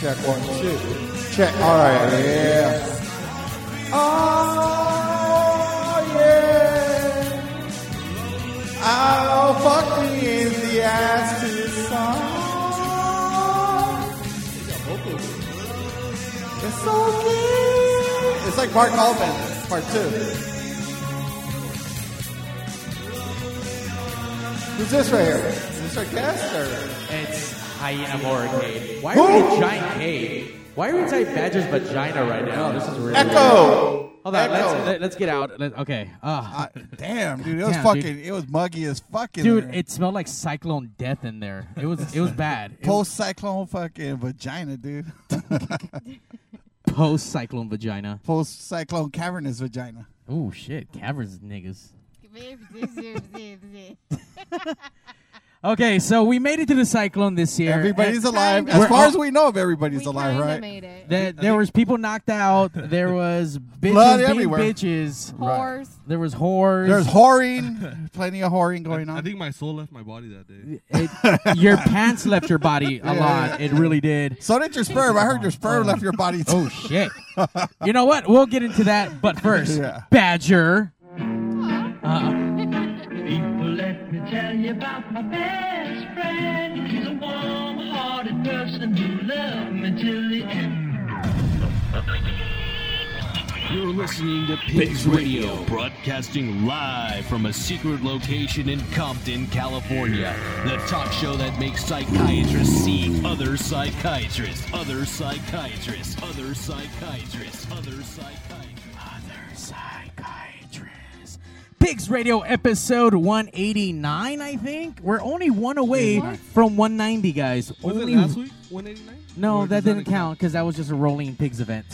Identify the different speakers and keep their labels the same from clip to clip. Speaker 1: Check one, two. Check. All right. Yeah. Oh yeah. I'll fuck me in the ass to your song. It's okay. It's like Mark Alban, part two. Who's this right here? Is this our guest or?
Speaker 2: It's Hyena Motorcade. Why
Speaker 1: Who?
Speaker 2: are we in giant cave? Why are we inside Badger's vagina right now? This is really
Speaker 1: Echo.
Speaker 2: Hold on,
Speaker 1: Echo.
Speaker 2: let's, let, let's get out. Let- okay. Uh,
Speaker 3: I, damn, dude, it was
Speaker 2: Damn,
Speaker 3: fucking.
Speaker 2: dude.
Speaker 3: It was muggy as fucking.
Speaker 2: dude, it smelled like cyclone death in there. It was it was bad. It was
Speaker 3: post cyclone fucking vagina, dude.
Speaker 2: post cyclone vagina.
Speaker 3: post cyclone cavernous vagina.
Speaker 2: Oh shit, caverns niggas. Okay, so we made it to the cyclone this year.
Speaker 3: Everybody's alive.
Speaker 4: kinda-
Speaker 3: As
Speaker 2: We're
Speaker 3: far
Speaker 2: all-
Speaker 3: as we know, if everybody's
Speaker 4: we
Speaker 3: alive,
Speaker 4: kinda
Speaker 3: right?
Speaker 4: made it.
Speaker 2: There, there was people knocked out. There was
Speaker 3: Blood
Speaker 2: bitches being
Speaker 3: everywhere.
Speaker 2: bitches.
Speaker 4: Horse.
Speaker 2: There was whores.
Speaker 3: There's whoring, plenty of whoring going on.
Speaker 5: I think my soul left my body that day.
Speaker 2: It- your pants left your body a lot. It really did.
Speaker 3: so did your sperm. I heard your sperm left your body too.
Speaker 2: Oh shit! you know what? We'll get into that, but first,
Speaker 3: Yeah.
Speaker 2: Badger. Uh,
Speaker 6: People, let me tell you about my best friend. He's a warm-hearted person who loved me till the end.
Speaker 7: You're listening to Pigs Radio, broadcasting live from a secret location in Compton, California. The talk show that makes psychiatrists see other psychiatrists, other psychiatrists, other psychiatrists, other psychiatrists.
Speaker 2: other psychiatrist. Pigs Radio episode 189. I think we're only one away from 190, guys.
Speaker 5: Was
Speaker 2: only
Speaker 5: it last week? 189?
Speaker 2: No,
Speaker 5: Or
Speaker 2: that
Speaker 5: does
Speaker 2: didn't count because that was just a rolling pigs event.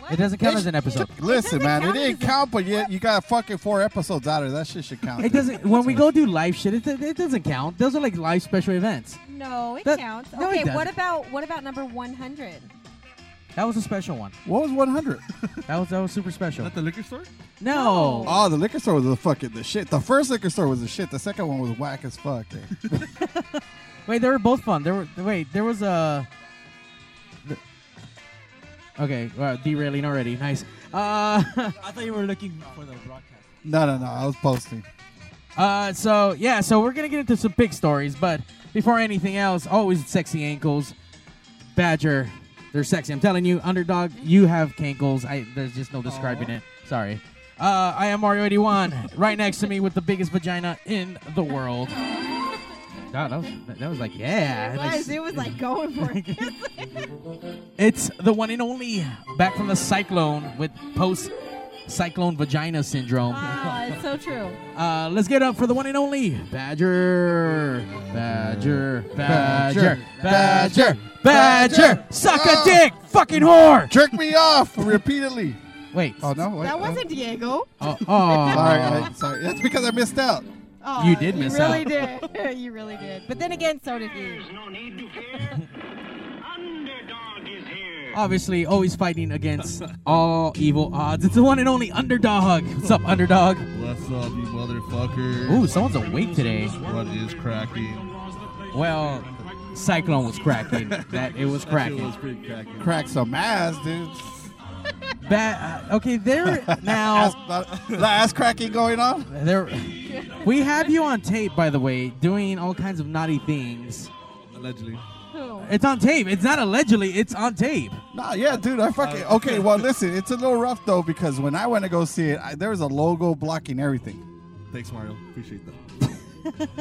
Speaker 4: What?
Speaker 2: It doesn't count as an episode.
Speaker 3: Listen,
Speaker 4: doesn't
Speaker 3: man, it
Speaker 4: count
Speaker 3: didn't
Speaker 4: as a-
Speaker 3: count, but yet you got fucking four episodes out of it. That shit should count.
Speaker 2: It doesn't. When we go do live shit, it, it doesn't count. Those are like live special events.
Speaker 4: No, it
Speaker 2: That-
Speaker 4: counts.
Speaker 2: no, it
Speaker 4: okay, what
Speaker 2: doesn't.
Speaker 4: about what about number one hundred?
Speaker 2: That was a special one.
Speaker 3: What was 100?
Speaker 2: That was that was super special.
Speaker 5: At the liquor store?
Speaker 2: No.
Speaker 3: Oh, the liquor store was the fucking the shit. The first liquor store was the shit. The second one was whack as fuck.
Speaker 2: Wait, they were both fun. There were wait, there was a. th- Okay, wow, derailing already. Nice. Uh,
Speaker 8: I thought you were looking for the broadcast.
Speaker 3: No, no, no. I was posting.
Speaker 2: uh, so yeah, so we're gonna get into some big stories, but before anything else, always sexy ankles, Badger, they're sexy. I'm telling you, underdog, you have cankles. I there's just no describing it. Sorry. Uh, I am Mario 81, right next to me with the biggest vagina in the world. God, that was that was like yeah.
Speaker 4: it
Speaker 2: like-
Speaker 4: was, it was like going for it.
Speaker 2: It's the one and only back from the cyclone with post cyclone vagina syndrome.
Speaker 4: ah, it's so true.
Speaker 2: Uh, let's get up for the one and only Badger. Badger. Badger. Badger. Badger. Suck
Speaker 3: Oh.
Speaker 2: a dick, fucking whore.
Speaker 3: Jerk me off repeatedly.
Speaker 2: Wait.
Speaker 3: Oh no, wait.
Speaker 4: That wasn't Diego.
Speaker 2: Oh,
Speaker 3: Oh, sorry, I,
Speaker 2: oh.
Speaker 3: sorry. That's because I missed out.
Speaker 4: Oh,
Speaker 2: You did miss
Speaker 4: You really did. you really did. But then again, so did you.
Speaker 6: no need to fear. Underdog is here.
Speaker 2: Obviously, always fighting against all evil odds. It's the one and only underdog. What's up, underdog?
Speaker 5: What's up, you motherfucker?
Speaker 2: Ooh, someone's awake today.
Speaker 5: What is cracking?
Speaker 2: Well, cyclone was cracking. That it was
Speaker 5: That shit
Speaker 2: cracking.
Speaker 5: was pretty cracking.
Speaker 3: Crack some ass, dude.
Speaker 2: Ba- uh, okay, there
Speaker 3: Ass,
Speaker 2: now.
Speaker 3: the, the ass cracking going on.
Speaker 2: there, we have you on tape, by the way, doing all kinds of naughty things.
Speaker 5: Allegedly.
Speaker 4: Who?
Speaker 2: It's on tape. It's not allegedly. It's on tape.
Speaker 3: Nah, yeah, dude. I fucking okay. Well, listen, it's a little rough though because when I went to go see it, I, there was a logo blocking everything.
Speaker 5: Thanks, Mario. Appreciate that.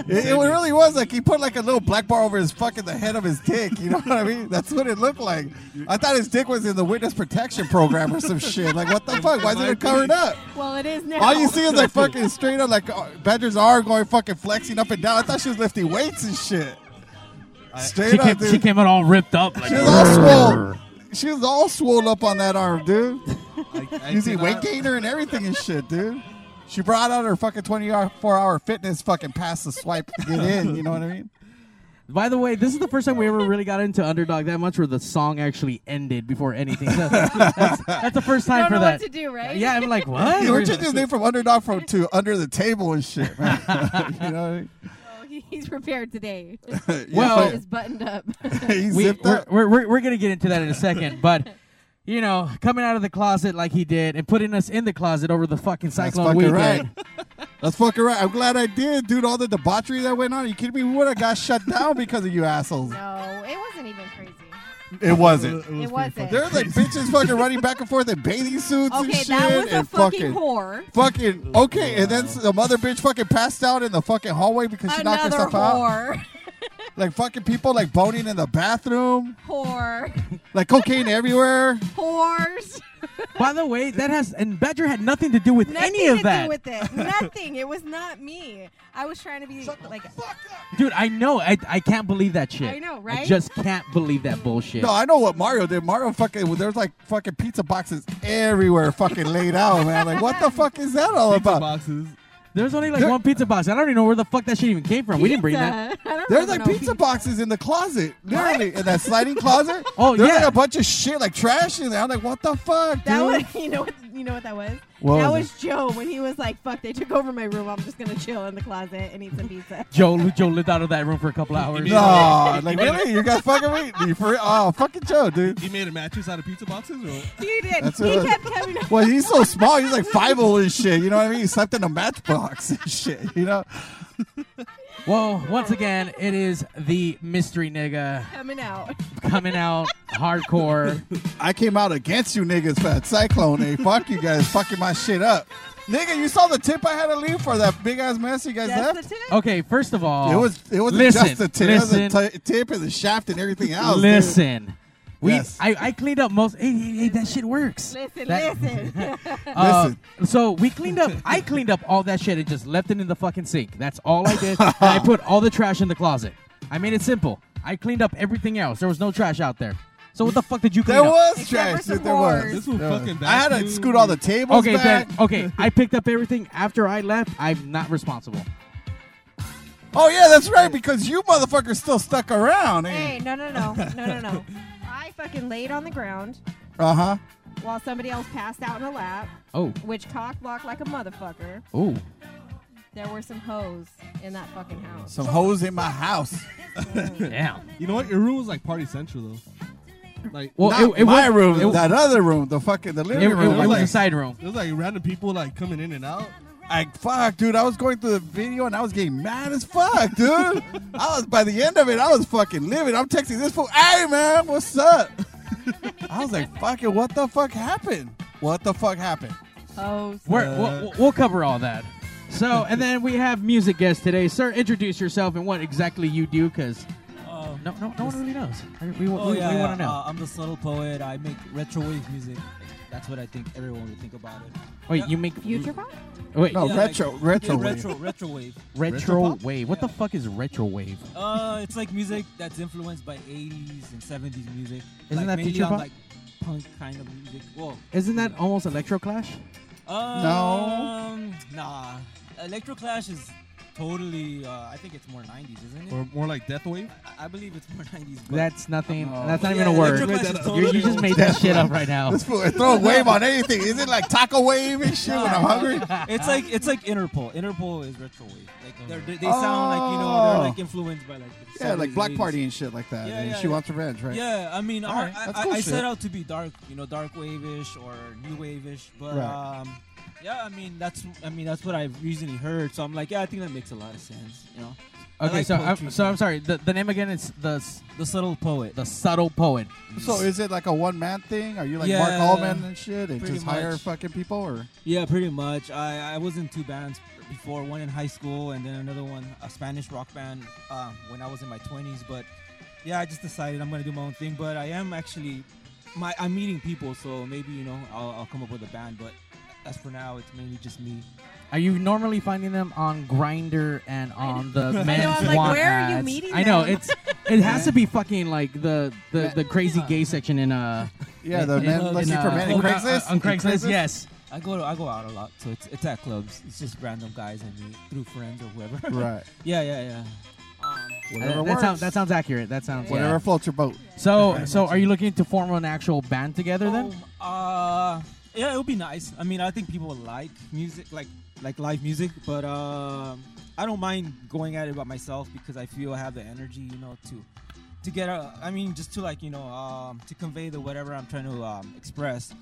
Speaker 3: It, it really was like he put like a little black bar over his fucking the head of his dick. You know what I mean? That's what it looked like. I thought his dick was in the witness protection program or some shit. Like what the fuck? Why isn't it covered up?
Speaker 4: Well, it is now.
Speaker 3: All you see is like fucking straight up, like uh, Badger's arm going fucking flexing up and down. I thought she was lifting weights and shit. Straight
Speaker 2: She
Speaker 3: up,
Speaker 2: came,
Speaker 3: dude.
Speaker 2: she came out all ripped up.
Speaker 3: She
Speaker 2: Like,
Speaker 3: was all swole. She was all swole up on that arm, dude. You see weight gainer and everything and shit, dude. She brought out her fucking 24 hour fitness fucking past the swipe to get in. You know what I mean?
Speaker 2: by the way, this is the first time we ever really got into underdog that much, where the song actually ended before anything. So that's, that's the first time
Speaker 4: don't
Speaker 2: for
Speaker 4: know
Speaker 2: that.
Speaker 4: what to do, right?
Speaker 2: Yeah, I'm like, what?
Speaker 3: Dude, we're changing his name from underdog from to under the table and shit, man. you know what I mean?
Speaker 4: Oh, he- he's prepared today.
Speaker 2: Well-
Speaker 4: He's buttoned up.
Speaker 3: he
Speaker 2: we,
Speaker 3: zipped
Speaker 2: we're,
Speaker 3: up.
Speaker 2: we're, we're, we're going to get into that in a second, but. You know, coming out of the closet like he did and putting us in the closet over the fucking
Speaker 3: That's
Speaker 2: cyclone
Speaker 3: fucking
Speaker 2: weekend.
Speaker 3: right. That's fucking right. I'm glad I did, dude. All the debauchery that went on. Are you kidding me? We would have got shut down because of you assholes.
Speaker 4: no, it wasn't even crazy.
Speaker 3: It wasn't.
Speaker 5: It was
Speaker 4: It wasn't.
Speaker 3: There's like bitches fucking running back and forth in bathing suits and
Speaker 4: Okay,
Speaker 3: shit.
Speaker 4: that was a
Speaker 3: and
Speaker 4: fucking whore.
Speaker 3: Fucking okay, and then some other bitch fucking passed out in the fucking hallway because she knocked
Speaker 4: Another
Speaker 3: herself out.
Speaker 4: whore.
Speaker 3: Like fucking people like boning in the bathroom,
Speaker 4: Whore.
Speaker 3: like cocaine everywhere.
Speaker 4: Whores.
Speaker 2: By the way, that has and Badger had nothing to do with
Speaker 4: Nothing
Speaker 2: any of
Speaker 4: to
Speaker 2: that,
Speaker 4: do with it. Nothing. It was not me. I was trying to be like.
Speaker 2: dude. I know. I, I can't believe that shit.
Speaker 4: I know, right?
Speaker 2: just can't believe that bullshit.
Speaker 3: No, I know what Mario did. Mario fucking there's like fucking pizza boxes everywhere, fucking laid out, man. Like what the fuck is that all
Speaker 5: Pizza
Speaker 3: about?
Speaker 5: boxes.
Speaker 2: There's only like
Speaker 3: There-
Speaker 2: one pizza box. I don't even know where the fuck that shit even came from. We didn't bring that.
Speaker 4: Pizza. I don't
Speaker 3: There's
Speaker 4: remember
Speaker 3: like
Speaker 4: no
Speaker 3: pizza boxes in the closet, literally in that sliding closet.
Speaker 2: Oh,
Speaker 3: there's
Speaker 2: yeah.
Speaker 3: like a bunch of shit, like trash in there. I'm like, what the fuck,
Speaker 4: That
Speaker 3: dude?
Speaker 4: was, you know, what, you know what that was.
Speaker 3: What
Speaker 4: that
Speaker 3: was
Speaker 4: was, Joe when he was like, "Fuck, they took over my room. I'm just gonna chill in the closet and eat some pizza."
Speaker 2: Joe Joe lived out of that room for a couple hours.
Speaker 3: No, like really, you guys fucking me? You for real? Oh, fucking Joe, dude.
Speaker 5: You made a mattress out of pizza boxes, or what?
Speaker 4: he did.
Speaker 3: That's
Speaker 4: he
Speaker 3: it.
Speaker 4: kept coming. up.
Speaker 3: Well, he's so small. He's like five oh and shit. You know what I mean? He slept in a matchbox and shit. You know?
Speaker 2: Well, once again, it is the mystery nigga
Speaker 4: Coming out.
Speaker 2: coming out hardcore.
Speaker 3: I came out against you niggas for that cyclone. Hey, fuck you guys, fucking my shit up. Nigga, you saw the tip I had to leave for that big ass mess you guys
Speaker 4: That's the
Speaker 3: left.
Speaker 4: tip.
Speaker 2: Okay, first of all,
Speaker 3: It was it wasn't
Speaker 2: listen,
Speaker 3: just the tip.
Speaker 2: Listen,
Speaker 3: it was the t- tip and the shaft and everything else. dude.
Speaker 2: listen. We,
Speaker 3: Yes.
Speaker 2: I, I cleaned up most. Hey, hey, hey that shit works.
Speaker 4: Listen,
Speaker 2: That-
Speaker 4: listen.
Speaker 2: Uh,
Speaker 3: Listen.
Speaker 2: so we cleaned up. I cleaned up all that shit and just left it in the fucking sink. That's all I did. and I put all the trash in the closet. I made it simple. I cleaned up everything else. There was no trash out there. So what the fuck did you clean
Speaker 3: There
Speaker 2: up?
Speaker 3: was
Speaker 4: Except
Speaker 3: trash.
Speaker 4: for some
Speaker 3: dude, There was.
Speaker 4: whores.
Speaker 5: This will
Speaker 3: There was.
Speaker 5: fucking. Vacuum.
Speaker 3: I had to scoot all the tables
Speaker 2: Okay,
Speaker 3: back.
Speaker 2: Ben, okay. I picked up everything after I left. I'm not responsible.
Speaker 3: Oh yeah, that's right. Because you motherfuckers still stuck around.
Speaker 4: hey, no, no, no, no, no, no. I fucking laid on the ground
Speaker 3: Uh huh.
Speaker 4: while somebody else passed out in a lap,
Speaker 2: Oh,
Speaker 4: which cock blocked like a motherfucker.
Speaker 2: oh.
Speaker 4: There were some hoes in that fucking house.
Speaker 3: Some hoes in my house.
Speaker 2: Damn.
Speaker 5: You know what? Your room was like party central, though. Like,
Speaker 2: Well,
Speaker 3: Not
Speaker 2: it, it
Speaker 3: my
Speaker 2: was,
Speaker 3: room.
Speaker 2: It,
Speaker 3: that other room. The fucking the
Speaker 2: it,
Speaker 3: living
Speaker 2: it,
Speaker 3: room.
Speaker 2: it was
Speaker 5: like-
Speaker 2: a side room.
Speaker 5: there's like random people like coming in and out.
Speaker 3: Like fuck, dude. I was going through the video and I was getting mad as fuck, dude. I was by the end of it, I was fucking livid. I'm texting this fool, hey man, what's up? I was like, fucking, what the fuck happened? What the fuck happened?
Speaker 4: Hoes.
Speaker 2: We're, we'll, we'll cover all that. So, and then we have music guests today. Sir, introduce yourself and what exactly you do, because
Speaker 8: Uh,
Speaker 2: no, no, no one really knows. We, we,
Speaker 8: oh
Speaker 2: we,
Speaker 8: yeah, yeah.
Speaker 2: want to know.
Speaker 8: Uh, I'm the subtle poet. I make retro wave music. That's what I think everyone would think about it.
Speaker 2: Wait, you make
Speaker 4: Future pop?
Speaker 2: Wait,
Speaker 3: No. Oh, retro- retro
Speaker 8: yeah,
Speaker 3: wave.
Speaker 8: retro, retro wave.
Speaker 2: retro
Speaker 5: Retro pop?
Speaker 2: wave. What the
Speaker 8: Yeah.
Speaker 2: fuck is retro wave?
Speaker 8: Uh, it's like music that's influenced by 80s and 70s music.
Speaker 2: Isn't
Speaker 8: like
Speaker 2: that
Speaker 8: mainly
Speaker 2: future
Speaker 8: on,
Speaker 2: pop?
Speaker 8: like punk kind of music. Whoa.
Speaker 2: Isn't that almost electro clash?
Speaker 8: Um, no. Nah. Electro Clash is totally. Uh, I think it's more 90s, isn't it?
Speaker 5: Or more like death wave.
Speaker 8: I, I believe it's more 90s. But
Speaker 2: That's nothing.
Speaker 3: No.
Speaker 2: That's not
Speaker 8: Uh, Yeah,
Speaker 2: even a
Speaker 8: Electro
Speaker 2: word.
Speaker 8: Clash is
Speaker 2: You,
Speaker 8: totally
Speaker 2: you just made that shit up right now.
Speaker 3: This fool throw a wave on anything. Is it like taco wave and shit when I'm hungry?
Speaker 8: it's like it's like Interpol. Interpol is retro wave. Like they're, they, they sound like you know
Speaker 3: Oh.
Speaker 8: they're like influenced by like the
Speaker 3: Yeah,
Speaker 8: 70s,
Speaker 3: like black
Speaker 8: 80s.
Speaker 3: party and shit like that.
Speaker 8: Yeah,
Speaker 3: and
Speaker 8: yeah,
Speaker 3: she
Speaker 8: yeah.
Speaker 3: wants revenge, right?
Speaker 8: Yeah, I mean, I,
Speaker 3: Alright,
Speaker 8: I,
Speaker 3: that's
Speaker 8: I-
Speaker 3: cool
Speaker 8: I
Speaker 3: shit.
Speaker 8: set out to be dark, you know, dark wave-ish or new wave-ish, but
Speaker 3: Right.
Speaker 8: um, yeah, I mean that's I mean that's what I've recently heard, so I'm like, yeah, I think that makes a lot of sense, you know. I
Speaker 2: Okay,
Speaker 8: like
Speaker 2: so
Speaker 8: poetry,
Speaker 2: I'm, so
Speaker 8: so-
Speaker 2: I'm sorry. The, the name again is the s-
Speaker 8: The subtle poet.
Speaker 2: the subtle poet.
Speaker 3: So is it like a one man thing? Are you like
Speaker 8: Yeah,
Speaker 3: Mark Allman and shit and
Speaker 8: pretty
Speaker 3: just hire
Speaker 8: much.
Speaker 3: fucking people or?
Speaker 8: Yeah, pretty much. I I was in two bands before, one in high school and then another one, a Spanish rock band, um, when I was in my 20s. But yeah, I just decided I'm gonna do my own thing. But I am actually, my I'm meeting people, so maybe you know I'll, I'll come up with a band. But as for now, it's mainly just me.
Speaker 2: Are you normally finding them on Grinder and on the men's
Speaker 4: I'm like,
Speaker 2: want
Speaker 4: where are you
Speaker 2: ads?
Speaker 4: meeting
Speaker 2: I know
Speaker 4: them?
Speaker 2: it's it has to be fucking like the the, the crazy gay section in uh
Speaker 3: Yeah, the
Speaker 2: in-
Speaker 3: men
Speaker 8: in,
Speaker 3: looking
Speaker 2: uh,
Speaker 3: for men in
Speaker 2: on-
Speaker 3: Craigslist.
Speaker 2: on
Speaker 3: In
Speaker 2: Craigslist. Yes.
Speaker 8: I go to, I go out a lot, so it's it's at clubs. It's just random guys I meet through friends or whoever.
Speaker 3: Right.
Speaker 8: yeah, yeah, yeah. Um,
Speaker 3: Whatever
Speaker 2: uh, that, that
Speaker 3: works.
Speaker 2: sounds that sounds accurate. That sounds yeah.
Speaker 3: Whatever floats your boat.
Speaker 2: So so are you looking to form an actual band together then?
Speaker 8: Oh, uh, yeah, it would be nice. I mean, I think people like music, like like live music, but um, I don't mind going at it by myself because I feel I have the energy, you know, to to get uh, I mean, just to like you know, um, to convey the whatever I'm trying to um, express.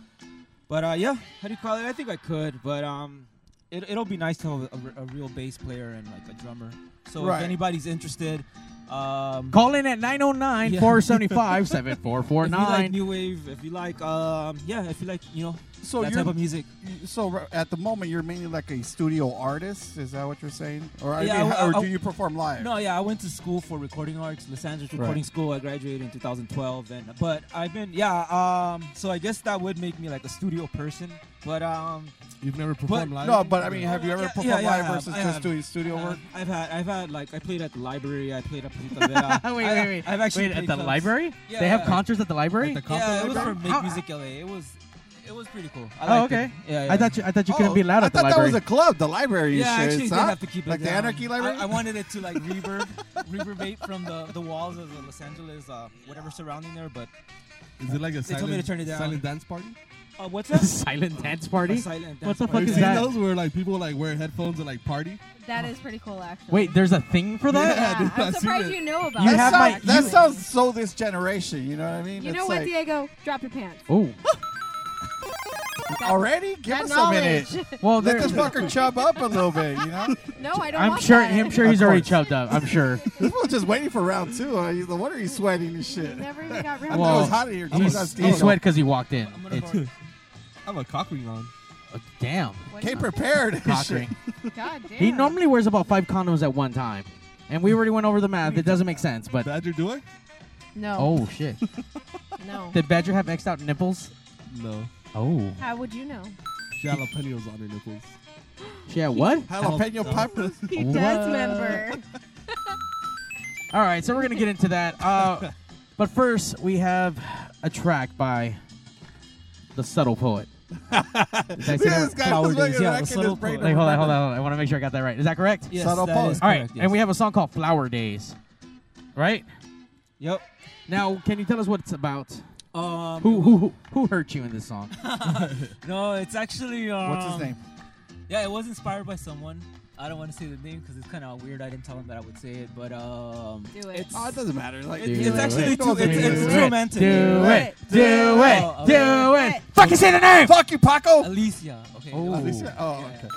Speaker 8: But uh, yeah, how do you call it? I think I could, but um, it, it'll be nice to have a, a real bass player and like a drummer. So
Speaker 1: Right.
Speaker 8: if anybody's interested, um,
Speaker 2: Call in at 909 475
Speaker 8: If you like
Speaker 2: 7449.
Speaker 8: new wave, if you like, um, yeah, if you like, you know,
Speaker 1: So
Speaker 8: that
Speaker 1: you're
Speaker 8: type of music.
Speaker 1: you- so r- at the moment you're mainly like a studio artist. Is that what you're saying, or I
Speaker 8: Yeah,
Speaker 1: mean,
Speaker 8: I-
Speaker 1: how- or
Speaker 8: I-
Speaker 1: do you perform live?
Speaker 8: No, yeah, I went to school for recording arts, Los Angeles Recording
Speaker 1: Right.
Speaker 8: School. I graduated in 2012, and but I've been, yeah, um, so I guess that would make me like a studio person. But um,
Speaker 5: You've never performed live?
Speaker 1: No, but I mean, have you ever
Speaker 8: Yeah, yeah,
Speaker 1: performed
Speaker 8: yeah, I
Speaker 1: live
Speaker 8: have,
Speaker 1: versus
Speaker 8: I
Speaker 1: just
Speaker 8: have.
Speaker 1: doing studio
Speaker 8: uh,
Speaker 1: work?
Speaker 8: I've had, I've had like, I played at the library. I played at Punta Vera.
Speaker 2: wait,
Speaker 8: I,
Speaker 2: wait, wait.
Speaker 8: I've actually
Speaker 2: wait, at
Speaker 8: played
Speaker 2: the
Speaker 8: clubs.
Speaker 2: library?
Speaker 8: Yeah,
Speaker 2: they have
Speaker 8: yeah.
Speaker 2: concerts at the library?
Speaker 5: At the
Speaker 8: Yeah, it was
Speaker 5: library?
Speaker 8: from Make
Speaker 2: How-
Speaker 8: Music LA. It was, it was pretty cool. I
Speaker 2: Oh,
Speaker 8: liked it.
Speaker 2: okay.
Speaker 8: Yeah, yeah.
Speaker 2: I thought you, I thought you couldn't
Speaker 1: Oh,
Speaker 2: be loud
Speaker 1: I
Speaker 2: at the
Speaker 1: thought that
Speaker 2: library.
Speaker 1: was a club, the library.
Speaker 8: Yeah, I
Speaker 1: shit,
Speaker 8: actually
Speaker 1: it's
Speaker 8: did
Speaker 1: not-
Speaker 8: have to keep it
Speaker 1: like the
Speaker 8: down.
Speaker 1: anarchy library.
Speaker 8: I, I wanted it to like reverb, reverberate from the, the walls of the Los Angeles, uh, whatever surrounding there. But
Speaker 5: Is it like a
Speaker 8: They told me to
Speaker 5: silent,
Speaker 8: turn it down.
Speaker 5: silent dance party?
Speaker 8: uh, what's that?
Speaker 2: silent dance party?
Speaker 8: A
Speaker 2: What
Speaker 8: silent dance
Speaker 2: the
Speaker 8: party.
Speaker 2: fuck
Speaker 5: Have
Speaker 2: is
Speaker 5: you seen
Speaker 2: that?
Speaker 5: those where like people like wear headphones and like party?
Speaker 4: That is pretty cool, actually.
Speaker 2: Wait, there's a thing for that?
Speaker 5: Yeah, dude,
Speaker 4: Yeah, I'm
Speaker 5: I've seen
Speaker 4: surprised
Speaker 5: it.
Speaker 4: you know about
Speaker 2: You
Speaker 4: it.
Speaker 2: have
Speaker 1: that,
Speaker 2: my-
Speaker 1: sounds, that
Speaker 4: you-
Speaker 1: sounds so this generation. You know what I mean?
Speaker 9: You
Speaker 1: It's
Speaker 9: know what,
Speaker 1: like,
Speaker 9: Diego? Drop your pants.
Speaker 2: Oh,
Speaker 1: already? Give
Speaker 4: That
Speaker 1: us a minute.
Speaker 4: knowledge.
Speaker 2: well,
Speaker 1: Let
Speaker 2: there,
Speaker 1: this fucker chub up a little bit. You know,
Speaker 4: no, I don't.
Speaker 2: I'm
Speaker 4: want
Speaker 2: sure.
Speaker 4: That.
Speaker 2: I'm sure he's
Speaker 1: Of
Speaker 2: already
Speaker 1: course.
Speaker 2: chubbed up. I'm sure.
Speaker 1: this was just waiting for round two. Huh? You- No wonder he's sweating and shit. I
Speaker 9: Never even got
Speaker 1: thought
Speaker 9: round
Speaker 2: Well,
Speaker 1: it
Speaker 9: to
Speaker 1: was
Speaker 9: it.
Speaker 1: hot in here.
Speaker 2: He,
Speaker 1: Jesus, that's
Speaker 2: he
Speaker 1: Dino.
Speaker 2: sweat because he walked in.
Speaker 8: I'm gonna
Speaker 2: It's,
Speaker 8: borrow it.
Speaker 5: I have a cock ring on.
Speaker 2: uh, damn,
Speaker 4: What
Speaker 1: Came
Speaker 4: is
Speaker 1: prepared. and
Speaker 2: cock
Speaker 1: shit.
Speaker 2: ring.
Speaker 4: it? God damn.
Speaker 2: He normally wears about five condoms at one time, and we already went over the math. It doesn't make sense, but
Speaker 5: Badger, do I?
Speaker 9: No,
Speaker 2: oh shit!
Speaker 9: no.
Speaker 2: Did Badger have xed out nipples?
Speaker 5: No.
Speaker 2: Oh,
Speaker 9: How would you know?
Speaker 5: She had jalapenos on her nipples.
Speaker 2: yeah. What?
Speaker 1: Jalapeno peppers.
Speaker 9: He
Speaker 2: What?
Speaker 9: does remember.
Speaker 2: All right, so we're gonna get into that. Uh, but first, we have a track by the Subtle Poet. Did I say that
Speaker 1: This
Speaker 2: right?
Speaker 1: guy was
Speaker 8: Cowardice,
Speaker 1: looking back
Speaker 8: yeah, the
Speaker 1: in his
Speaker 8: subtle
Speaker 1: brain.
Speaker 8: point.
Speaker 2: Wait, hold on, hold on, hold on. I want to make sure I got that right. Is that correct?
Speaker 8: Yes,
Speaker 1: Subtle
Speaker 8: that
Speaker 1: pose.
Speaker 8: is
Speaker 2: All right,
Speaker 8: correct, yes.
Speaker 2: and we have a song called Flower Days, right?
Speaker 8: Yep.
Speaker 2: Now, can you tell us what it's about?
Speaker 8: Um,
Speaker 2: Who who who- who hurt you in this song?
Speaker 8: No, it's actually. Um,
Speaker 1: What's his name?
Speaker 8: Yeah, it was inspired by someone. I don't want to say the name because it's kind of weird. I didn't tell him that I would say it, but um,
Speaker 4: Do it.
Speaker 8: It's,
Speaker 1: Oh, it doesn't matter. Like,
Speaker 8: it-
Speaker 2: Do
Speaker 8: it's
Speaker 2: it.
Speaker 8: actually
Speaker 1: Don't
Speaker 8: too,
Speaker 1: do
Speaker 8: it's,
Speaker 1: it.
Speaker 8: it's
Speaker 2: Do it.
Speaker 8: romantic.
Speaker 2: Do it, do
Speaker 8: Oh,
Speaker 2: it,
Speaker 8: okay.
Speaker 2: do it. Fucking say the name.
Speaker 1: Fuck you, Paco.
Speaker 8: Alicia. Okay.
Speaker 2: Oh.
Speaker 8: Alicia.
Speaker 1: Alicia. Oh, okay.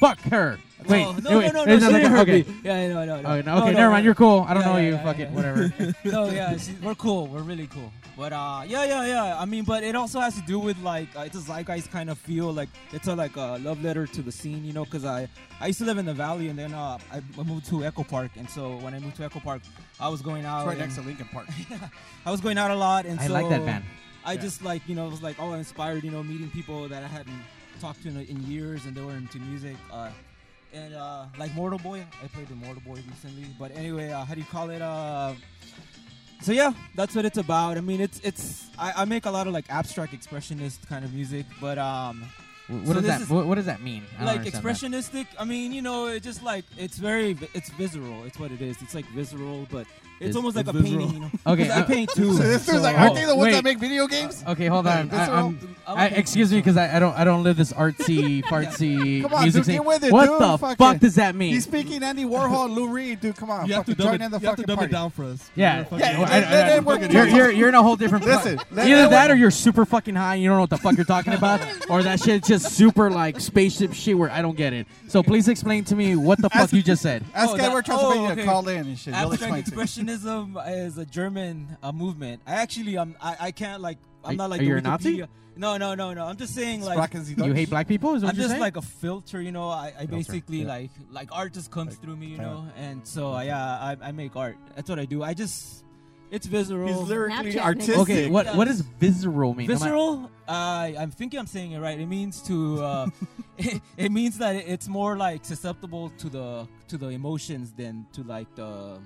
Speaker 2: Fuck her. Wait,
Speaker 8: Oh, no, no,
Speaker 2: wait,
Speaker 8: no, no,
Speaker 2: there's
Speaker 8: she
Speaker 2: another-
Speaker 8: didn't hurt
Speaker 2: okay.
Speaker 8: me. Yeah, I know, I know, I know.
Speaker 2: Oh, no, okay,
Speaker 8: No, no,
Speaker 2: never mind.
Speaker 8: no.
Speaker 2: You're cool. I don't
Speaker 8: Yeah,
Speaker 2: know
Speaker 8: yeah,
Speaker 2: you.
Speaker 8: yeah,
Speaker 2: Fuck
Speaker 8: yeah.
Speaker 2: it. Whatever.
Speaker 8: no, yeah, she, we're cool. We're really cool. But uh, yeah, yeah, yeah. I mean, but it also has to do with like uh, it's a zeitgeist kind of feel. Like it's a like a love letter to the scene, you know? Because I I used to live in the valley, and then uh, I I moved to Echo Park, and so when I moved to Echo Park, I was going out.
Speaker 1: It's right
Speaker 8: and-
Speaker 1: next to Lincoln Park.
Speaker 8: I was going out a lot, and
Speaker 2: I
Speaker 8: so
Speaker 2: like that band.
Speaker 8: I
Speaker 1: Yeah.
Speaker 8: just like you know was like all inspired, you know, meeting people that I hadn't talked to in, in years, and they were into music. Uh, and uh, like Mortal Boy, I played with Mortal Boy recently. But anyway, uh, how do you call it? Uh, so yeah, that's what it's about. I mean, it's it's I, I make a lot of like abstract expressionist kind of music, but um,
Speaker 2: Wh- What
Speaker 8: So
Speaker 2: does
Speaker 8: this
Speaker 2: that?
Speaker 8: is-
Speaker 2: wh- What does that mean? I don't
Speaker 8: like
Speaker 2: understand that.
Speaker 8: expressionistic. I mean, you know, it just like it's very vi- it's visceral. It's what it is. It's like visceral, but it's,
Speaker 2: It's-
Speaker 8: almost
Speaker 5: it's
Speaker 8: like a
Speaker 5: visceral.
Speaker 8: painting. You know?
Speaker 2: Okay,
Speaker 8: 'Cause I
Speaker 2: uh,
Speaker 8: paint too.
Speaker 1: So this dude's
Speaker 8: so-
Speaker 1: like, aren't they the ones
Speaker 2: Oh, wait.
Speaker 1: that make video games?
Speaker 2: Okay, hold on.
Speaker 1: Visceral-
Speaker 2: I, am
Speaker 8: I'm
Speaker 2: I,
Speaker 8: okay.
Speaker 2: excuse me, because I, I don't I don't live this artsy fartsy
Speaker 1: Come on,
Speaker 2: music
Speaker 1: dude,
Speaker 2: scene.
Speaker 1: get with it,
Speaker 2: what
Speaker 1: dude.
Speaker 2: the
Speaker 1: Fuck
Speaker 2: fuck
Speaker 1: it.
Speaker 2: does that mean?
Speaker 1: He's speaking Andy Warhol, Lou Reed, dude. Come on,
Speaker 5: You have to
Speaker 1: fucking
Speaker 5: dumb
Speaker 1: join
Speaker 5: it,
Speaker 1: in the
Speaker 5: you have to
Speaker 1: fucking
Speaker 5: dumb it
Speaker 1: party.
Speaker 5: down for us.
Speaker 2: yeah,
Speaker 5: You're
Speaker 1: Yeah,
Speaker 5: a fucking-
Speaker 2: I-
Speaker 1: let- let
Speaker 2: I-
Speaker 1: it work.
Speaker 2: you're, you're, you're in a whole different.
Speaker 1: Listen, let-
Speaker 2: either
Speaker 1: let-
Speaker 2: that or you're super fucking high and you don't know what the fuck you're talking about, or that shit's just super like spaceship shit where I don't get it. So please explain to me what the fuck you just said.
Speaker 1: Ask
Speaker 8: Oh, that-
Speaker 1: Edward
Speaker 8: oh,
Speaker 1: Transylvania to
Speaker 8: okay.
Speaker 1: call in and shit. He'll explain
Speaker 8: Abstract
Speaker 1: to you.
Speaker 8: expressionism is a German uh, movement. I actually, um, I, I can't like, I'm
Speaker 2: Are-
Speaker 8: not like.
Speaker 2: are
Speaker 8: the
Speaker 2: you a Nazi?
Speaker 8: Wikipedia- No, no, no, no. I'm just saying like.
Speaker 1: Rock is the
Speaker 2: You
Speaker 1: Dutch.
Speaker 2: hate black people? Is what
Speaker 8: I'm
Speaker 2: you're
Speaker 8: just
Speaker 2: saying?
Speaker 8: like a filter, you know. I, I basically
Speaker 2: yeah.
Speaker 8: like like art just comes through me, you know. And so I, yeah, I, I make art. That's what I do. I just it's visceral.
Speaker 1: He's lyrically
Speaker 9: Snapchat,
Speaker 1: artistic.
Speaker 9: nigga.
Speaker 2: okay. What what does visceral mean? Am I-
Speaker 8: Visceral. Uh, I'm thinking I'm saying it right. It means to. Uh, it, it means that it's more like susceptible to the to the emotions than to like the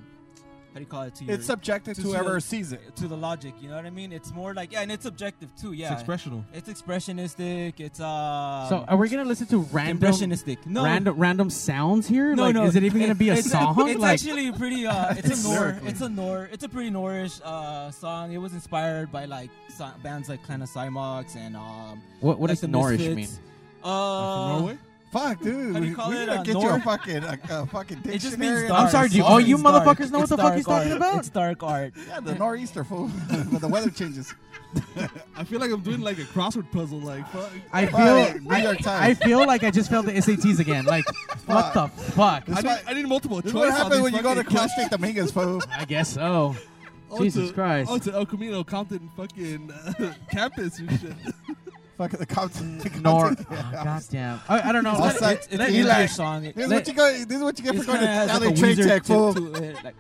Speaker 8: how do you call it to your
Speaker 1: It's subjective to
Speaker 8: To see
Speaker 1: whoever
Speaker 8: the-
Speaker 1: sees it.
Speaker 8: to the logic. You know what I mean? It's more like yeah, and it's subjective too. Yeah,
Speaker 5: It's expressional.
Speaker 8: It's expressionistic. It's uh.
Speaker 2: So are we gonna listen to random
Speaker 8: impressionistic. No.
Speaker 2: random random sounds here?
Speaker 8: No,
Speaker 2: like,
Speaker 8: no.
Speaker 2: Is it even gonna be a
Speaker 8: it's,
Speaker 2: song?
Speaker 8: It's
Speaker 2: like,
Speaker 8: actually pretty. Uh, it's,
Speaker 1: It's
Speaker 8: a Nor.
Speaker 1: lyrically.
Speaker 8: It's a Nor. It's a pretty Norish uh, song. It was inspired by like so- bands like Clan of Cymox and um.
Speaker 2: what what does
Speaker 8: like the
Speaker 2: Norrish mean?
Speaker 8: Misfits. Uh,
Speaker 5: From Norway?
Speaker 3: Fuck, dude.
Speaker 1: How do you
Speaker 3: we-
Speaker 1: call
Speaker 3: we
Speaker 1: it,
Speaker 3: gotta
Speaker 1: uh,
Speaker 3: get you a
Speaker 1: Nord?
Speaker 3: fucking a, a fucking dictionary.
Speaker 1: It just means
Speaker 3: and
Speaker 1: dark.
Speaker 2: I'm sorry, do you-
Speaker 8: Oh,
Speaker 3: song.
Speaker 2: all you
Speaker 1: It's dark.
Speaker 2: motherfuckers know what
Speaker 1: It's
Speaker 2: the fuck he's
Speaker 1: dark art.
Speaker 2: talking about?
Speaker 1: It's dark art.
Speaker 3: Yeah, the nor'easter fool. when the weather changes.
Speaker 5: I feel like I'm doing like a crossword puzzle. Like, fuck.
Speaker 2: I feel
Speaker 3: Fuck, New
Speaker 2: I,
Speaker 3: York
Speaker 2: I
Speaker 3: Times.
Speaker 2: feel like I just failed the SATs again. Like, what the fuck?
Speaker 5: I
Speaker 3: That's
Speaker 5: need,
Speaker 3: why-
Speaker 5: I need multiple
Speaker 3: This
Speaker 5: choice.
Speaker 3: is what
Speaker 5: on
Speaker 3: happens
Speaker 5: these
Speaker 3: when you go to
Speaker 5: fucking
Speaker 3: Cross State Dominguez, fool.
Speaker 2: I guess so.
Speaker 8: Oh,
Speaker 5: onto-
Speaker 2: Jesus Christ.
Speaker 5: Onto El Camino Compton fucking uh, campus and shit.
Speaker 3: Fucking the cops.
Speaker 2: Nor. Oh, goddamn. I, I don't know.
Speaker 3: I'll
Speaker 2: Let-
Speaker 3: say-
Speaker 1: It's, it's
Speaker 3: Let-
Speaker 1: an English
Speaker 3: Eli.
Speaker 1: song. It,
Speaker 3: This is
Speaker 1: it
Speaker 3: what you go. This is what you get for going
Speaker 1: kind
Speaker 3: to
Speaker 1: of has
Speaker 3: LA
Speaker 1: like a
Speaker 3: Trade
Speaker 1: Weezer
Speaker 3: Tech,
Speaker 1: tip
Speaker 3: fool.
Speaker 1: to it. Like,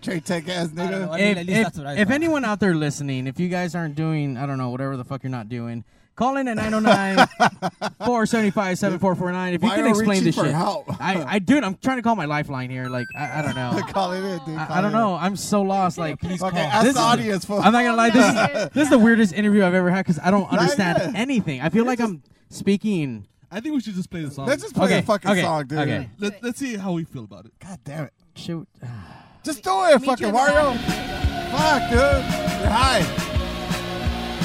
Speaker 3: Trade Tech ass
Speaker 1: I don't know.
Speaker 3: nigga.
Speaker 1: I mean,
Speaker 2: if,
Speaker 1: at least
Speaker 2: if-
Speaker 1: that's what I
Speaker 2: if
Speaker 1: thought.
Speaker 2: anyone out there listening, if you guys aren't doing, I don't know, whatever the fuck you're not doing, call in at 909 475 7449. If you
Speaker 3: Why are
Speaker 2: can
Speaker 3: we
Speaker 2: explain this
Speaker 3: cheap for
Speaker 2: shit.
Speaker 3: help?
Speaker 2: I, I, dude, I'm trying to call my lifeline here. Like, I, I don't know.
Speaker 3: Call it in, dude. Call
Speaker 2: I, I
Speaker 3: it
Speaker 2: don't
Speaker 3: in.
Speaker 2: know. I'm so lost. Like,
Speaker 10: Please
Speaker 3: Fucking
Speaker 10: call.
Speaker 3: ask
Speaker 2: This
Speaker 3: the
Speaker 2: is-
Speaker 3: audience, fool.
Speaker 2: I'm not gonna lie. This is this is the weirdest interview I've ever had because I don't
Speaker 3: yeah.
Speaker 2: understand anything. I feel like I'm speaking.
Speaker 5: I think we should just play the song.
Speaker 3: Let's just play
Speaker 2: Oh, Okay,
Speaker 3: the fucking
Speaker 2: okay,
Speaker 3: song, dude.
Speaker 2: okay.
Speaker 5: Let, let's see how we feel about it.
Speaker 3: God damn it.
Speaker 2: Shoot.
Speaker 3: Just do it,
Speaker 10: Meet you
Speaker 3: fucking
Speaker 10: in the
Speaker 3: Wario.
Speaker 10: bathroom.
Speaker 3: Fuck, dude. You're high.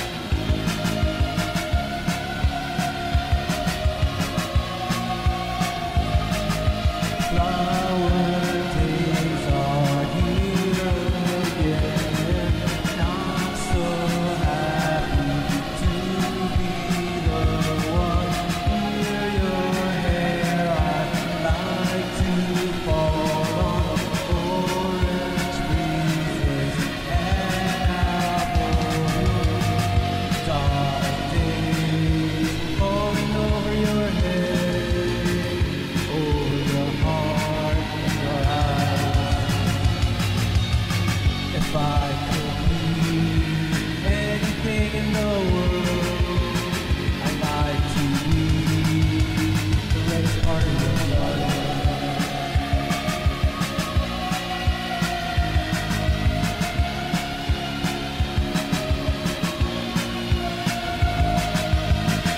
Speaker 1: If I could be anything in the world, I'd like to be the greatest artist in the world.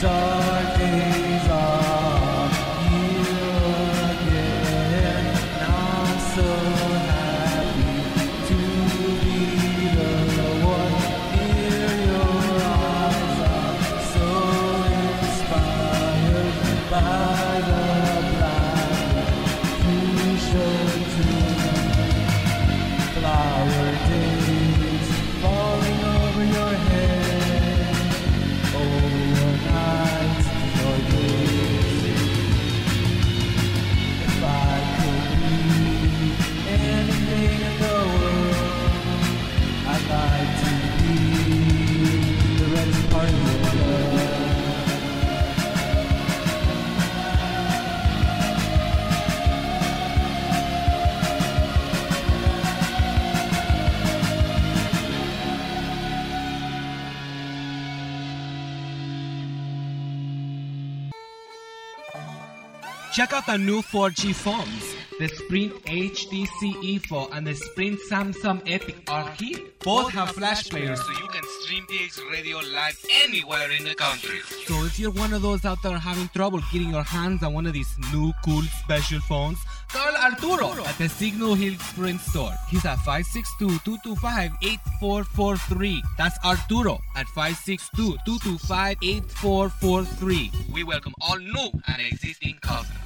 Speaker 1: Dark days are here again, and I'm so happy to be the one near your eyes. I'm so inspired by the light you showed to me. Flower days falling over your head.
Speaker 11: Check out the new 4G phones. The Sprint HTC E4 E and the Sprint Samsung Epic are here. Both have flash players so you can stream DX Radio live anywhere in the country. So if you're one of those out there having trouble getting your hands on one of these new cool special phones, call Arturo at the Signal Hill Sprint store. He's at 562-225-8443. That's Arturo at 562-225-8443. We welcome all new and existing customers.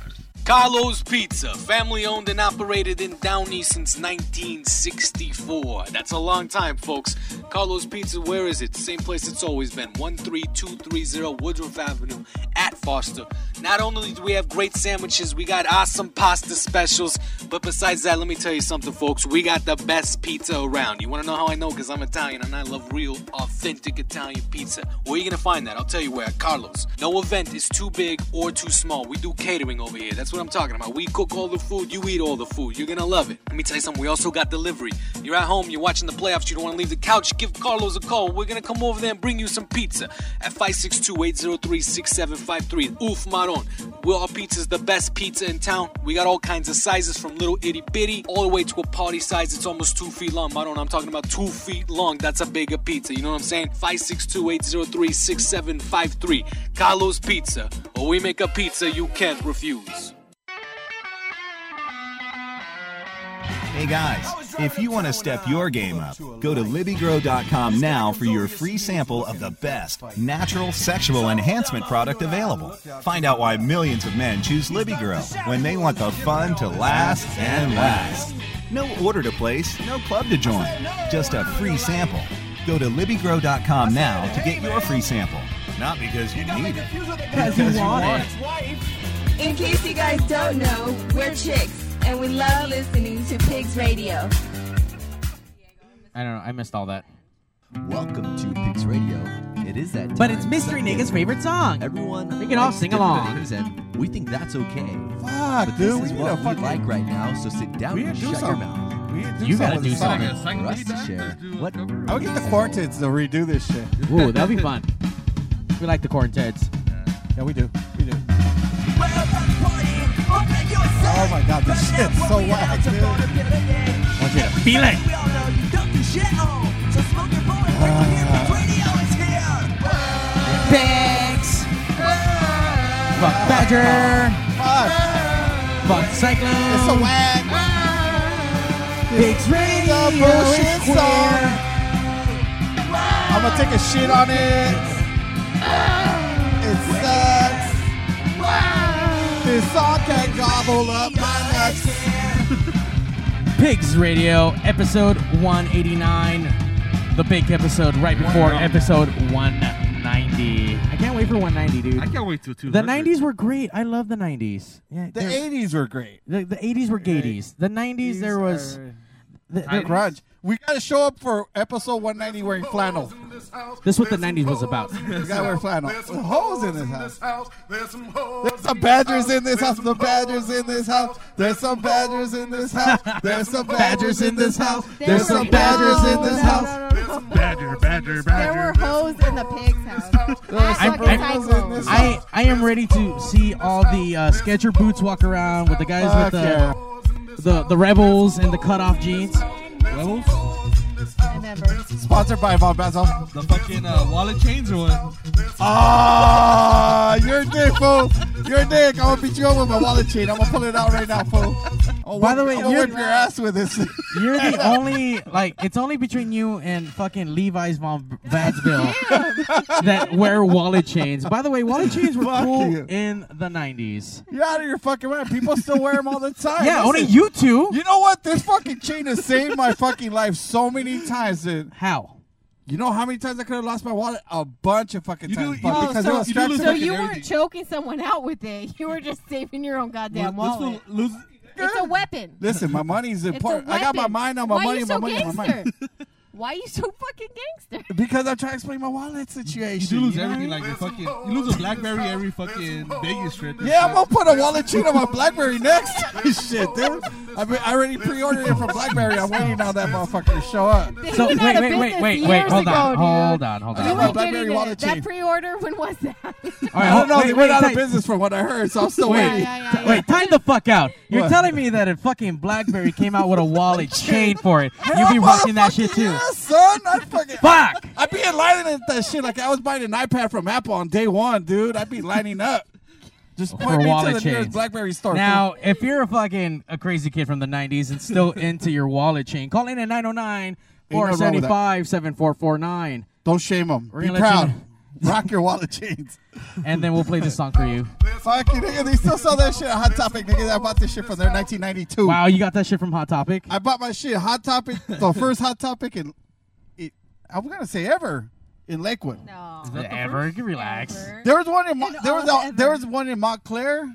Speaker 12: Carlos Pizza, family owned and operated in Downey since 1964. That's a long time, folks. Carlos Pizza, where is it? Same place it's always been 13230 Woodruff Avenue at Foster. Not only do we have great sandwiches, we got awesome pasta specials, but besides that, let me tell you something, folks. We got the best pizza around. You want to know how I know? Because I'm Italian and I love real, authentic Italian pizza. Where are you going to find that? I'll tell you where. Carlos. No event is too big or too small. We do catering over here. That's what I'm talking about. We cook all the food, you eat all the food. You're gonna love it. Let me tell you something. We also got delivery. You're at home, you're watching the playoffs, you don't wanna leave the couch, give Carlos a call. We're gonna come over there and bring you some pizza at 562 803 6753. Oof Maron. Will Our Pizza's the best pizza in town. We got all kinds of sizes from little itty bitty all the way to a party size. It's almost two feet long. Maron, I'm talking about two feet long. That's a bigger pizza. You know what I'm saying? 562 803 6753. Carlos Pizza. Or we make a pizza you can't refuse.
Speaker 13: Hey guys, If you want to step your game up, go to LibbyGrow.com now for your free sample of the best natural sexual enhancement product available. Find out why millions of men choose Libby Grow when they want the fun to last and last. No order to place, no club to join, just a free sample. Go to LibbyGrow.com now to get your free sample. Not because you need it,
Speaker 1: Because
Speaker 13: because you want it.
Speaker 1: In case you guys don't know, we're chicks, and we love listening to Pigs Radio.
Speaker 2: I don't know. I missed all that.
Speaker 12: Welcome to Pigs Radio. It is that time.
Speaker 2: But it's Mystery Nigga's favorite song.
Speaker 12: Everyone,
Speaker 2: we can all
Speaker 12: likes
Speaker 2: sing
Speaker 12: different
Speaker 2: along.
Speaker 12: things, and we think that's okay.
Speaker 3: Fuck,
Speaker 12: but
Speaker 3: dude,
Speaker 12: this
Speaker 3: we
Speaker 12: is
Speaker 3: need
Speaker 12: what
Speaker 3: a
Speaker 12: we
Speaker 3: fucking-
Speaker 12: like right now. So sit down
Speaker 3: We
Speaker 12: and
Speaker 3: need to do
Speaker 12: shut
Speaker 3: something.
Speaker 12: your mouth.
Speaker 3: We need to do
Speaker 12: you gotta
Speaker 3: something.
Speaker 12: do
Speaker 3: Fuck it,
Speaker 12: something
Speaker 3: sing
Speaker 12: for us to
Speaker 3: back,
Speaker 12: share. What?
Speaker 3: I would get the quartets to redo this shit.
Speaker 2: Ooh, that'd be fun. We like the quartets.
Speaker 3: Yeah, we do. We do. Oh my god, this shit's so whack, dude.
Speaker 2: I want you to feel it. Pigs. Fuck Badger. Fuck. Fuck Cyclone. It's a
Speaker 3: wag.
Speaker 2: Pigs Radio
Speaker 3: The
Speaker 2: is
Speaker 3: bullshit
Speaker 2: queer.
Speaker 3: song. I'm gonna take a shit on it. It sucks. This song can gobble up my nuts.
Speaker 2: Pigs Radio, episode 189. The big episode right before episode 190. I can't wait for 190, dude. I
Speaker 5: can't wait till
Speaker 2: The
Speaker 5: 200.
Speaker 2: 90s were great. I love the 90s. Yeah,
Speaker 3: The
Speaker 2: they're-
Speaker 3: 80s were great.
Speaker 2: The, the 80s were gaities. The 90s, there was. the-
Speaker 3: The grunge. We gotta show up for episode 190 wearing flannel.
Speaker 2: This is what the 90s was about.
Speaker 3: We gotta wear flannel. There's hoes in this house.
Speaker 14: There's some hoes.
Speaker 3: There's some badgers in this house. The badgers in this house. There's some badgers in this house. There's some badgers in this house. There's some badgers in this house.
Speaker 5: Badger, badger,
Speaker 4: There were hoes in the pig's house.
Speaker 2: I'm-
Speaker 4: Fucking
Speaker 2: I'm-
Speaker 4: psycho.
Speaker 2: I, I am ready to see all the uh, Sketcher boots walk around with the guys with the, the the rebels and the cutoff jeans.
Speaker 8: Rebels?
Speaker 3: Sponsored by Von Basil.
Speaker 8: The fucking uh, wallet chains or what?
Speaker 3: Ah, you're a dick, fool. You're a dick. I'm gonna beat you up with my wallet chain. I'm gonna pull it out right now, fool. Oh,
Speaker 2: By the way,
Speaker 3: I'm gonna
Speaker 2: you're-
Speaker 3: whip your ass with this.
Speaker 2: You're the only like it's only between you and fucking Levi's von Vadsville that wear wallet chains. By the way, wallet chains were
Speaker 3: Fuck
Speaker 2: cool
Speaker 3: you.
Speaker 2: in the '90s.
Speaker 3: You're out of your fucking mind. People still wear them all the time.
Speaker 2: Yeah, only
Speaker 3: Listen,
Speaker 2: you two.
Speaker 3: You know what? This fucking chain has saved my fucking life so many times, dude.
Speaker 2: How?
Speaker 3: You know how many times I could have lost my wallet? A bunch of fucking times.
Speaker 4: Oh,
Speaker 3: Fuck, because it
Speaker 4: so,
Speaker 3: was strapped to
Speaker 4: so
Speaker 3: fucking
Speaker 4: you weren't
Speaker 3: everything.
Speaker 4: choking someone out with it. You were just saving your own goddamn
Speaker 3: Well, this
Speaker 4: wallet.
Speaker 3: will lose-
Speaker 4: it's a weapon.
Speaker 3: Listen, my money's
Speaker 4: It's a
Speaker 3: important. I got my
Speaker 4: weapon.
Speaker 3: mind on my
Speaker 4: Why
Speaker 3: money,
Speaker 4: You
Speaker 3: my
Speaker 4: so
Speaker 3: money,
Speaker 4: gangster?
Speaker 3: my money.
Speaker 4: Why are you so fucking gangster?
Speaker 3: Because I'm trying to explain my wallet situation.
Speaker 5: You do lose
Speaker 3: know what I
Speaker 5: everything
Speaker 3: mean?
Speaker 5: like your fucking. You lose a BlackBerry every fucking Vegas trip.
Speaker 3: Yeah, I'm gonna put a wallet chain on my BlackBerry next. Shit, dude. I, mean, I already pre-ordered it from BlackBerry. I'm waiting on that motherfucker to show up.
Speaker 4: They So, went out wait, of wait, wait, business wait, wait, years
Speaker 2: hold on, ago, dude. hold on, hold
Speaker 3: I
Speaker 2: on.
Speaker 3: got
Speaker 2: You
Speaker 3: my
Speaker 2: ain't
Speaker 3: BlackBerry wallet
Speaker 4: that
Speaker 3: chain.
Speaker 4: pre-order. When was that?
Speaker 2: All right,
Speaker 3: I
Speaker 2: hold-
Speaker 3: don't know. they
Speaker 2: wait,
Speaker 3: went
Speaker 2: wait,
Speaker 3: out of
Speaker 2: wait.
Speaker 3: business from what I heard, so I'm still
Speaker 2: Wait,
Speaker 3: waiting.
Speaker 2: wait, time the fuck out. You're
Speaker 3: What?
Speaker 2: telling me that a fucking BlackBerry came out with a wallet chain for it. You'd be rocking that shit too.
Speaker 3: Yeah, son. I fucking
Speaker 2: fuck.
Speaker 3: I'd be lining up that shit like I was buying an iPad from Apple on day one, dude. I'd be lining up. Just
Speaker 2: For
Speaker 3: point me to
Speaker 2: wallet
Speaker 3: the
Speaker 2: chains.
Speaker 3: nearest BlackBerry store.
Speaker 2: Now, if you're a fucking a crazy kid from the 90s and still into your wallet chain, call in at 909 475 7449.
Speaker 3: Don't shame them.
Speaker 2: We're
Speaker 3: Be
Speaker 2: gonna let
Speaker 3: proud.
Speaker 2: you
Speaker 3: Rock your wallet chains.
Speaker 2: And then we'll play this song for you.
Speaker 3: Fuck you, nigga. They still sell that shit at Hot Topic, nigga. I bought this shit from there in 1992.
Speaker 2: Wow, you got that shit from Hot Topic?
Speaker 3: I bought my shit Hot Topic, the first Hot Topic in, it, I'm gonna say ever in Lakewood.
Speaker 4: No.
Speaker 2: Ever? Relax.
Speaker 3: There was one in, Mon- there was a, there was one in Montclair.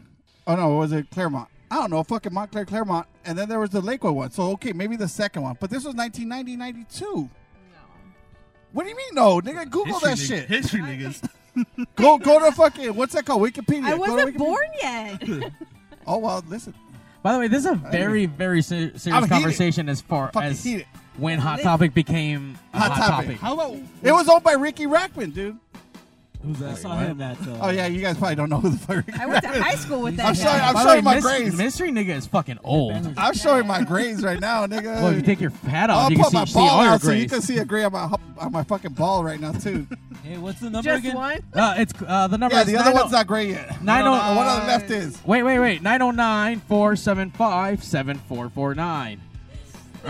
Speaker 3: Oh no, was it Claremont? I don't know, fucking Montclair, Claremont, and then there was the Lakewood one. So okay, maybe the second one, but this was 1990, 92. No. What do you mean no, nigga? Google that
Speaker 5: History
Speaker 3: shit.
Speaker 5: nigg- History niggas.
Speaker 3: Go go to fucking what's that called? Wikipedia.
Speaker 4: I
Speaker 3: Go to
Speaker 4: wasn't
Speaker 3: Wikipedia.
Speaker 4: born yet.
Speaker 3: Oh well, listen.
Speaker 2: By the way, this is a very, very ser- serious
Speaker 3: I'm heated.
Speaker 2: conversation as far
Speaker 3: Fucking
Speaker 2: as
Speaker 3: heated.
Speaker 2: when Hot
Speaker 3: Lit.
Speaker 2: Topic became a
Speaker 3: Hot, topic.
Speaker 2: topic.
Speaker 3: about it was owned by Ricky Rackman, dude?
Speaker 8: Who's that? I saw him at. Uh,
Speaker 3: Oh yeah, you guys probably don't know who the fuck. Ricky
Speaker 4: I went to
Speaker 3: Rackman is.
Speaker 4: high school with that.
Speaker 3: I'm
Speaker 4: guy.
Speaker 3: sorry. I'm
Speaker 2: By the
Speaker 3: showing
Speaker 2: way,
Speaker 3: my
Speaker 2: Mys-
Speaker 3: grades.
Speaker 2: Mystery nigga is fucking old.
Speaker 3: I'm showing my grades right now, nigga.
Speaker 2: Well, if you take your hat
Speaker 1: Oh,
Speaker 2: off,
Speaker 3: I'll
Speaker 2: you can
Speaker 3: put
Speaker 2: see-
Speaker 3: my
Speaker 2: see
Speaker 3: ball
Speaker 2: all your
Speaker 3: out so you
Speaker 2: grades.
Speaker 3: can see a gray on my hu- on my fucking ball right now too.
Speaker 8: Hey, what's the number
Speaker 3: Just
Speaker 8: again?
Speaker 3: one?
Speaker 2: Uh, it's uh, the number.
Speaker 3: yeah,
Speaker 2: is
Speaker 3: the other
Speaker 2: 90
Speaker 3: one's not gray yet.
Speaker 2: Nine oh-
Speaker 3: The one on the left is.
Speaker 2: Wait, wait, wait. 909 475 7449.
Speaker 5: oh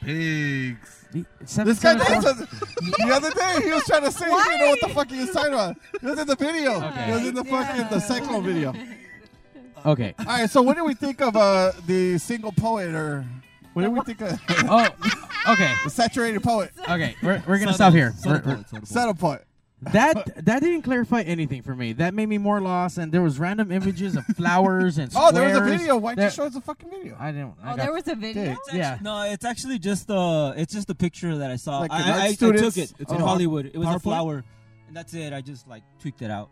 Speaker 5: pigs.
Speaker 1: This guy thinks of- the other day he was trying to say he didn't know what the fuck he was talking about. He was in the video.
Speaker 2: Okay.
Speaker 1: He was in the fucking the cyclo video.
Speaker 2: Okay.
Speaker 1: All right, so what do we think of uh, the single poet or what do we think of?
Speaker 2: oh, okay.
Speaker 1: The saturated poet.
Speaker 2: Okay, we're, we're gonna stop here. We're- we're-
Speaker 1: Settle poet.
Speaker 2: That that didn't clarify anything for me. That made me more lost, and there was random images of flowers and
Speaker 1: Oh, there was a
Speaker 2: squares.
Speaker 1: video. Why'd you
Speaker 2: There-
Speaker 1: show us a fucking video?
Speaker 2: I didn't.
Speaker 8: Oh, there was
Speaker 9: a video?
Speaker 8: It's actu-
Speaker 2: yeah.
Speaker 8: No, it's actually just uh, it's just a picture that I saw.
Speaker 1: Like
Speaker 8: I,
Speaker 1: an art
Speaker 8: I- I, I
Speaker 1: student's-
Speaker 8: took it.
Speaker 1: it's
Speaker 8: in
Speaker 1: a
Speaker 8: Hollywood. It was a
Speaker 1: PowerPoint?
Speaker 8: flower, and that's it. I just like tweaked it out.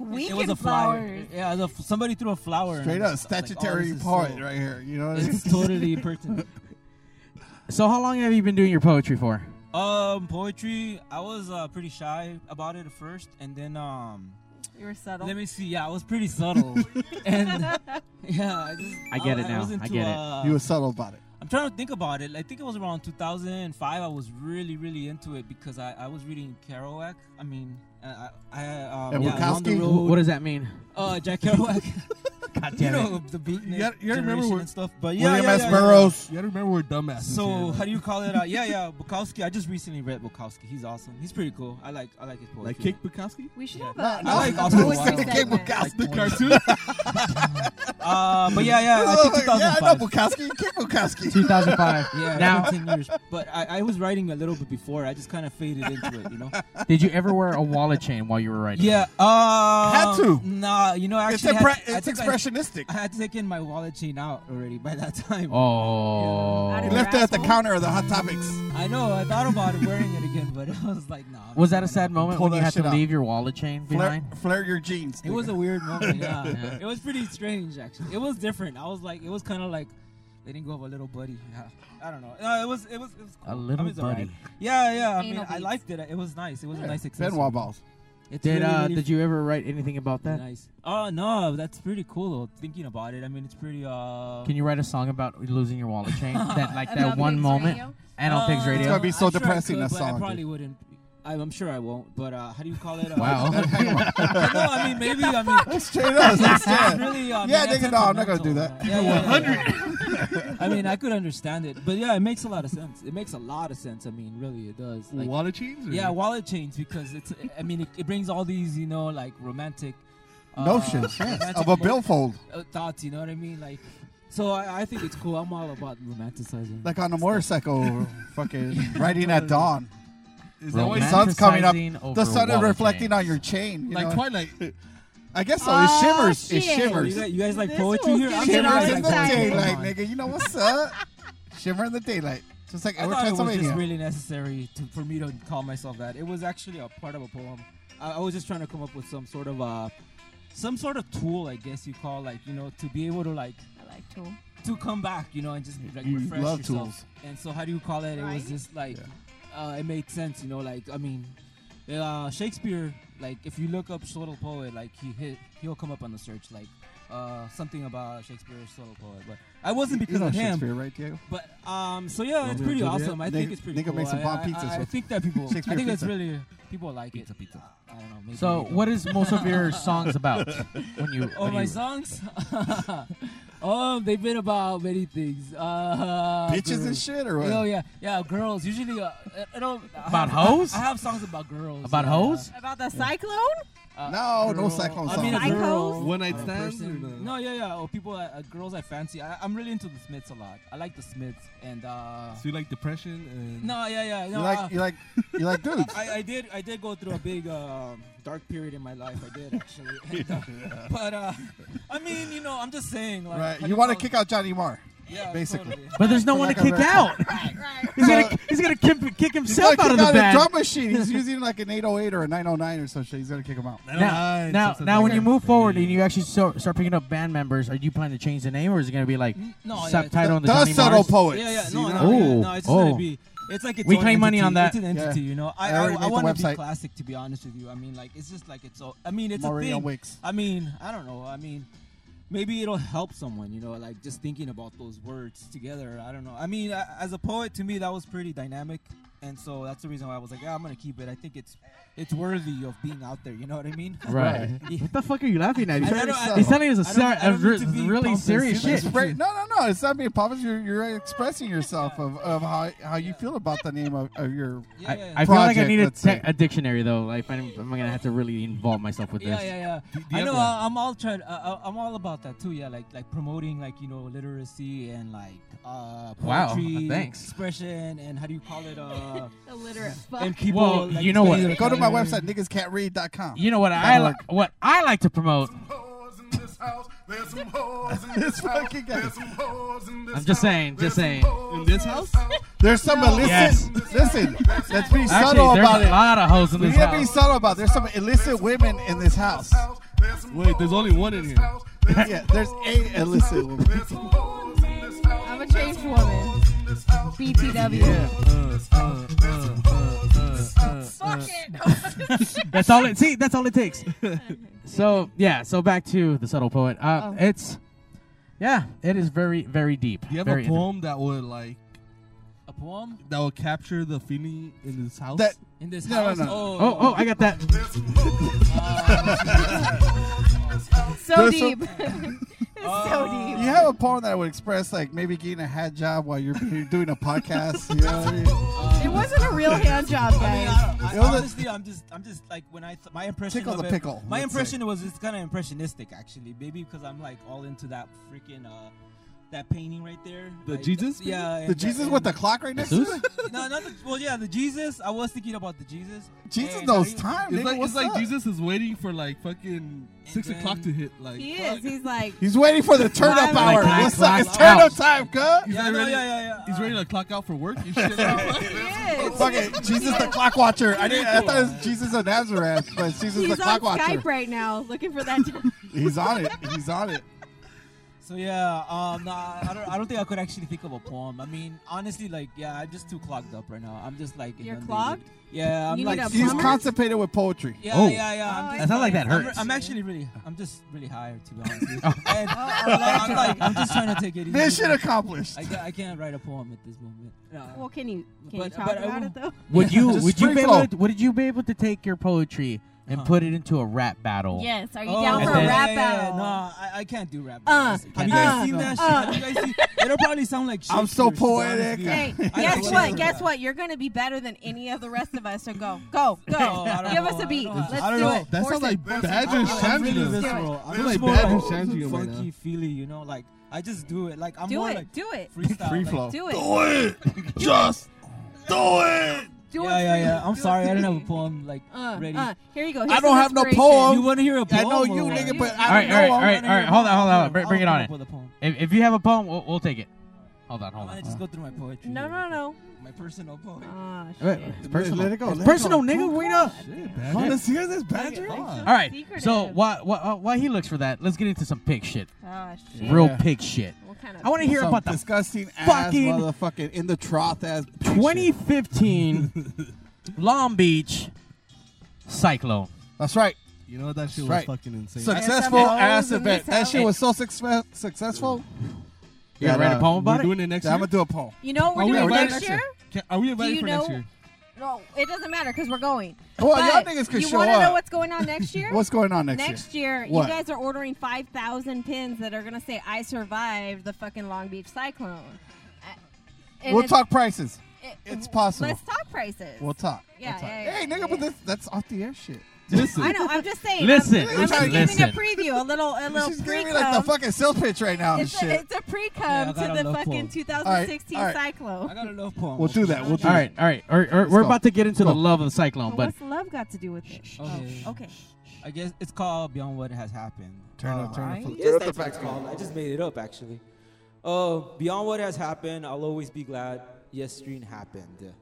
Speaker 9: We
Speaker 8: it was
Speaker 9: can
Speaker 8: a flower. Yeah, the, somebody threw a flower. and
Speaker 1: Straight
Speaker 8: I
Speaker 1: up
Speaker 8: just- I was like, oh,
Speaker 1: statutory
Speaker 8: this is
Speaker 1: poet
Speaker 8: so-
Speaker 1: right here. You know,
Speaker 8: It's totally pertinent.
Speaker 2: So how long have you been doing your poetry for?
Speaker 8: Um, poetry. I was uh, pretty shy about it at first, and then um,
Speaker 9: You were subtle.
Speaker 8: let me see. Yeah, I was pretty subtle, and yeah, I just
Speaker 2: I get it now.
Speaker 8: was
Speaker 2: I
Speaker 8: into,
Speaker 2: get it.
Speaker 8: uh,
Speaker 1: you were subtle about it.
Speaker 8: I'm trying to think about it. I think it was around 2005. I was really, really into it because I, I was reading Kerouac. I mean, uh, I, I um,
Speaker 2: And
Speaker 8: yeah, on the
Speaker 2: Bukowski?
Speaker 8: road.
Speaker 2: What does that mean?
Speaker 8: Uh, Jack Kerouac.
Speaker 2: God
Speaker 8: you
Speaker 2: damn
Speaker 8: know
Speaker 2: it.
Speaker 8: the beatnik
Speaker 5: Yeah, you remember
Speaker 8: generation
Speaker 5: where-
Speaker 8: and stuff. But yeah,
Speaker 5: William
Speaker 8: yeah,
Speaker 5: S.
Speaker 8: yeah,
Speaker 5: Burroughs.
Speaker 8: Yeah.
Speaker 5: You gotta remember we're dumbasses
Speaker 8: So
Speaker 5: here,
Speaker 8: how do you call it? Uh, yeah, yeah, Bukowski. I just recently read Bukowski. He's awesome. He's pretty cool. I like I like his poetry.
Speaker 5: Like Kick Bukowski?
Speaker 9: We should
Speaker 8: No,
Speaker 9: have a.
Speaker 8: I like Oscar Wilde.
Speaker 9: Kick
Speaker 5: Like the cartoon.
Speaker 8: Uh, but yeah, yeah, I think
Speaker 5: Yeah,
Speaker 1: Oh,
Speaker 5: I
Speaker 8: 2005.
Speaker 5: know
Speaker 1: Bukowski. Kick Bukowski.
Speaker 2: 2005.
Speaker 8: yeah,
Speaker 2: Now-
Speaker 8: now years. But I, I was writing a little bit before. I just kind of faded into it, you know.
Speaker 2: Did you ever wear a wallet chain while you were writing?
Speaker 8: Yeah. Uh,
Speaker 2: Had to.
Speaker 8: Nah, you know, I
Speaker 1: It's
Speaker 8: actually,
Speaker 1: impre-
Speaker 8: had- I
Speaker 1: it's
Speaker 8: think I-
Speaker 1: expressionistic.
Speaker 8: I, had taken my wallet chain out already by that time.
Speaker 2: Oh.
Speaker 1: You left it at the counter of the Hot Topics.
Speaker 8: I know. I thought about wearing it again, but I was like, nah.
Speaker 2: Was that a sad moment
Speaker 1: Pull
Speaker 2: when you
Speaker 1: that
Speaker 2: had
Speaker 1: shit
Speaker 2: to
Speaker 1: out.
Speaker 2: leave your wallet chain
Speaker 1: Flare,
Speaker 2: behind?
Speaker 1: flare your jeans.
Speaker 8: It was a weird moment. Yeah.
Speaker 2: Yeah.
Speaker 8: It was pretty strange, actually. It was different. I was like, it was kind of like letting go of a little buddy. Yeah. I don't know. No, it was. It was. It was
Speaker 2: A
Speaker 8: cool.
Speaker 2: little
Speaker 8: I mean, it's all right.
Speaker 2: buddy.
Speaker 8: Yeah, yeah. I
Speaker 9: Anal
Speaker 8: mean, I
Speaker 9: beads.
Speaker 8: liked it. It was nice. It was a nice
Speaker 1: Ben
Speaker 8: experience.
Speaker 1: Wall balls.
Speaker 8: It's
Speaker 2: Did
Speaker 8: really,
Speaker 2: uh,
Speaker 8: really
Speaker 2: did you ever write anything about that?
Speaker 8: Nice. Oh no, that's pretty cool. Though, thinking about it, I mean, it's pretty. uh
Speaker 2: Can you write a song about losing your wallet chain? that like
Speaker 8: At
Speaker 2: that
Speaker 8: Anal
Speaker 2: one
Speaker 8: Pigs
Speaker 2: moment.
Speaker 8: Radio?
Speaker 2: Anal Pigs
Speaker 8: Uh,
Speaker 2: Radio.
Speaker 1: gonna be so
Speaker 8: I'm sure I
Speaker 1: depressing,
Speaker 8: could,
Speaker 1: that
Speaker 8: but
Speaker 1: song,
Speaker 8: I
Speaker 1: dude.
Speaker 8: probably wouldn't. I'm, I'm sure I won't. But uh, how do you call it? Uh,
Speaker 2: Wow.
Speaker 8: no, I mean maybe. I mean,
Speaker 1: Straight up. That's
Speaker 8: It's
Speaker 1: it.
Speaker 8: really, uh,
Speaker 1: yeah,
Speaker 8: man,
Speaker 1: nigga, no, I'm not
Speaker 8: sentimental.
Speaker 1: gonna do that.
Speaker 8: Yeah, yeah, yeah, yeah. I mean, I could understand it, but yeah, it makes a lot of sense. It makes a lot of sense. I mean, really, it does.
Speaker 5: Wallet chains or-
Speaker 8: Yeah, wallet chains because it's. I mean, it, it brings all these, you know, like romantic uh,
Speaker 1: Notions, yes,
Speaker 8: romantic
Speaker 1: of a
Speaker 8: mo-
Speaker 1: billfold.
Speaker 8: uh, thoughts. You know what I mean? Like, so I, I think it's cool. I'm all about romanticizing.
Speaker 1: Like on a motorcycle, fucking riding at dawn.
Speaker 8: Is
Speaker 1: the
Speaker 8: that why-
Speaker 1: sun's coming up.
Speaker 8: Romanticizing over
Speaker 1: The sun is
Speaker 8: wallet
Speaker 1: reflecting on your chain. you
Speaker 5: Like
Speaker 1: know?
Speaker 5: Twilight.
Speaker 1: I guess so.
Speaker 5: Oh,
Speaker 1: it shimmers. It
Speaker 5: shit.
Speaker 1: shimmers.
Speaker 5: You guys- you guys like This
Speaker 8: poetry here? I'm
Speaker 1: Shimmers
Speaker 8: getting
Speaker 1: in the
Speaker 8: all excited.
Speaker 1: daylight,
Speaker 8: Come on.
Speaker 1: nigga. You know what's up? Shimmer in the daylight. Just like
Speaker 8: I
Speaker 1: Edward
Speaker 8: thought it was just
Speaker 1: Transylvania.
Speaker 8: really necessary to, for me to call myself that. It was actually a part of a poem. I, I was just trying to come up with some sort of uh, some sort of tool, I guess you call like you know to be able to like
Speaker 9: I like tool.
Speaker 8: to come back, you know, and just like
Speaker 1: You
Speaker 8: refresh
Speaker 1: Mm, love
Speaker 8: yourself.
Speaker 1: tools.
Speaker 8: And so, how do you call it? It was
Speaker 9: Right?
Speaker 8: just like uh, it made sense, you know. Like I mean, uh, Shakespeare. Like if you look up Sodal poet, like he hit, he'll come up on the search, like uh, something about Shakespeare Sodal poet. But I wasn't
Speaker 1: You
Speaker 8: because
Speaker 1: know
Speaker 8: of him.
Speaker 1: Shakespeare, right, Diego?
Speaker 8: But um, so yeah, it's
Speaker 1: Romeo
Speaker 8: pretty
Speaker 1: and Juliet?
Speaker 8: awesome. I think
Speaker 1: Nigga-
Speaker 8: it's pretty.
Speaker 1: nigga
Speaker 8: cool.
Speaker 1: make some bomb
Speaker 8: I- I-
Speaker 1: pizzas,
Speaker 8: I, I
Speaker 1: bro.
Speaker 8: think that people. I think
Speaker 1: Shakespeare
Speaker 8: that's
Speaker 1: pizza.
Speaker 8: really people like it. Pizza, pizza. I don't know. Maybe
Speaker 2: So,
Speaker 8: they don't.
Speaker 2: what is most of your songs about? When you
Speaker 8: Oh,
Speaker 2: when
Speaker 8: my
Speaker 2: you-
Speaker 8: songs. um, they've been about many things. Uh,
Speaker 1: Bitches and
Speaker 8: girls.
Speaker 1: shit or what?
Speaker 8: Oh yeah, yeah, girls. Usually, uh, I don't. I
Speaker 2: About
Speaker 8: have-
Speaker 2: hoes?
Speaker 8: I have songs about girls.
Speaker 2: About
Speaker 8: yeah.
Speaker 2: hoes?
Speaker 9: About the cyclone?
Speaker 8: Uh,
Speaker 1: No, no
Speaker 8: girl-
Speaker 1: cyclone
Speaker 8: I mean, a
Speaker 1: songs.
Speaker 8: girl,
Speaker 5: One night
Speaker 8: a
Speaker 5: stands or
Speaker 8: person- No, yeah, yeah. Or people, uh, uh, girls I fancy. I, I'm really into the Smiths a lot. I like the Smiths and. uh
Speaker 5: So you like depression and.
Speaker 8: No, yeah, yeah.
Speaker 1: You
Speaker 8: No, uh,
Speaker 1: like you like you like dudes.
Speaker 8: I, I did I did go through a big um dark period in my life. I did actually, And, uh, but uh, I mean, you know, I'm just saying, like,
Speaker 1: Right.
Speaker 8: how
Speaker 1: You
Speaker 8: do
Speaker 1: want to
Speaker 8: call-
Speaker 1: kick out Johnny Marr.
Speaker 8: Yeah,
Speaker 1: basically.
Speaker 2: But there's no
Speaker 1: For
Speaker 2: one to
Speaker 1: lack
Speaker 2: kick
Speaker 1: of better-
Speaker 2: out. He's gonna he's gonna kick, kick
Speaker 1: He's
Speaker 2: himself
Speaker 1: gonna
Speaker 2: out of
Speaker 1: kick
Speaker 2: the
Speaker 1: a
Speaker 2: band.
Speaker 1: drum machine. He's using like an 808 or a 909 or some shit. He's gonna kick him out.
Speaker 5: oh
Speaker 2: Now, now, now when you move forward and you actually start, start picking up band members, are you planning to change the name, or is it going to be like
Speaker 8: No, yeah,
Speaker 2: subtitle
Speaker 8: it's-
Speaker 2: on the,
Speaker 1: The
Speaker 2: Johnny
Speaker 1: Subtle
Speaker 2: Mars?
Speaker 1: Poets,
Speaker 8: Yeah, yeah,
Speaker 1: you know?
Speaker 8: no, no, yeah,
Speaker 2: Oh,
Speaker 8: no, it's just
Speaker 2: oh.
Speaker 8: gonna be. It's like its
Speaker 2: We
Speaker 8: own
Speaker 2: claim money
Speaker 8: entity.
Speaker 2: on that.
Speaker 8: It's an entity,
Speaker 2: Yeah.
Speaker 8: you know.
Speaker 2: I
Speaker 8: I,
Speaker 2: already
Speaker 8: I,
Speaker 2: made the
Speaker 8: want to be
Speaker 2: website.
Speaker 8: classic, to be honest with you. I mean, like it's just like it's. all- I mean, it's
Speaker 1: Maria
Speaker 8: a thing.
Speaker 1: Wicks.
Speaker 8: I mean, I don't know. I mean, maybe it'll help someone, you know, like just thinking about those words together. I don't know. I mean, a- as a poet, to me, that was pretty dynamic, and so that's the reason why I was like, yeah, I'm gonna keep it. I think it's it's worthy of being out there. You know what I mean?
Speaker 2: Right. what the fuck are you laughing at?
Speaker 8: I
Speaker 2: He's,
Speaker 8: don't know,
Speaker 2: he's
Speaker 8: I-
Speaker 2: telling us a,
Speaker 8: I don't-
Speaker 2: ser-
Speaker 8: I
Speaker 2: a
Speaker 8: don't
Speaker 2: re-
Speaker 8: need to be
Speaker 2: really
Speaker 8: pompous.
Speaker 2: serious
Speaker 3: You're
Speaker 2: shit.
Speaker 3: expre- no, no, no. It's not being pompous. You're, you're expressing yourself of, of how, how you feel about the name of, of your.
Speaker 2: I, I feel like I
Speaker 3: project,
Speaker 2: need a,
Speaker 3: let's say.
Speaker 2: tech- a dictionary though. Like I'm, I'm gonna have to really involve myself with
Speaker 8: Yeah,
Speaker 2: this.
Speaker 8: yeah, yeah.
Speaker 2: do you
Speaker 8: I
Speaker 2: have
Speaker 8: know.
Speaker 2: a-
Speaker 8: I I'm all trying. Uh, I'm all about that too. Yeah, like like promoting like you know literacy and like uh,
Speaker 2: Wow,
Speaker 8: poetry,
Speaker 2: thanks.
Speaker 8: expression, and how do you call it? Uh,
Speaker 9: Illiterate
Speaker 8: And
Speaker 9: fuck.
Speaker 8: people,
Speaker 2: Well,
Speaker 8: like,
Speaker 2: you know what?
Speaker 8: study
Speaker 2: Go to my
Speaker 8: literature.
Speaker 3: website, niggascan'tread.com.
Speaker 2: You know what I like? What I like to promote.
Speaker 3: This fucking guy.
Speaker 2: I'm just saying. Just saying.
Speaker 5: In this house?
Speaker 3: There's some illicit.
Speaker 2: Yes.
Speaker 3: Listen, let's be
Speaker 2: Actually,
Speaker 3: subtle
Speaker 2: there's
Speaker 3: about
Speaker 2: a
Speaker 3: it.
Speaker 2: lot of hoes in
Speaker 3: we
Speaker 2: this
Speaker 3: gotta be
Speaker 2: house.
Speaker 3: subtle about. it. There's some illicit women in this house.
Speaker 5: Wait, there's only one in here.
Speaker 3: yeah, there's eight illicit women.
Speaker 9: I'm a changed woman. BTW.
Speaker 2: Fuck it. that's all it. See, that's all it takes. So yeah. So back to the subtle poet. Uh,
Speaker 5: Oh.
Speaker 2: It's yeah. It is very very deep.
Speaker 5: Do you have
Speaker 2: very
Speaker 5: a poem that would like
Speaker 8: a poem
Speaker 5: that would capture the feeling in this house?
Speaker 3: That-
Speaker 8: in this
Speaker 5: No, no,
Speaker 8: house.
Speaker 5: no.
Speaker 8: Oh,
Speaker 2: Oh, oh, I got that.
Speaker 9: So
Speaker 3: There's some-
Speaker 9: deep. so deep.
Speaker 3: You have a poem that would express like maybe getting a hat job while you're doing a podcast. You know what I mean?
Speaker 9: It wasn't a real hand job, guys.
Speaker 8: I,
Speaker 3: You know, the-
Speaker 8: honestly, I'm just, I'm just like when I, th- my impression
Speaker 3: Tickle
Speaker 8: of
Speaker 3: the
Speaker 8: it-
Speaker 3: pickle,
Speaker 8: My
Speaker 3: let's
Speaker 8: impression was it's kind of impressionistic, actually, maybe because I'm like all into that freaking, uh, that painting right there.
Speaker 5: The
Speaker 8: Like,
Speaker 5: Jesus
Speaker 8: yeah,
Speaker 5: painting?
Speaker 8: and
Speaker 3: The Jesus with the clock right next to
Speaker 5: Jesus?
Speaker 3: it.
Speaker 8: no, not the, well, yeah, the Jesus. I was thinking about the Jesus.
Speaker 3: Jesus
Speaker 8: And
Speaker 3: knows
Speaker 8: I-
Speaker 3: time.
Speaker 5: It's
Speaker 3: nigga,
Speaker 5: like
Speaker 3: what's
Speaker 5: it's like
Speaker 3: up?
Speaker 5: Jesus is waiting for like fucking six o'clock to hit. Like
Speaker 9: He is. He's like,
Speaker 3: He's waiting for the turn up
Speaker 9: Live
Speaker 3: hour.
Speaker 2: like
Speaker 3: What's up?
Speaker 2: nine
Speaker 3: It's
Speaker 2: o'clock.
Speaker 3: turn up time, cuz.
Speaker 5: he's
Speaker 8: Yeah,
Speaker 5: like
Speaker 8: no,
Speaker 5: ready,
Speaker 8: yeah, yeah, yeah.
Speaker 5: He's ready to clock out for work. and shit.
Speaker 9: he is.
Speaker 3: Fuck it, Jesus the clock watcher. I didn't. I thought it was Jesus of Nazareth, but it's Jesus
Speaker 9: He's
Speaker 3: the
Speaker 9: on
Speaker 3: clock
Speaker 9: Skype
Speaker 3: watcher.
Speaker 9: right now looking for that.
Speaker 3: He's on it. He's on it.
Speaker 8: So yeah, um, no, I don't, I don't think I could actually think of a poem. I mean, honestly, like, yeah, I'm just too clogged up right now. I'm just like,
Speaker 9: You're
Speaker 8: inundated.
Speaker 9: clogged?
Speaker 8: Yeah, I'm
Speaker 9: You need
Speaker 8: like,
Speaker 9: a
Speaker 3: He's
Speaker 9: plumber?
Speaker 3: constipated with poetry.
Speaker 8: Yeah,
Speaker 2: Oh.
Speaker 8: yeah, yeah.
Speaker 9: Oh,
Speaker 8: I'm
Speaker 9: I
Speaker 8: just,
Speaker 2: sounds like that
Speaker 8: I'm-
Speaker 2: hurts.
Speaker 8: I'm, actually really, I'm just really hired to be honest. With you.
Speaker 3: Oh.
Speaker 8: and I'm, like, I'm like, I'm just trying to take it easy.
Speaker 3: Mission accomplished.
Speaker 8: I, ca- I can't write a poem at this moment. No.
Speaker 9: Well, can you can
Speaker 8: But-
Speaker 9: you talk
Speaker 8: but I
Speaker 9: about
Speaker 8: will-
Speaker 9: it though?
Speaker 2: Would you
Speaker 3: Just
Speaker 2: would you
Speaker 3: free
Speaker 2: be
Speaker 3: flow.
Speaker 2: able to, would you be able to take your poetry and
Speaker 8: Huh.
Speaker 2: put it into a rap battle?
Speaker 9: Yes. Are you
Speaker 8: Oh,
Speaker 9: down for
Speaker 2: yeah,
Speaker 9: a
Speaker 2: yeah,
Speaker 9: rap
Speaker 8: yeah, yeah,
Speaker 9: battle?
Speaker 8: No, I, I can't do rap.
Speaker 9: Uh,
Speaker 8: battles. have you
Speaker 2: uh,
Speaker 8: guys seen
Speaker 3: uh,
Speaker 8: that
Speaker 9: uh.
Speaker 8: shit? Have you guys seen? It'll probably sound like
Speaker 3: I'm so
Speaker 8: Shakespeare, to be honest
Speaker 3: poetic.
Speaker 8: with
Speaker 9: Hey,
Speaker 8: you. I
Speaker 9: guess
Speaker 8: don't
Speaker 9: what?
Speaker 8: know.
Speaker 9: Guess what? You're gonna be better than any of the rest of us. So go, go, go!
Speaker 8: No, I don't
Speaker 9: Give
Speaker 8: know.
Speaker 9: us
Speaker 8: I
Speaker 9: a beat.
Speaker 8: don't know.
Speaker 9: Let's
Speaker 5: I don't
Speaker 9: do
Speaker 5: know.
Speaker 9: it.
Speaker 5: That sounds
Speaker 9: Force it.
Speaker 5: like bad and
Speaker 8: I'm really
Speaker 5: Shandy.
Speaker 8: visceral. I'm
Speaker 5: Feel
Speaker 8: just
Speaker 5: like
Speaker 8: more
Speaker 5: bad
Speaker 8: like
Speaker 5: and shanty in right now.
Speaker 8: funky feely, you know, like I just do it. Like I'm
Speaker 9: Do
Speaker 8: more
Speaker 9: it.
Speaker 8: like
Speaker 9: Do it.
Speaker 8: freestyle.
Speaker 3: Free
Speaker 8: like-
Speaker 3: flow.
Speaker 9: Do it.
Speaker 3: Just do it.
Speaker 9: Do it.
Speaker 8: yeah, yeah, yeah. I'm
Speaker 9: Do it
Speaker 8: sorry, I don't have a
Speaker 9: free.
Speaker 8: poem like
Speaker 9: Uh,
Speaker 8: ready.
Speaker 9: uh, here you go.
Speaker 3: I don't have no poem.
Speaker 8: you want to hear a
Speaker 3: I
Speaker 8: poem?
Speaker 3: know
Speaker 8: or
Speaker 3: you,
Speaker 8: what?
Speaker 3: nigga, but
Speaker 2: All right, all right,
Speaker 3: I don't
Speaker 2: all
Speaker 3: know.
Speaker 2: right, all right. Hold on, hold on. Bring, bring it on.
Speaker 8: I'll
Speaker 2: In.
Speaker 8: come up with a poem.
Speaker 2: If, if you have a poem, we'll, we'll take it. Hold on,
Speaker 8: I'm
Speaker 2: hold
Speaker 8: gonna
Speaker 2: on.
Speaker 8: just go through my poetry.
Speaker 9: No, no, no.
Speaker 8: My personal poetry.
Speaker 9: Oh,
Speaker 2: Wait,
Speaker 9: shit.
Speaker 2: it's personal.
Speaker 3: Let it go,
Speaker 2: It's
Speaker 3: let it
Speaker 2: personal,
Speaker 3: go.
Speaker 2: nigga.
Speaker 3: Come
Speaker 2: Wait up.
Speaker 3: Let us hear this badger.
Speaker 9: Like,
Speaker 3: Hold
Speaker 9: so
Speaker 3: on.
Speaker 2: All right. So
Speaker 9: secretive.
Speaker 2: while, while while he looks for that, let's get into some pig shit.
Speaker 9: Oh, shit.
Speaker 2: Real pig shit.
Speaker 9: What kind of?
Speaker 2: I want to hear
Speaker 3: Some
Speaker 2: about the
Speaker 3: disgusting ass
Speaker 2: fucking
Speaker 3: motherfucking in the trough ass. pig
Speaker 2: 2015 Long Beach cyclone.
Speaker 3: shit. That's right.
Speaker 5: You know that shit was
Speaker 3: Right.
Speaker 5: fucking insane.
Speaker 3: Successful
Speaker 9: Some hoes
Speaker 3: ass
Speaker 9: in
Speaker 3: event.
Speaker 9: this
Speaker 3: That
Speaker 9: house.
Speaker 3: shit was so success- successful.
Speaker 2: You gonna
Speaker 3: that,
Speaker 2: write a
Speaker 3: uh,
Speaker 2: poem
Speaker 5: We're
Speaker 2: about it?
Speaker 5: doing it next
Speaker 3: that I'm
Speaker 5: year.
Speaker 3: gonna do a poem.
Speaker 9: You know what we're
Speaker 5: Are we
Speaker 9: doing
Speaker 5: invited
Speaker 9: next
Speaker 5: next
Speaker 9: year?
Speaker 5: Can, are we
Speaker 9: Do
Speaker 5: invited
Speaker 9: you
Speaker 5: for next
Speaker 9: know?
Speaker 5: year?
Speaker 9: No, it doesn't matter because we're going.
Speaker 3: Well, y'all
Speaker 9: But
Speaker 3: niggas could
Speaker 9: you
Speaker 3: show
Speaker 9: wanna know
Speaker 3: up.
Speaker 9: what's going on next year?
Speaker 3: What's going on next,
Speaker 9: Next year,
Speaker 3: What?
Speaker 9: you guys are ordering 5,000 pins that are going to say, I survived the fucking Long Beach cyclone. I- and
Speaker 3: We'll
Speaker 9: it's-
Speaker 3: talk prices.
Speaker 9: it-
Speaker 3: It's possible.
Speaker 9: Let's talk prices.
Speaker 3: We'll talk.
Speaker 9: Yeah,
Speaker 3: We'll talk.
Speaker 9: yeah, yeah,
Speaker 3: hey,
Speaker 9: yeah,
Speaker 3: nigga, but
Speaker 9: yeah.
Speaker 3: this, that's off the air shit.
Speaker 5: Listen.
Speaker 9: I know. I'm just saying. I'm-
Speaker 2: Listen,
Speaker 9: I'm,
Speaker 3: listen,
Speaker 9: just giving a
Speaker 2: listen.
Speaker 9: preview, a little, a little
Speaker 3: She's
Speaker 9: pre
Speaker 3: giving me like the fucking sales pitch right now and
Speaker 9: it's,
Speaker 3: shit.
Speaker 9: a, it's a pre-cum
Speaker 8: Yeah, I got a
Speaker 9: to the
Speaker 8: love
Speaker 9: fucking
Speaker 8: poem.
Speaker 9: 2016
Speaker 3: All right, all
Speaker 9: cyclone.
Speaker 8: I got a love poem.
Speaker 3: We'll do that, we'll do
Speaker 2: All right, all right. We're, we're, we're
Speaker 3: go.
Speaker 2: about to get into
Speaker 3: Let's
Speaker 2: the
Speaker 3: go.
Speaker 2: love of the cyclone,
Speaker 9: But
Speaker 2: but
Speaker 9: what's love got to do with it?
Speaker 8: Okay.
Speaker 9: Oh, okay.
Speaker 8: I guess it's called Beyond What Has Happened.
Speaker 3: Turn it up, turn it up.
Speaker 8: Oh, I
Speaker 3: Turn up
Speaker 8: guess that's
Speaker 3: the
Speaker 8: what it's
Speaker 3: background.
Speaker 8: called. I just made it up actually. Uh, Beyond What Has Happened, I'll always be glad. Yes, dream happened.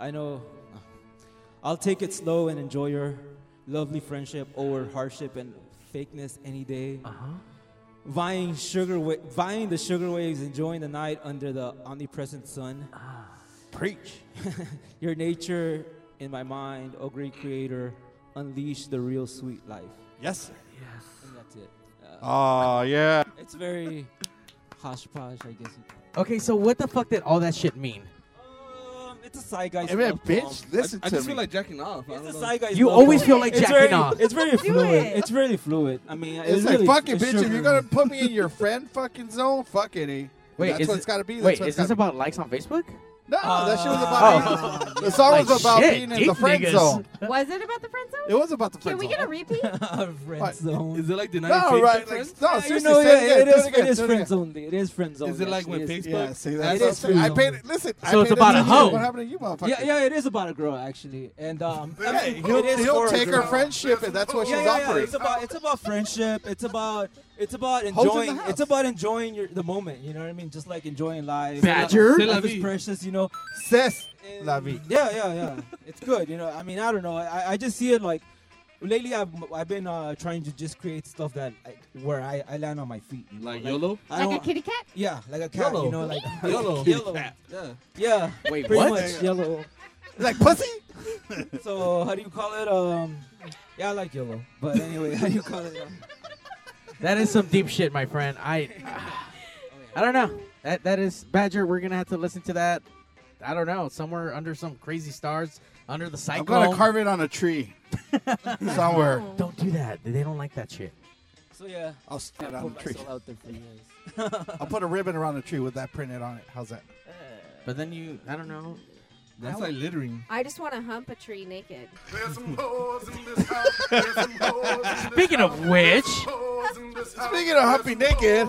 Speaker 8: I know. uh, I'll take it slow and enjoy your lovely friendship over hardship and fakeness any day. Uh-huh. Vying sugar, wa- vying the sugar waves, enjoying the night under the omnipresent sun. Preach. Your nature in my mind, O great creator, unleash the real sweet life.
Speaker 3: Yes, sir.
Speaker 8: And that's it. Uh,
Speaker 3: Oh, yeah.
Speaker 8: it's very hosh posh, I guess. You
Speaker 2: okay. So what the fuck did all that shit mean?
Speaker 8: um, it's a side guy.
Speaker 3: I mean,
Speaker 8: stuff,
Speaker 3: bitch,
Speaker 8: bro.
Speaker 3: listen
Speaker 5: I
Speaker 3: to
Speaker 5: just
Speaker 3: me.
Speaker 5: feel like jacking off. I
Speaker 8: It's
Speaker 5: don't
Speaker 8: a
Speaker 5: know.
Speaker 8: side guy.
Speaker 3: You
Speaker 8: stuff,
Speaker 3: always
Speaker 8: bro.
Speaker 3: feel like
Speaker 8: It's
Speaker 3: jacking
Speaker 8: very-
Speaker 3: off.
Speaker 8: It's very
Speaker 3: Do
Speaker 8: fluid.
Speaker 3: it.
Speaker 8: It's very fluid. I mean,
Speaker 3: It's, like
Speaker 8: really,
Speaker 3: fucking
Speaker 8: it's
Speaker 3: bitch. If
Speaker 8: sugar.
Speaker 3: you're gonna put me in your friend fucking zone, fuck it. eh?
Speaker 15: Wait,
Speaker 3: that's
Speaker 15: is
Speaker 3: what
Speaker 15: it-
Speaker 3: it's gotta be. That's
Speaker 15: Wait,
Speaker 3: what
Speaker 15: is
Speaker 3: it's
Speaker 15: this
Speaker 3: gotta
Speaker 15: about likes on Facebook?
Speaker 3: No, that shit was
Speaker 15: Uh,
Speaker 3: about. being, the song was
Speaker 15: Like,
Speaker 3: about
Speaker 15: shit,
Speaker 3: being in
Speaker 15: deep
Speaker 3: the friend
Speaker 15: niggas.
Speaker 3: zone.
Speaker 9: Was it about the friend zone?
Speaker 3: It was about the
Speaker 9: Can
Speaker 3: friend
Speaker 9: we
Speaker 3: zone.
Speaker 9: get a repeat?
Speaker 8: friend zone.
Speaker 5: Is it like the
Speaker 3: No,
Speaker 5: 98
Speaker 3: right,
Speaker 5: friends?
Speaker 3: like, no,
Speaker 8: Yeah, you
Speaker 3: seriously, say
Speaker 8: know,
Speaker 3: it
Speaker 8: yeah,
Speaker 3: again,
Speaker 8: it
Speaker 3: do it
Speaker 8: is.
Speaker 3: again,
Speaker 8: It is
Speaker 3: do it
Speaker 8: friend
Speaker 3: again.
Speaker 8: zone. It is friend zone.
Speaker 5: Is it like
Speaker 8: actually,
Speaker 5: when
Speaker 8: it's-
Speaker 5: Facebook-
Speaker 3: Yeah, see,
Speaker 8: It
Speaker 3: that's
Speaker 8: is
Speaker 3: what I'm saying.
Speaker 8: friend
Speaker 3: I
Speaker 8: zone.
Speaker 3: paid it- listen, I So it's paid about a attention to hoe. what happened to you motherfuckers.
Speaker 8: Yeah, yeah, it is about a girl actually, and um, I
Speaker 3: Hey,
Speaker 8: mean,
Speaker 3: he'll-
Speaker 8: it is
Speaker 3: he'll
Speaker 8: for a
Speaker 3: take her
Speaker 8: girl.
Speaker 3: friendship, and that's what
Speaker 8: yeah,
Speaker 3: she's
Speaker 8: yeah,
Speaker 3: offering.
Speaker 8: Yeah. It's about it's about friendship. It's about it's about
Speaker 3: in the
Speaker 8: enjoying
Speaker 3: house.
Speaker 8: it's about enjoying your the moment. You know what I mean? Just like enjoying life.
Speaker 3: Badger? C'est la
Speaker 8: life
Speaker 3: vie.
Speaker 8: is precious. You know.
Speaker 3: Cess la vie.
Speaker 8: Yeah, yeah, yeah. it's good. You know, I mean, I don't know. I, I just see it like lately. I've I've been uh, trying to just create stuff that like, where I, I land on my feet. You know?
Speaker 5: Like YOLO?
Speaker 8: I
Speaker 5: Like a
Speaker 8: don't-
Speaker 5: kitty cat?
Speaker 8: Yeah, like a cat.
Speaker 5: YOLO.
Speaker 8: You know, like yellow.
Speaker 5: YOLO. Kitty cat. Yeah.
Speaker 8: Yeah.
Speaker 5: Wait,
Speaker 8: pretty
Speaker 5: what?
Speaker 8: Much yellow.
Speaker 3: Like pussy.
Speaker 8: so how do you call it? Um, yeah, I like yellow. But anyway, how do you call it? Um,
Speaker 2: That is some deep shit, my friend. I, I don't know. That that is Badger. We're gonna have to listen to that. I don't know. Somewhere under some crazy stars, under the
Speaker 3: I'm
Speaker 2: cyclone.
Speaker 3: gonna carve it on a tree somewhere.
Speaker 2: Don't do that. They don't like that shit.
Speaker 8: So yeah,
Speaker 3: I'll stand
Speaker 8: I
Speaker 3: on
Speaker 8: put
Speaker 3: the tree.
Speaker 8: myself out there for you guys.
Speaker 3: I'll put a ribbon around the tree with that printed on it. How's that?
Speaker 2: But then you, I don't know.
Speaker 5: That's like littering.
Speaker 9: I just want to hump a tree naked.
Speaker 2: Speaking of which,
Speaker 3: Ah. Speaking of humpy naked,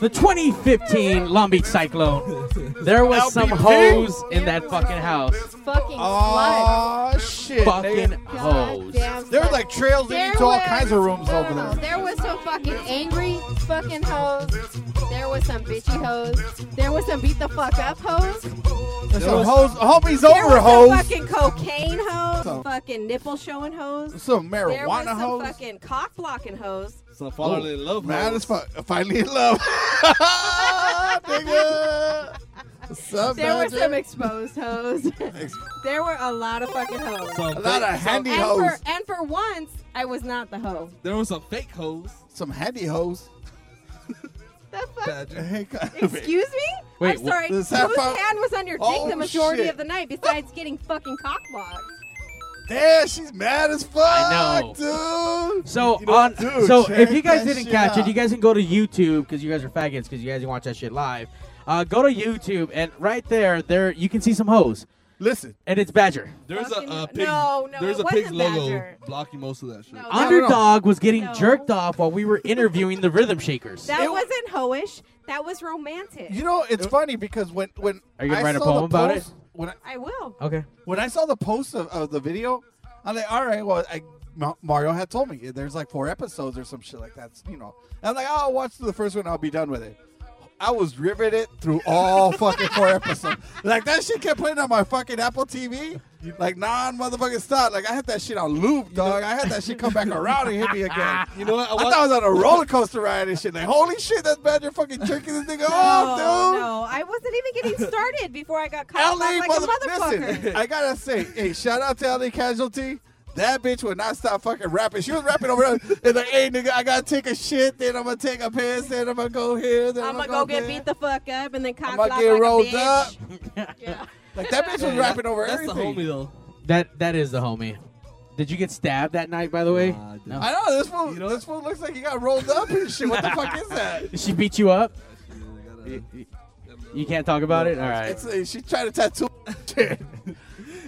Speaker 2: the 2015 Long Beach Cyclone, there was some hoes in that fucking house.
Speaker 9: Fucking
Speaker 3: oh shit,
Speaker 2: Fucking
Speaker 3: nigga.
Speaker 2: hoes.
Speaker 3: There were like trails
Speaker 4: There
Speaker 3: leading to all
Speaker 4: was-
Speaker 3: kinds of rooms
Speaker 4: no,
Speaker 3: over
Speaker 4: no, no.
Speaker 3: there.
Speaker 4: There was some fucking angry fucking hoes. There was some bitchy hoes. There was some beat the fuck up hoes.
Speaker 3: There's some hoes, homies
Speaker 4: There
Speaker 3: over
Speaker 4: was
Speaker 3: hoes.
Speaker 4: some
Speaker 9: Fucking cocaine hoes,
Speaker 3: So-
Speaker 9: fucking nipple showing hoes,
Speaker 3: Some
Speaker 9: there was
Speaker 3: marijuana
Speaker 9: some
Speaker 3: hoes.
Speaker 9: fucking cock blocking hoes.
Speaker 5: So fall in love,
Speaker 3: Mad
Speaker 5: hoes.
Speaker 3: as fuck. Finally in love. Nigga. Some
Speaker 9: there were
Speaker 3: badger.
Speaker 9: some exposed hoes. there were a lot of fucking hoes.
Speaker 5: Some A lot of fake- handy
Speaker 9: and
Speaker 5: hoes.
Speaker 9: For, and for once, I was not the hoe.
Speaker 5: There were some fake hoes.
Speaker 3: Some handy hoes.
Speaker 9: The fuck?
Speaker 3: Hey, God.
Speaker 9: Excuse me?
Speaker 3: Wait,
Speaker 9: I'm
Speaker 3: wha-
Speaker 9: sorry.
Speaker 3: the
Speaker 9: Whose
Speaker 3: sapphire-
Speaker 9: hand was on your dick
Speaker 3: Oh,
Speaker 9: the majority
Speaker 3: shit.
Speaker 9: of the night besides getting fucking cock blocked?
Speaker 3: Damn, she's mad as fuck,
Speaker 2: I
Speaker 3: know. dude.
Speaker 2: So
Speaker 3: You know,
Speaker 2: on,
Speaker 3: dude,
Speaker 2: so if
Speaker 3: check
Speaker 2: you guys
Speaker 3: that
Speaker 2: didn't
Speaker 3: shit
Speaker 2: catch it,
Speaker 3: out.
Speaker 2: you guys can go to YouTube because you guys are faggots because you guys can watch that shit live. Uh, go to YouTube and right there, there you can see some hoes.
Speaker 3: Listen,
Speaker 2: and it's Badger.
Speaker 5: There's a, a pig.
Speaker 9: no, no,
Speaker 5: there's
Speaker 9: it
Speaker 5: a pig's
Speaker 9: wasn't
Speaker 5: logo
Speaker 9: Badger.
Speaker 5: blocking most of that shit.
Speaker 2: Underdog was getting jerked off while we were interviewing the Rhythm Shakers.
Speaker 9: That wasn't hoish. That was romantic.
Speaker 3: You know, it's funny because when when
Speaker 2: Are you gonna
Speaker 3: I
Speaker 2: write a
Speaker 3: saw the
Speaker 2: poem about it?
Speaker 3: post- When I,
Speaker 9: I will.
Speaker 2: Okay.
Speaker 3: When I saw the post of, of the video, I'm like, all right, well, I, Ma- Mario had told me there's like four episodes or some shit like that, you know. And I'm like, oh, I'll watch the first one, I'll be done with it. I was riveted through all fucking four episodes. Like that shit kept playing on my fucking Apple TV, like non motherfucking stop. Like I had that shit on loop, dog. I had that shit come back around and hit me again.
Speaker 5: You know what? I
Speaker 3: I,
Speaker 5: want-
Speaker 3: thought I was on a roller coaster ride and shit. Like holy shit, that's bad. You're fucking jerking this nigga
Speaker 9: No,
Speaker 3: off, Oh, dude.
Speaker 9: no, I wasn't even getting started before I got caught
Speaker 3: LA
Speaker 9: like
Speaker 3: mother-
Speaker 9: a motherfucker.
Speaker 3: Listen, I gotta say, hey, shout out to LA Casualty. That bitch would not stop fucking rapping. She was rapping over there. And like, hey, nigga, I gotta take a shit, then I'm gonna take a piss, then I'm gonna go here, then
Speaker 9: I'm
Speaker 3: I'm,
Speaker 9: gonna go get
Speaker 3: there.
Speaker 9: beat the fuck up and then cock
Speaker 3: I'm
Speaker 9: block
Speaker 3: gonna get
Speaker 9: like a
Speaker 3: rolled
Speaker 9: bitch.
Speaker 3: up. Like that bitch was rapping over
Speaker 5: That's the
Speaker 3: everything.
Speaker 5: homie though.
Speaker 2: That that is the homie. Did you get stabbed that night? By the way, no.
Speaker 3: I know this fool. this fool looks like he got rolled up and shit. What the fuck is that?
Speaker 2: Did she beat you up? You can't talk about it. All right.
Speaker 3: It's, uh, she tried to tattoo.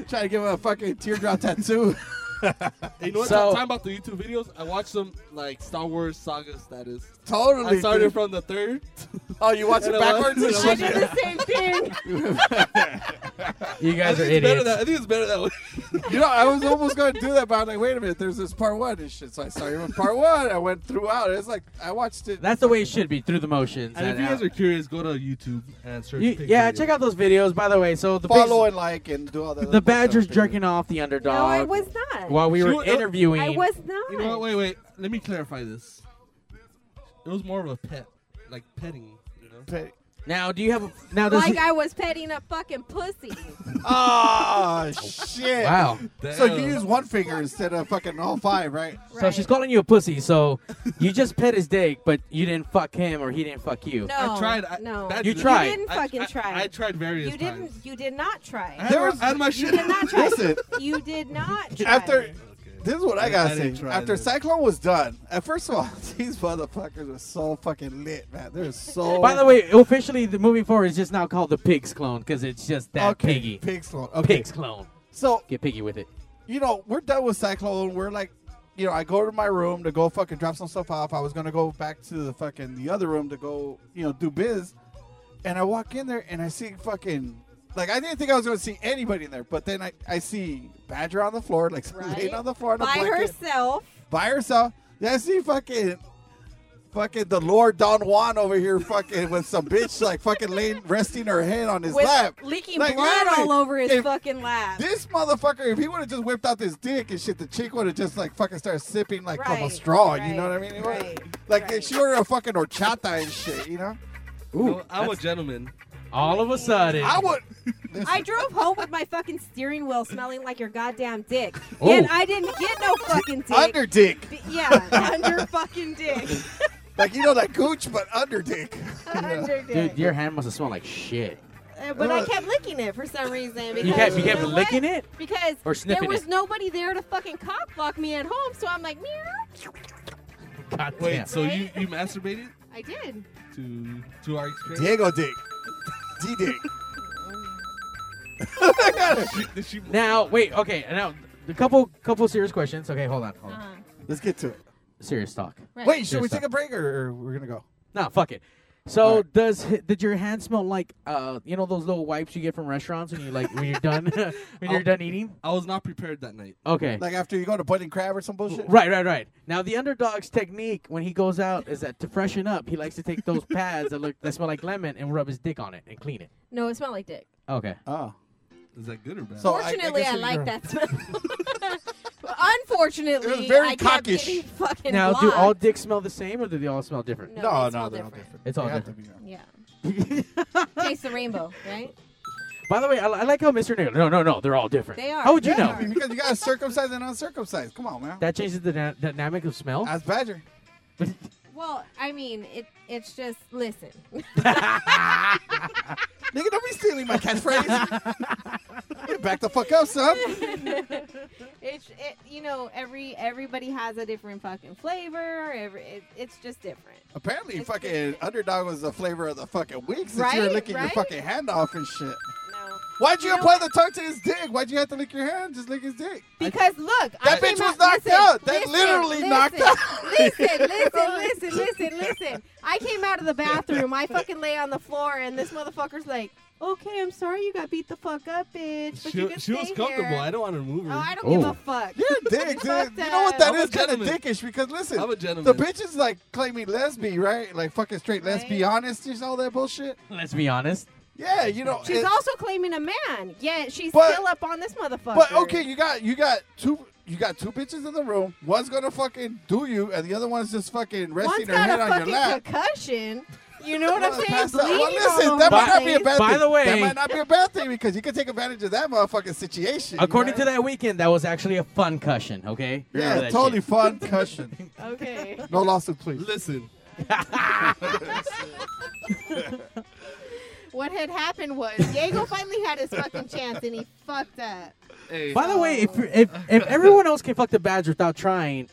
Speaker 3: Trying to give him a fucking teardrop tattoo.
Speaker 5: Hey, you know what?
Speaker 3: So-
Speaker 5: Time about the YouTube videos. I watched some like Star Wars saga status.
Speaker 3: Totally,
Speaker 5: I started
Speaker 3: dude.
Speaker 5: from the third.
Speaker 3: Oh, you watch it
Speaker 5: And I
Speaker 3: backwards and
Speaker 5: watched-
Speaker 3: shit? I
Speaker 9: did the same thing.
Speaker 2: You guys
Speaker 3: I
Speaker 2: are
Speaker 3: think it's better
Speaker 2: idiots.
Speaker 3: than-
Speaker 5: I think it's better that way.
Speaker 3: you know, I was almost going to do that, but I'm like, wait a minute, there's this part one and shit. So I started with part one. I went throughout. It's like I watched it.
Speaker 2: That's the way it should be through the motions.
Speaker 5: And if
Speaker 2: And,
Speaker 5: you
Speaker 2: uh,
Speaker 5: guys are curious, go to YouTube and search.
Speaker 2: you-
Speaker 5: Pig
Speaker 2: yeah,
Speaker 5: Radio.
Speaker 2: check out those videos. By the way, so the
Speaker 3: Follow
Speaker 2: pigs-
Speaker 3: and like and do all that.
Speaker 2: the Badgers jerking off the
Speaker 9: No, I
Speaker 2: underdog.
Speaker 9: was not.
Speaker 2: While we
Speaker 5: She
Speaker 2: were
Speaker 5: wa-
Speaker 2: interviewing,
Speaker 9: I was not.
Speaker 5: You know what? Wait, wait. Let me clarify this. It was more of a pet, like petting. You know?
Speaker 3: Pet.
Speaker 2: Now, do you have a, now? Does
Speaker 9: Like
Speaker 2: he-
Speaker 9: I was petting a fucking pussy.
Speaker 3: Ah, Oh shit!
Speaker 2: Wow.
Speaker 3: So you use one finger instead of fucking all five, right?
Speaker 2: So she's calling you a pussy. So you just pet his dick, but you didn't fuck him or he didn't fuck you.
Speaker 5: I tried. I,
Speaker 9: no.
Speaker 5: that-
Speaker 2: You tried.
Speaker 9: You didn't
Speaker 5: I-
Speaker 9: fucking
Speaker 5: I-
Speaker 9: try.
Speaker 5: I tried various
Speaker 9: You didn't. You did not try.
Speaker 5: I had my- I had my shit.
Speaker 9: You did not try.
Speaker 3: Listen.
Speaker 9: You did not try.
Speaker 3: After this is what I
Speaker 5: I-
Speaker 3: gotta
Speaker 5: I
Speaker 3: say.
Speaker 5: didn't try
Speaker 3: After
Speaker 5: this.
Speaker 3: Cyclone was done, uh, first of all, these motherfuckers were so fucking lit, man. They're so.
Speaker 2: By the way, officially, the moving forward is just now called the Pigs Clone because it's just that
Speaker 3: Okay,
Speaker 2: piggy.
Speaker 3: Pigs Clone. Okay.
Speaker 2: Pigs Clone.
Speaker 3: So
Speaker 2: get piggy with it.
Speaker 3: you know, we're done with Cyclone. We're like, you know, I go to my room to go fucking drop some stuff off. I was gonna go back to the fucking the other room to go, you know, do biz. And I walk in there and I see fucking like I didn't think I was gonna see anybody in there, but then I, I see Badger on the floor, like laying on the floor in a
Speaker 9: by
Speaker 3: blanket.
Speaker 9: herself.
Speaker 3: by herself. Then I see fucking fucking the Lord Don Juan over here fucking with some bitch like fucking laying resting her head on his
Speaker 9: with
Speaker 3: lap.
Speaker 9: leaking
Speaker 3: Like,
Speaker 9: blood
Speaker 3: literally,
Speaker 9: all over his
Speaker 3: if-
Speaker 9: fucking lap.
Speaker 3: this motherfucker, if he would have just whipped out this dick and shit, the chick would have just like fucking started sipping like from a
Speaker 9: Right,
Speaker 3: straw.
Speaker 9: right,
Speaker 3: you know what I mean? It
Speaker 9: right,
Speaker 3: was- like she ordered a fucking horchata and shit. You know?
Speaker 5: No, I'm a gentleman.
Speaker 2: All of a sudden,
Speaker 3: I would.
Speaker 9: I drove home with my fucking steering wheel smelling like your goddamn dick,
Speaker 3: Oh.
Speaker 9: and I didn't get no fucking dick.
Speaker 3: Under dick.
Speaker 9: B- yeah, under fucking dick.
Speaker 3: Like you know that gooch, but under dick.
Speaker 9: under dick.
Speaker 2: Dude, your hand must have smelled like shit.
Speaker 9: Uh, But I kept licking it for some reason. Because,
Speaker 2: You kept, you kept
Speaker 9: know
Speaker 2: licking
Speaker 9: what?
Speaker 2: it?
Speaker 9: Because
Speaker 2: Or
Speaker 9: there
Speaker 2: sniffing
Speaker 9: was
Speaker 2: it?
Speaker 9: nobody there to fucking cock block me at home, so I'm like, meow.
Speaker 2: God
Speaker 5: Wait,
Speaker 2: damn.
Speaker 5: so you, you masturbated
Speaker 9: I did.
Speaker 5: to to our experience?
Speaker 3: Diego dick. D dick.
Speaker 2: Now, wait, okay. Now, a couple couple serious questions. Okay, hold on. Hold on.
Speaker 9: Uh-huh.
Speaker 3: Let's get to it.
Speaker 2: Serious talk.
Speaker 3: Right. Wait, should
Speaker 2: Serious
Speaker 3: we
Speaker 2: talk.
Speaker 3: take a break or, or we're gonna go?
Speaker 2: No, fuck it. So does hi- did your hand smell like uh you know those little wipes you get from restaurants when you like when you're done when you're done eating?
Speaker 5: I was not prepared that night.
Speaker 2: Okay.
Speaker 3: Oh. Like after you go to Bunny Crab or some bullshit.
Speaker 2: Right, right, right. Now the underdog's technique when he goes out is that to freshen up, he likes to take those pads that look that smell like lemon and rub his dick on it and clean it.
Speaker 9: No, it smelled like dick.
Speaker 2: Okay.
Speaker 3: Oh.
Speaker 5: Is that good or bad?
Speaker 9: Fortunately, I, like that smell. But Unfortunately,
Speaker 3: It was very
Speaker 9: I kept
Speaker 3: cockish.
Speaker 9: getting fucking
Speaker 2: Now, do
Speaker 9: blocked.
Speaker 2: all dicks smell the same or do they all smell different?
Speaker 9: No, they No, no, smell they're all different.
Speaker 2: It's all
Speaker 3: They have
Speaker 2: different.
Speaker 9: Yeah. Taste the rainbow, right?
Speaker 2: By the way, I, li- I like how Mr. Naylor. No, no, no, they're all different.
Speaker 9: They are.
Speaker 2: How would you
Speaker 9: They
Speaker 2: know?
Speaker 9: are.
Speaker 3: Because you got circumcised and uncircumcised. Come on, man.
Speaker 2: That changes the dyna- dynamic of smell.
Speaker 3: That's badger.
Speaker 9: Well, I mean, it. It's just listen.
Speaker 3: Nigga, don't be stealing my catchphrase. Back the fuck up, son.
Speaker 9: it's it, you know every everybody has a different fucking flavor. Every it, it's just different.
Speaker 3: Apparently, fucking underdog was the flavor of the fucking week since you were
Speaker 9: Right,
Speaker 3: licking your
Speaker 9: right?
Speaker 3: fucking hand off and shit. Why'd you, apply the tongue to his dick? Why'd you have to lick your hand? Just lick his dick.
Speaker 9: Because look, I
Speaker 3: that
Speaker 9: came
Speaker 3: bitch was
Speaker 9: out-
Speaker 3: knocked
Speaker 9: listen,
Speaker 3: out. That
Speaker 9: listen,
Speaker 3: literally
Speaker 9: listen,
Speaker 3: knocked out.
Speaker 9: Listen, listen, listen, listen, listen. I came out of the bathroom. I fucking lay on the floor, and this motherfucker's like, "Okay, I'm sorry, you got beat the fuck up, bitch." But you
Speaker 5: She,
Speaker 9: can
Speaker 5: she was
Speaker 9: stay
Speaker 5: comfortable.
Speaker 9: Here.
Speaker 5: I don't want to remove her.
Speaker 9: Oh, I don't give a fuck.
Speaker 3: You're a dick,
Speaker 9: Fuck
Speaker 3: dude. You know what that
Speaker 5: I'm a
Speaker 3: is kind of
Speaker 5: gentleman.
Speaker 3: dickish because listen,
Speaker 5: I'm
Speaker 3: the
Speaker 5: a gentleman.
Speaker 3: bitch is like claiming lesbian, right? Like fucking straight lesbian, honest, just all that bullshit.
Speaker 2: Let's be honest.
Speaker 3: Yeah, you know.
Speaker 9: She's
Speaker 3: it-
Speaker 9: also claiming a man. Yeah, she's
Speaker 3: But-
Speaker 9: still up on this motherfucker.
Speaker 3: But okay, you got you got two you got two bitches in the room. One's gonna fucking do you, and the other one's just fucking resting
Speaker 9: One's
Speaker 3: her
Speaker 9: got
Speaker 3: head
Speaker 9: a
Speaker 3: on your
Speaker 9: fucking
Speaker 3: lap.
Speaker 9: concussion. You know what I'm
Speaker 3: Well,
Speaker 9: saying?
Speaker 3: that's not-
Speaker 9: Bleeding
Speaker 3: well, listen,
Speaker 9: all
Speaker 3: that might
Speaker 9: over
Speaker 3: not be a
Speaker 9: place.
Speaker 3: bad
Speaker 2: By
Speaker 3: thing.
Speaker 2: the way-
Speaker 3: that might not be a bad thing because you can take advantage of that motherfucking situation.
Speaker 2: According to that weekend, that was actually a fun cushion, okay?
Speaker 3: Yeah,
Speaker 2: Remember that
Speaker 3: totally
Speaker 2: shit.
Speaker 3: fun cushion.
Speaker 9: Okay.
Speaker 3: No lawsuit, please.
Speaker 5: Listen.
Speaker 9: What had happened was Diego finally had his fucking chance and he fucked up.
Speaker 2: By the way, if, if if everyone else can fuck the badge without trying,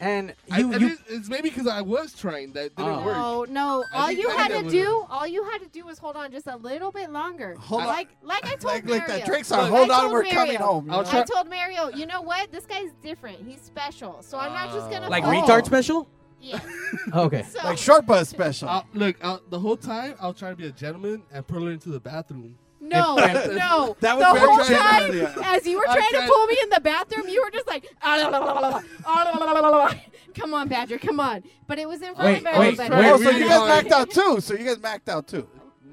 Speaker 2: and
Speaker 5: I-
Speaker 2: you,
Speaker 5: I
Speaker 2: you
Speaker 5: think it's maybe because I was trying that didn't
Speaker 2: Oh.
Speaker 5: work.
Speaker 9: No, no.
Speaker 5: I
Speaker 9: All
Speaker 5: think-
Speaker 9: you
Speaker 5: I
Speaker 9: had
Speaker 5: think
Speaker 9: to
Speaker 5: that
Speaker 9: do, all you had to do was hold on just a little bit longer.
Speaker 3: Hold on.
Speaker 9: like, like I told
Speaker 3: Like-
Speaker 9: Mario.
Speaker 3: like that Drake's song,
Speaker 9: I
Speaker 3: "Hold on,
Speaker 9: told
Speaker 3: we're coming
Speaker 9: Mario.
Speaker 3: home," you I'll know?
Speaker 9: I
Speaker 3: try-
Speaker 9: told Mario, you know what? This guy's different. He's special. So I'm not just gonna
Speaker 3: oh.
Speaker 2: like
Speaker 9: fuck-
Speaker 2: retard special.
Speaker 9: Yeah.
Speaker 2: Okay.
Speaker 9: So-
Speaker 3: Like short bus special.
Speaker 5: I'll, look, I'll, the whole time I'll try to be a gentleman and pull her into the bathroom.
Speaker 9: No,
Speaker 5: And-
Speaker 9: no.
Speaker 5: That was
Speaker 9: the
Speaker 5: very
Speaker 9: whole time
Speaker 5: traumatic.
Speaker 9: as you were
Speaker 5: I
Speaker 9: trying to
Speaker 5: tried-
Speaker 9: pull me in the bathroom, you were just like, "Ah, la, la, la, la, la, la, ah, la, la, la, la, la, la." come on, Badger, come on. But it was in front
Speaker 2: Wait,
Speaker 9: of
Speaker 2: wait,
Speaker 9: everybody.
Speaker 2: wait,
Speaker 3: oh, so
Speaker 2: wait,
Speaker 3: you guys
Speaker 2: wait.
Speaker 3: macked out too. So you guys macked out too.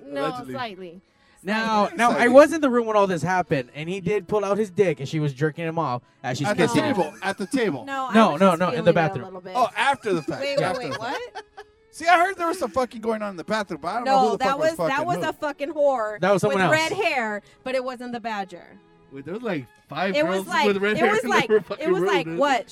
Speaker 9: No,
Speaker 3: Allegedly.
Speaker 9: slightly.
Speaker 2: Now, now I was in the room when all this happened, and he did pull out his dick, and she was jerking him off as she's
Speaker 3: At the
Speaker 2: kissing him.
Speaker 3: table. At the table.
Speaker 9: No,
Speaker 2: No, no, no, in the bathroom.
Speaker 3: Oh, after the fact.
Speaker 9: Wait, wait,
Speaker 3: after
Speaker 9: wait,
Speaker 3: the fact.
Speaker 9: what?
Speaker 3: See, I heard there was some fucking going on in the bathroom, but I don't know who
Speaker 9: No,
Speaker 3: the
Speaker 9: that
Speaker 3: fuck
Speaker 9: was
Speaker 3: fucking
Speaker 9: that was
Speaker 3: who.
Speaker 9: a fucking whore.
Speaker 2: That was someone
Speaker 9: with
Speaker 2: else.
Speaker 9: red hair, but it wasn't the Badger.
Speaker 5: Wait, there was like five
Speaker 9: it
Speaker 5: girls
Speaker 9: was like
Speaker 5: with red
Speaker 9: it
Speaker 5: hair
Speaker 9: was
Speaker 5: in
Speaker 9: like
Speaker 5: the fucking
Speaker 9: it was
Speaker 5: room,
Speaker 9: like
Speaker 5: dude.
Speaker 9: what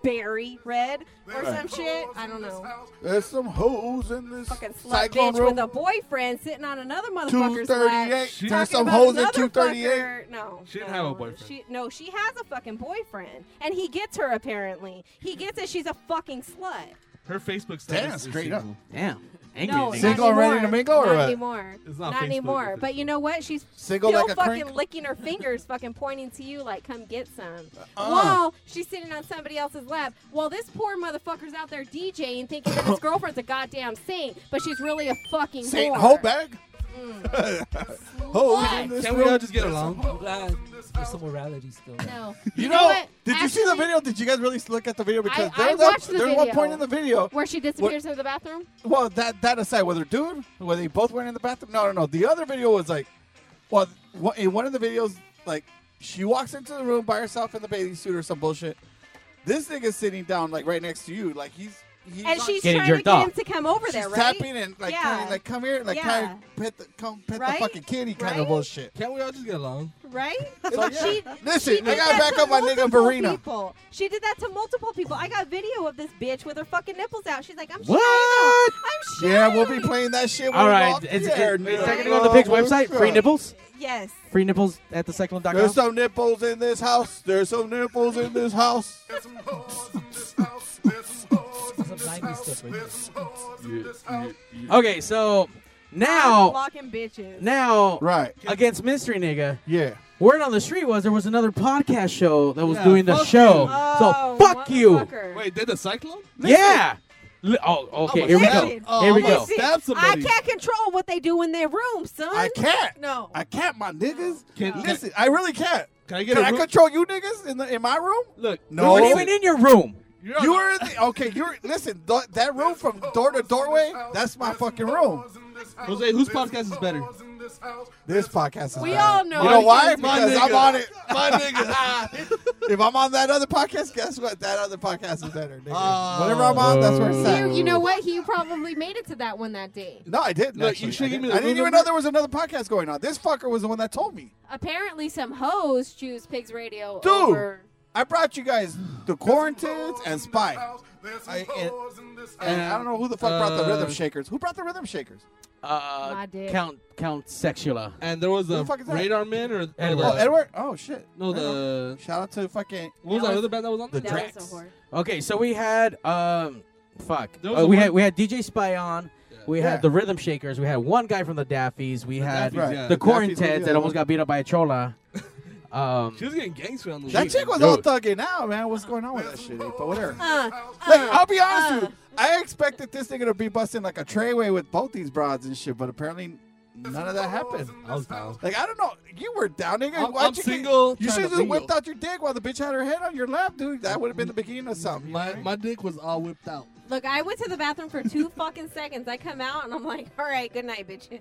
Speaker 9: strawberry red or
Speaker 3: Right.
Speaker 9: some shit. I don't know.
Speaker 3: There's some hoes in this
Speaker 9: Fucking slut
Speaker 3: cyclone
Speaker 9: bitch
Speaker 3: room.
Speaker 9: with a boyfriend sitting on another motherfucker's lap.
Speaker 3: 238.
Speaker 9: talking
Speaker 3: There's some
Speaker 9: about
Speaker 3: hoes in
Speaker 9: another
Speaker 3: 238.
Speaker 9: fucker. No,
Speaker 5: She didn't
Speaker 9: no.
Speaker 5: have a boyfriend.
Speaker 9: She no, she has a fucking boyfriend, and he gets her apparently. He gets it. She's a fucking slut.
Speaker 5: Her Facebook status
Speaker 3: Damn,
Speaker 5: is
Speaker 3: straight
Speaker 5: single.
Speaker 3: up.
Speaker 2: Damn.
Speaker 9: No,
Speaker 5: Angry.
Speaker 3: and
Speaker 9: not
Speaker 3: ready
Speaker 9: anymore.
Speaker 3: to mingle, or
Speaker 9: not
Speaker 3: what?
Speaker 9: anymore.
Speaker 5: It's
Speaker 9: not
Speaker 5: not Facebook,
Speaker 9: anymore.
Speaker 5: it's
Speaker 9: But you know what? She's
Speaker 3: Single
Speaker 9: still
Speaker 3: like a
Speaker 9: fucking
Speaker 3: crank?
Speaker 9: licking her fingers, fucking pointing to you like, "Come get some."
Speaker 3: Uh-uh.
Speaker 9: While she's sitting on somebody else's lap, while this poor motherfucker's out there DJing, thinking that his girlfriend's a goddamn saint, but she's really a fucking
Speaker 3: Saint
Speaker 9: whore.
Speaker 3: hoe bag.
Speaker 9: Slut.
Speaker 3: hoes in this
Speaker 8: Can
Speaker 3: room.
Speaker 8: we all just get along? I'm glad there's some morality still.
Speaker 9: No.
Speaker 3: You
Speaker 9: know
Speaker 3: know,
Speaker 9: what?
Speaker 3: did you see the video? Did you guys really look at the video? Because
Speaker 9: I
Speaker 3: there's,
Speaker 9: watched
Speaker 3: a,
Speaker 9: the
Speaker 3: there's one
Speaker 9: video.
Speaker 3: point in the video
Speaker 9: Where she disappears into the bathroom?
Speaker 3: Well, that that aside, whether dude, whether they both went in the bathroom. No, no, no. The other video was like, well, wha- in one of the videos, like she walks into the room by herself in the bathing suit or some bullshit. This nigga's sitting down like right next to you, like he's. he's
Speaker 9: And
Speaker 3: not-
Speaker 9: she's Getting trying to jerked get off. him to come over
Speaker 3: She's
Speaker 9: there, right?
Speaker 3: Tapping and like,
Speaker 9: Yeah.
Speaker 3: trying to, like come here, like
Speaker 9: Yeah.
Speaker 3: kind of pet the come pet
Speaker 9: Right?
Speaker 3: the fucking kitty kind
Speaker 9: Right?
Speaker 3: of bullshit.
Speaker 5: Can't we all just get along?
Speaker 9: Right?
Speaker 3: So, yeah.
Speaker 9: She-
Speaker 3: Listen,
Speaker 9: she
Speaker 3: I gotta
Speaker 9: did that
Speaker 3: back
Speaker 9: to
Speaker 3: up my nigga
Speaker 9: multiple
Speaker 3: Verena.
Speaker 9: people. She did that to multiple people. I got video of this bitch with her fucking nipples out. She's like, I'm
Speaker 2: What?
Speaker 9: shy now. I'm shy.
Speaker 3: Yeah, we'll be playing that shit. When
Speaker 2: All
Speaker 3: we
Speaker 2: right.
Speaker 3: walk
Speaker 2: Is, is, is
Speaker 3: there,
Speaker 2: that going to
Speaker 3: nigga.
Speaker 2: go on the pig's
Speaker 3: Oh,
Speaker 2: website? Free
Speaker 3: shit.
Speaker 2: nipples?
Speaker 9: Yes.
Speaker 2: Free nipples at the cyclone.com?
Speaker 3: There's some nipples in this house. There's some nipples in this house.
Speaker 2: Okay,
Speaker 3: Oh.
Speaker 2: so now,
Speaker 9: Blocking bitches.
Speaker 2: now,
Speaker 3: right
Speaker 2: against mystery nigga.
Speaker 3: Yeah.
Speaker 2: Word on the street was there was another podcast show that was
Speaker 5: Yeah,
Speaker 2: doing the
Speaker 5: fuck
Speaker 2: show.
Speaker 5: you. Oh,
Speaker 9: Oh,
Speaker 2: so fuck you.
Speaker 5: Wait, did the cyclone?
Speaker 2: Yeah. Li- Oh, okay.
Speaker 5: I'm
Speaker 2: Here we go.
Speaker 5: offended. Oh,
Speaker 2: Here we
Speaker 5: I'm
Speaker 2: go.
Speaker 5: offended. Stab
Speaker 9: I
Speaker 5: somebody.
Speaker 9: can't control what they do in their room, son.
Speaker 3: I can't.
Speaker 9: No.
Speaker 3: I can't, my niggas.
Speaker 5: Can-
Speaker 3: Listen, I really can't.
Speaker 5: Can I get a room?
Speaker 3: control you niggas in the in my room?
Speaker 5: Look,
Speaker 3: no,
Speaker 2: we weren't even in your room.
Speaker 3: You were in the, okay. You were listen. Th- that room from door to doorway. That's my fucking room.
Speaker 5: Jose, whose podcast is better?
Speaker 3: This podcast is.
Speaker 5: We
Speaker 3: bad.
Speaker 5: all know
Speaker 3: You know
Speaker 5: it.
Speaker 3: why?
Speaker 5: My
Speaker 3: Because I'm
Speaker 5: nigga.
Speaker 3: on it.
Speaker 5: My nigga.
Speaker 3: if I'm on that other podcast, guess what? That other podcast is better. Nigga.
Speaker 5: Oh.
Speaker 3: Whatever I'm on, that's where it's at.
Speaker 16: You, you know what? He probably made it to that one that day.
Speaker 3: No, I didn't.
Speaker 5: Look,
Speaker 3: actually.
Speaker 5: you should
Speaker 3: I
Speaker 5: give me
Speaker 3: didn't,
Speaker 5: the
Speaker 3: I didn't
Speaker 5: room
Speaker 3: even
Speaker 5: number.
Speaker 3: know there was another podcast going on. This fucker was the one that told me.
Speaker 16: Apparently, some hoes choose Pigs Radio
Speaker 3: Dude,
Speaker 16: over.
Speaker 3: I brought you guys the Quarantines and Spy. I, and, and I don't know who the fuck brought the
Speaker 2: Uh,
Speaker 3: Rhythm Shakers. Who brought the Rhythm Shakers?
Speaker 2: Uh,
Speaker 16: My dick.
Speaker 2: count, count Sexula.
Speaker 5: And there was
Speaker 3: Who the
Speaker 5: a
Speaker 3: fuck is that?
Speaker 5: radar man or
Speaker 2: Edward.
Speaker 3: Oh, Edward. Oh shit.
Speaker 5: No, the
Speaker 3: Shout out to fucking.
Speaker 5: what was that other band that was on
Speaker 3: The
Speaker 5: there?
Speaker 3: Drax.
Speaker 2: Okay, so we had um, fuck.
Speaker 5: There was
Speaker 2: Uh,
Speaker 5: a
Speaker 2: we
Speaker 5: one-
Speaker 2: had we had DJ Spy on. We
Speaker 3: Yeah.
Speaker 2: had the Rhythm Shakers. We had one guy from the Daffies. We had
Speaker 5: Daffies, yeah.
Speaker 2: the
Speaker 5: Daffies
Speaker 3: were the
Speaker 2: Quaranteds that
Speaker 3: other
Speaker 2: almost
Speaker 3: one.
Speaker 2: got beat up by a chola. Um,
Speaker 5: She was getting gangster on the
Speaker 3: That
Speaker 5: weekend.
Speaker 3: chick was
Speaker 2: Dude.
Speaker 3: all thugging out, man. What's going on with that shit? eh? But whatever.
Speaker 9: Uh,
Speaker 3: Like, I'll be honest with you. I expected this nigga to be busting like a trayway with both these broads and shit, but apparently none of that happened.
Speaker 5: I was down.
Speaker 3: Like I don't know, you were down, nigga.
Speaker 5: I'm-
Speaker 3: Why'd
Speaker 5: I'm
Speaker 3: you
Speaker 5: single,
Speaker 3: Get, you should
Speaker 5: trying to
Speaker 3: have just
Speaker 5: mingle.
Speaker 3: whipped out your dick while the bitch had her head on your lap, dude. That would have been the beginning of something. you know
Speaker 5: My
Speaker 3: what I mean?
Speaker 5: my dick was all whipped out.
Speaker 9: Look, I went to the bathroom for two fucking seconds. I come out and I'm like, all right, good night, bitches.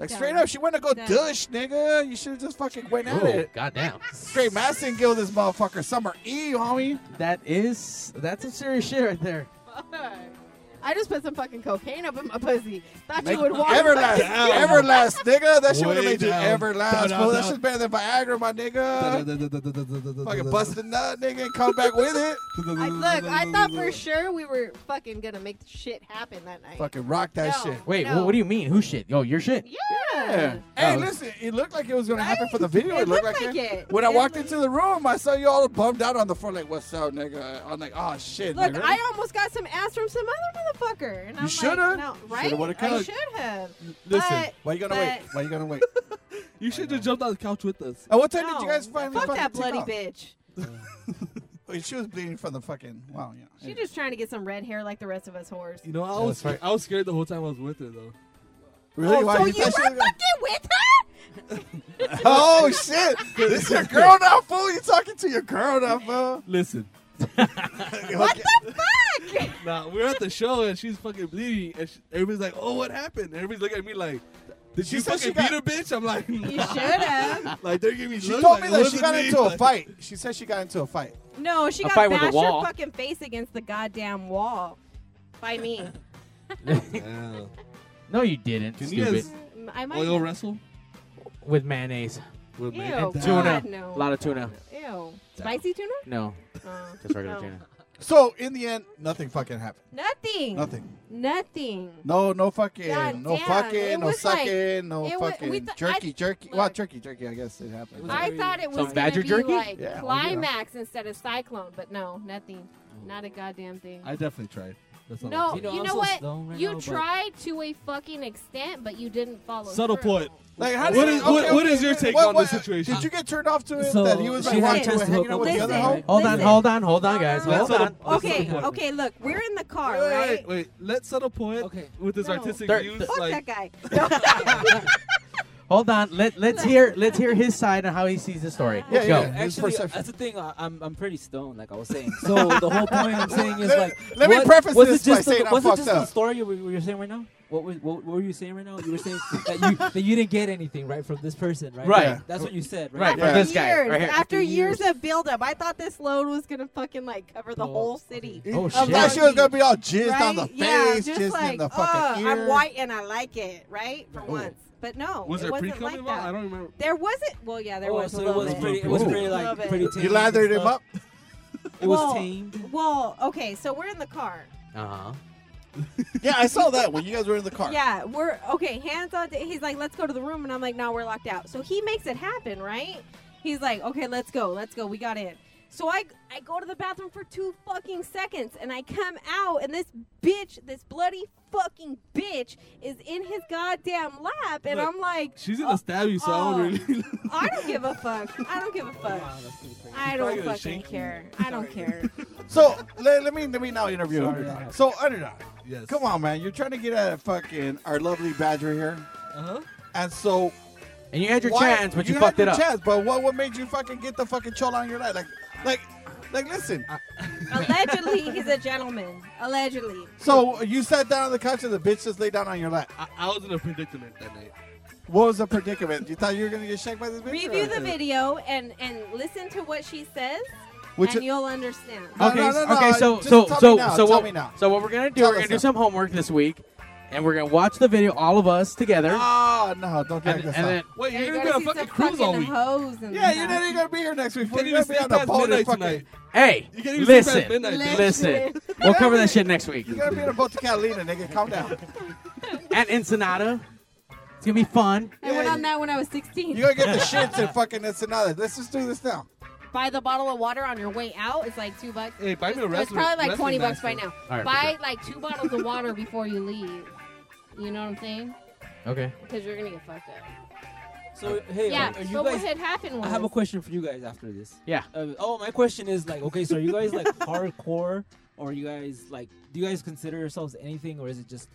Speaker 3: like straight up, she went to go
Speaker 9: Done.
Speaker 3: douche, nigga. You should have just fucking went at
Speaker 2: oh,
Speaker 3: it.
Speaker 2: goddamn.
Speaker 3: Straight Madison Gill, this motherfucker. Summer E, homie.
Speaker 2: That is that's some serious shit right there.
Speaker 4: I just put some fucking cocaine up in my pussy. Thought
Speaker 3: Like,
Speaker 4: you would walk.
Speaker 3: everlast, everlast, nigga. That shit would have
Speaker 5: Way
Speaker 3: made you
Speaker 5: down.
Speaker 3: everlast. fool.
Speaker 5: Down, down,
Speaker 3: That
Speaker 5: down.
Speaker 3: shit's better than Viagra, my nigga. Fucking bust a nut, nigga, and come back with it.
Speaker 4: I, look, I thought for sure we were fucking gonna make shit happen that night.
Speaker 3: Fucking rock that
Speaker 4: No.
Speaker 3: shit.
Speaker 2: Wait, wh-
Speaker 4: No.
Speaker 2: what do you mean? Who shit? Oh, your shit.
Speaker 4: Yeah.
Speaker 3: Hey,
Speaker 2: Oh.
Speaker 3: listen, it looked like it was gonna happen for the video. It, looked, like, it. When I
Speaker 4: It
Speaker 3: walked into the room, I saw you all bummed out on the floor, like, "What's up, nigga?" I'm like, "Oh shit,
Speaker 4: Look,
Speaker 3: nigga."
Speaker 4: I almost got some ass from some other motherfucker, and I'm
Speaker 3: shoulda.
Speaker 4: like, no,
Speaker 3: Shoulda
Speaker 4: right?
Speaker 3: woulda
Speaker 4: I
Speaker 3: cooked.
Speaker 4: should have.
Speaker 5: Listen,
Speaker 4: but,
Speaker 3: Why you gonna wait? Why you gonna wait?
Speaker 5: you should have jumped on the couch with us.
Speaker 3: At what time
Speaker 4: no,
Speaker 3: did you guys finally
Speaker 4: fuck
Speaker 3: fucking
Speaker 4: that
Speaker 3: take
Speaker 4: bloody
Speaker 3: off?
Speaker 4: bitch.
Speaker 3: Wait, She was bleeding from the fucking. Wow, yeah.
Speaker 4: She just trying to get some red hair like the rest of us whores.
Speaker 5: You know, I was
Speaker 3: right.
Speaker 5: I was scared the whole time I was with her though.
Speaker 3: Really?
Speaker 4: Oh,
Speaker 3: Why
Speaker 4: so
Speaker 3: you
Speaker 4: you
Speaker 3: thought she
Speaker 4: were
Speaker 3: was gonna-
Speaker 4: fucking with her?
Speaker 3: Oh shit! This your girl now, fool. You talking to your girl now, fool?
Speaker 5: Listen,
Speaker 4: What the fuck?
Speaker 5: nah, we were at the show and she's fucking bleeding, and she, everybody's like, "Oh, what happened?" Everybody's looking at me like, "Did
Speaker 3: She
Speaker 5: you
Speaker 3: said she
Speaker 5: fucking
Speaker 3: got-
Speaker 5: beat a bitch?" I'm like,
Speaker 4: You should have.
Speaker 5: Like they're giving me.
Speaker 3: She
Speaker 5: looks
Speaker 3: told
Speaker 5: like,
Speaker 3: me
Speaker 5: it
Speaker 3: that she
Speaker 5: wasn't
Speaker 3: got
Speaker 5: me,
Speaker 3: into a
Speaker 5: but-
Speaker 3: fight. She said she got into a fight.
Speaker 9: No, she
Speaker 2: A
Speaker 9: got
Speaker 2: fight with a
Speaker 9: bashed
Speaker 2: wall.
Speaker 9: her fucking face against the goddamn wall by me.
Speaker 5: Yeah.
Speaker 2: No, you didn't.
Speaker 5: Can you
Speaker 2: stupid.
Speaker 5: guys
Speaker 9: I might.
Speaker 5: oil wrestle?
Speaker 2: With mayonnaise.
Speaker 5: Would make
Speaker 4: Ew,
Speaker 5: it
Speaker 2: Tuna.
Speaker 4: God, no.
Speaker 2: A lot of tuna.
Speaker 4: Ew. Spicy tuna?
Speaker 2: No.
Speaker 4: Oh,
Speaker 2: Just regular
Speaker 4: no.
Speaker 2: tuna.
Speaker 3: So in the end, nothing fucking happened.
Speaker 4: Nothing.
Speaker 3: Nothing.
Speaker 4: Nothing.
Speaker 3: No, no fucking,
Speaker 4: God
Speaker 3: no
Speaker 4: damn, it
Speaker 3: fucking, no
Speaker 4: was like-
Speaker 3: sucking, no
Speaker 4: it wa- we
Speaker 3: fucking
Speaker 4: th- I-
Speaker 3: jerky, jerky. Well, jerky, jerky. I guess it happened.
Speaker 4: I thought it was
Speaker 3: Some
Speaker 4: gonna
Speaker 3: badger
Speaker 4: be
Speaker 3: jerky?
Speaker 4: like
Speaker 3: Yeah, well, you know.
Speaker 4: climax instead of cyclone, but no, nothing. Not a goddamn thing.
Speaker 5: I definitely tried. That's all
Speaker 4: no,
Speaker 5: I'm
Speaker 4: you know,
Speaker 5: saying.
Speaker 4: what?
Speaker 5: right
Speaker 4: you
Speaker 5: now, but-
Speaker 4: tried to a fucking extent, but you didn't follow.
Speaker 5: Subtle
Speaker 4: through.
Speaker 5: point.
Speaker 3: Like, how
Speaker 5: What
Speaker 3: did
Speaker 5: is-
Speaker 3: okay,
Speaker 5: what- what
Speaker 3: okay,
Speaker 5: is your take
Speaker 3: what-
Speaker 5: on
Speaker 3: what-
Speaker 5: the situation?
Speaker 3: Did you get turned off to it
Speaker 5: So,
Speaker 3: that he was like
Speaker 5: she had a
Speaker 3: walking
Speaker 5: chance
Speaker 3: away,
Speaker 5: to
Speaker 3: hanging
Speaker 5: hook
Speaker 3: out
Speaker 5: up
Speaker 3: with the
Speaker 5: with
Speaker 3: other
Speaker 5: him.
Speaker 3: hoe?
Speaker 2: Hold on, hold on, hold on, guys.
Speaker 5: Let's
Speaker 2: Hold
Speaker 5: settle-
Speaker 2: on.
Speaker 5: let's
Speaker 9: Okay,
Speaker 5: settle point.
Speaker 9: okay, look, we're in the car,
Speaker 5: Wait, wait,
Speaker 9: right?
Speaker 5: wait, wait. Let's settle point okay. with his artistic
Speaker 2: There-
Speaker 5: views.
Speaker 9: Fuck that
Speaker 5: like,
Speaker 9: guy.
Speaker 2: Hold on. Let let's hear let's hear his side on how he sees the story. Go.
Speaker 8: Actually, uh, that's the thing. I, I'm I'm pretty stoned, like I was saying. So the whole point I'm saying is
Speaker 2: Let-
Speaker 8: like,
Speaker 2: let me
Speaker 8: what-
Speaker 2: preface
Speaker 8: was
Speaker 2: this
Speaker 8: it
Speaker 2: by
Speaker 8: just the,
Speaker 2: saying I'm
Speaker 8: was it
Speaker 2: fucked
Speaker 8: just the
Speaker 2: up.
Speaker 8: story you were, you were saying right now? What, was, what, what were you saying right now? You were saying that you that you didn't get anything right from this person, right?
Speaker 2: Right.
Speaker 8: Like, that's what you said,
Speaker 2: Right,
Speaker 8: right?
Speaker 2: from this guy,
Speaker 9: years, after years of buildup, I thought this load was gonna fucking like cover the whole city.
Speaker 3: Oh,
Speaker 9: of
Speaker 3: shit. I thought she was gonna be all jizzed
Speaker 9: right?
Speaker 3: on the
Speaker 9: yeah,
Speaker 3: face,
Speaker 9: just
Speaker 3: jizzed
Speaker 9: like,
Speaker 3: in the
Speaker 9: "Ugh,
Speaker 3: fucking ear.
Speaker 9: I'm white and I like it, right? For once, but no,
Speaker 3: Was
Speaker 9: it
Speaker 3: there
Speaker 9: wasn't
Speaker 3: pre-cum
Speaker 9: like
Speaker 3: involved?
Speaker 9: that.
Speaker 3: I don't remember.
Speaker 9: There wasn't. Well, yeah, there
Speaker 8: Oh,
Speaker 9: was
Speaker 8: so
Speaker 9: a
Speaker 8: it
Speaker 9: little
Speaker 8: was
Speaker 9: bit.
Speaker 8: pretty- it was pretty,
Speaker 9: A
Speaker 8: like,
Speaker 9: little bit.
Speaker 8: pretty You tame
Speaker 3: lathered him up?
Speaker 8: It was
Speaker 9: well,
Speaker 8: tame.
Speaker 9: Well, okay, so we're in the car.
Speaker 2: Uh-huh.
Speaker 3: yeah, I saw that when you guys were in the car.
Speaker 9: Yeah, we're okay. Hands on. He's like, let's go to the room, and I'm like, no, we're locked out. So he makes it happen, right? He's like, okay, let's go, let's go. We got in. So I I go to the bathroom for two fucking seconds, and I come out, and this bitch, this bloody fucking bitch, is in his goddamn lap, and
Speaker 5: Look,
Speaker 9: I'm like,
Speaker 5: She's gonna stab you, so I
Speaker 9: oh.
Speaker 5: don't really.
Speaker 9: I don't give a fuck. I don't give a fuck. I
Speaker 3: Probably
Speaker 9: don't
Speaker 3: gonna
Speaker 9: fucking
Speaker 3: shake you.
Speaker 9: care. I don't care.
Speaker 3: So let, let me let me now interview
Speaker 5: Sorry.
Speaker 3: underdog. So underdog, come on, man, you're trying to get at fucking our lovely Badger here,
Speaker 5: Uh-huh.
Speaker 3: and so
Speaker 2: And you had your
Speaker 3: why-
Speaker 2: chance, but you,
Speaker 3: had
Speaker 2: fucked it
Speaker 3: your
Speaker 2: up.
Speaker 3: Chance, but what what made you fucking get the fucking chola on your night? Like like like listen.
Speaker 9: Allegedly, he's a gentleman. Allegedly.
Speaker 3: So you sat down on the couch and the bitch just laid down on your lap.
Speaker 5: I, I was in a predicament that night.
Speaker 3: What was the predicament? You thought you were gonna get shanked by this bitch?
Speaker 9: Review
Speaker 3: or-
Speaker 9: the video and and listen to what she says,
Speaker 3: Which
Speaker 9: and
Speaker 3: i-
Speaker 9: you'll understand.
Speaker 2: Okay,
Speaker 3: no, no,
Speaker 2: okay,
Speaker 3: no,
Speaker 2: so
Speaker 3: just
Speaker 2: so
Speaker 3: tell me
Speaker 2: so
Speaker 3: now,
Speaker 2: so
Speaker 3: tell
Speaker 2: what,
Speaker 3: me now.
Speaker 2: so what we're gonna do?
Speaker 3: Tell
Speaker 2: we're gonna
Speaker 3: us
Speaker 2: do
Speaker 3: now.
Speaker 2: some homework this week, and we're gonna watch the video, all of us together.
Speaker 5: Ah,
Speaker 3: Oh no, don't drag
Speaker 2: And-
Speaker 3: this
Speaker 2: and
Speaker 3: out.
Speaker 2: then-
Speaker 5: Wait,
Speaker 9: Yeah,
Speaker 5: you're
Speaker 9: you
Speaker 5: gonna
Speaker 9: gotta
Speaker 5: be on a
Speaker 9: see
Speaker 5: fucking
Speaker 9: some
Speaker 5: cruise all
Speaker 9: fucking
Speaker 5: week.
Speaker 9: hoes and
Speaker 3: Yeah,
Speaker 9: stuff.
Speaker 3: you're not even gonna be here next week.
Speaker 5: Can't
Speaker 3: You're gonna be
Speaker 5: even sleep
Speaker 3: on the
Speaker 5: past
Speaker 3: boat and
Speaker 5: midnight
Speaker 3: fucking.
Speaker 5: tonight.
Speaker 2: hey,
Speaker 5: You can't even sleep
Speaker 2: listen,
Speaker 5: past midnight, dude.
Speaker 2: listen. we'll cover that shit next week.
Speaker 3: You're gonna be in a boat to Catalina, nigga. Calm down.
Speaker 2: At Ensenada, it's gonna be fun.
Speaker 9: I went on that when I was 16.
Speaker 3: You're gonna get the shits and fucking this and that. Let's just do this now.
Speaker 9: Buy the bottle of water on your way out. It's like two bucks.
Speaker 5: Hey, buy me a
Speaker 9: It's
Speaker 5: wrestling-
Speaker 9: probably like 20
Speaker 5: wrestling
Speaker 9: bucks by
Speaker 5: mask.
Speaker 9: now.
Speaker 2: All right, for
Speaker 9: Buy
Speaker 2: sure.
Speaker 9: like two bottles of water before you leave. You know what I'm saying?
Speaker 2: Okay.
Speaker 9: Because you're gonna get fucked up.
Speaker 8: So hey,
Speaker 9: yeah,
Speaker 8: are you
Speaker 9: but
Speaker 8: guys?
Speaker 9: what had happened was
Speaker 8: I have a question for you guys after this.
Speaker 2: Yeah.
Speaker 8: Uh, oh, my question is like, okay, so are you guys like hardcore, or you guys like, do you guys consider yourselves anything, or is it just,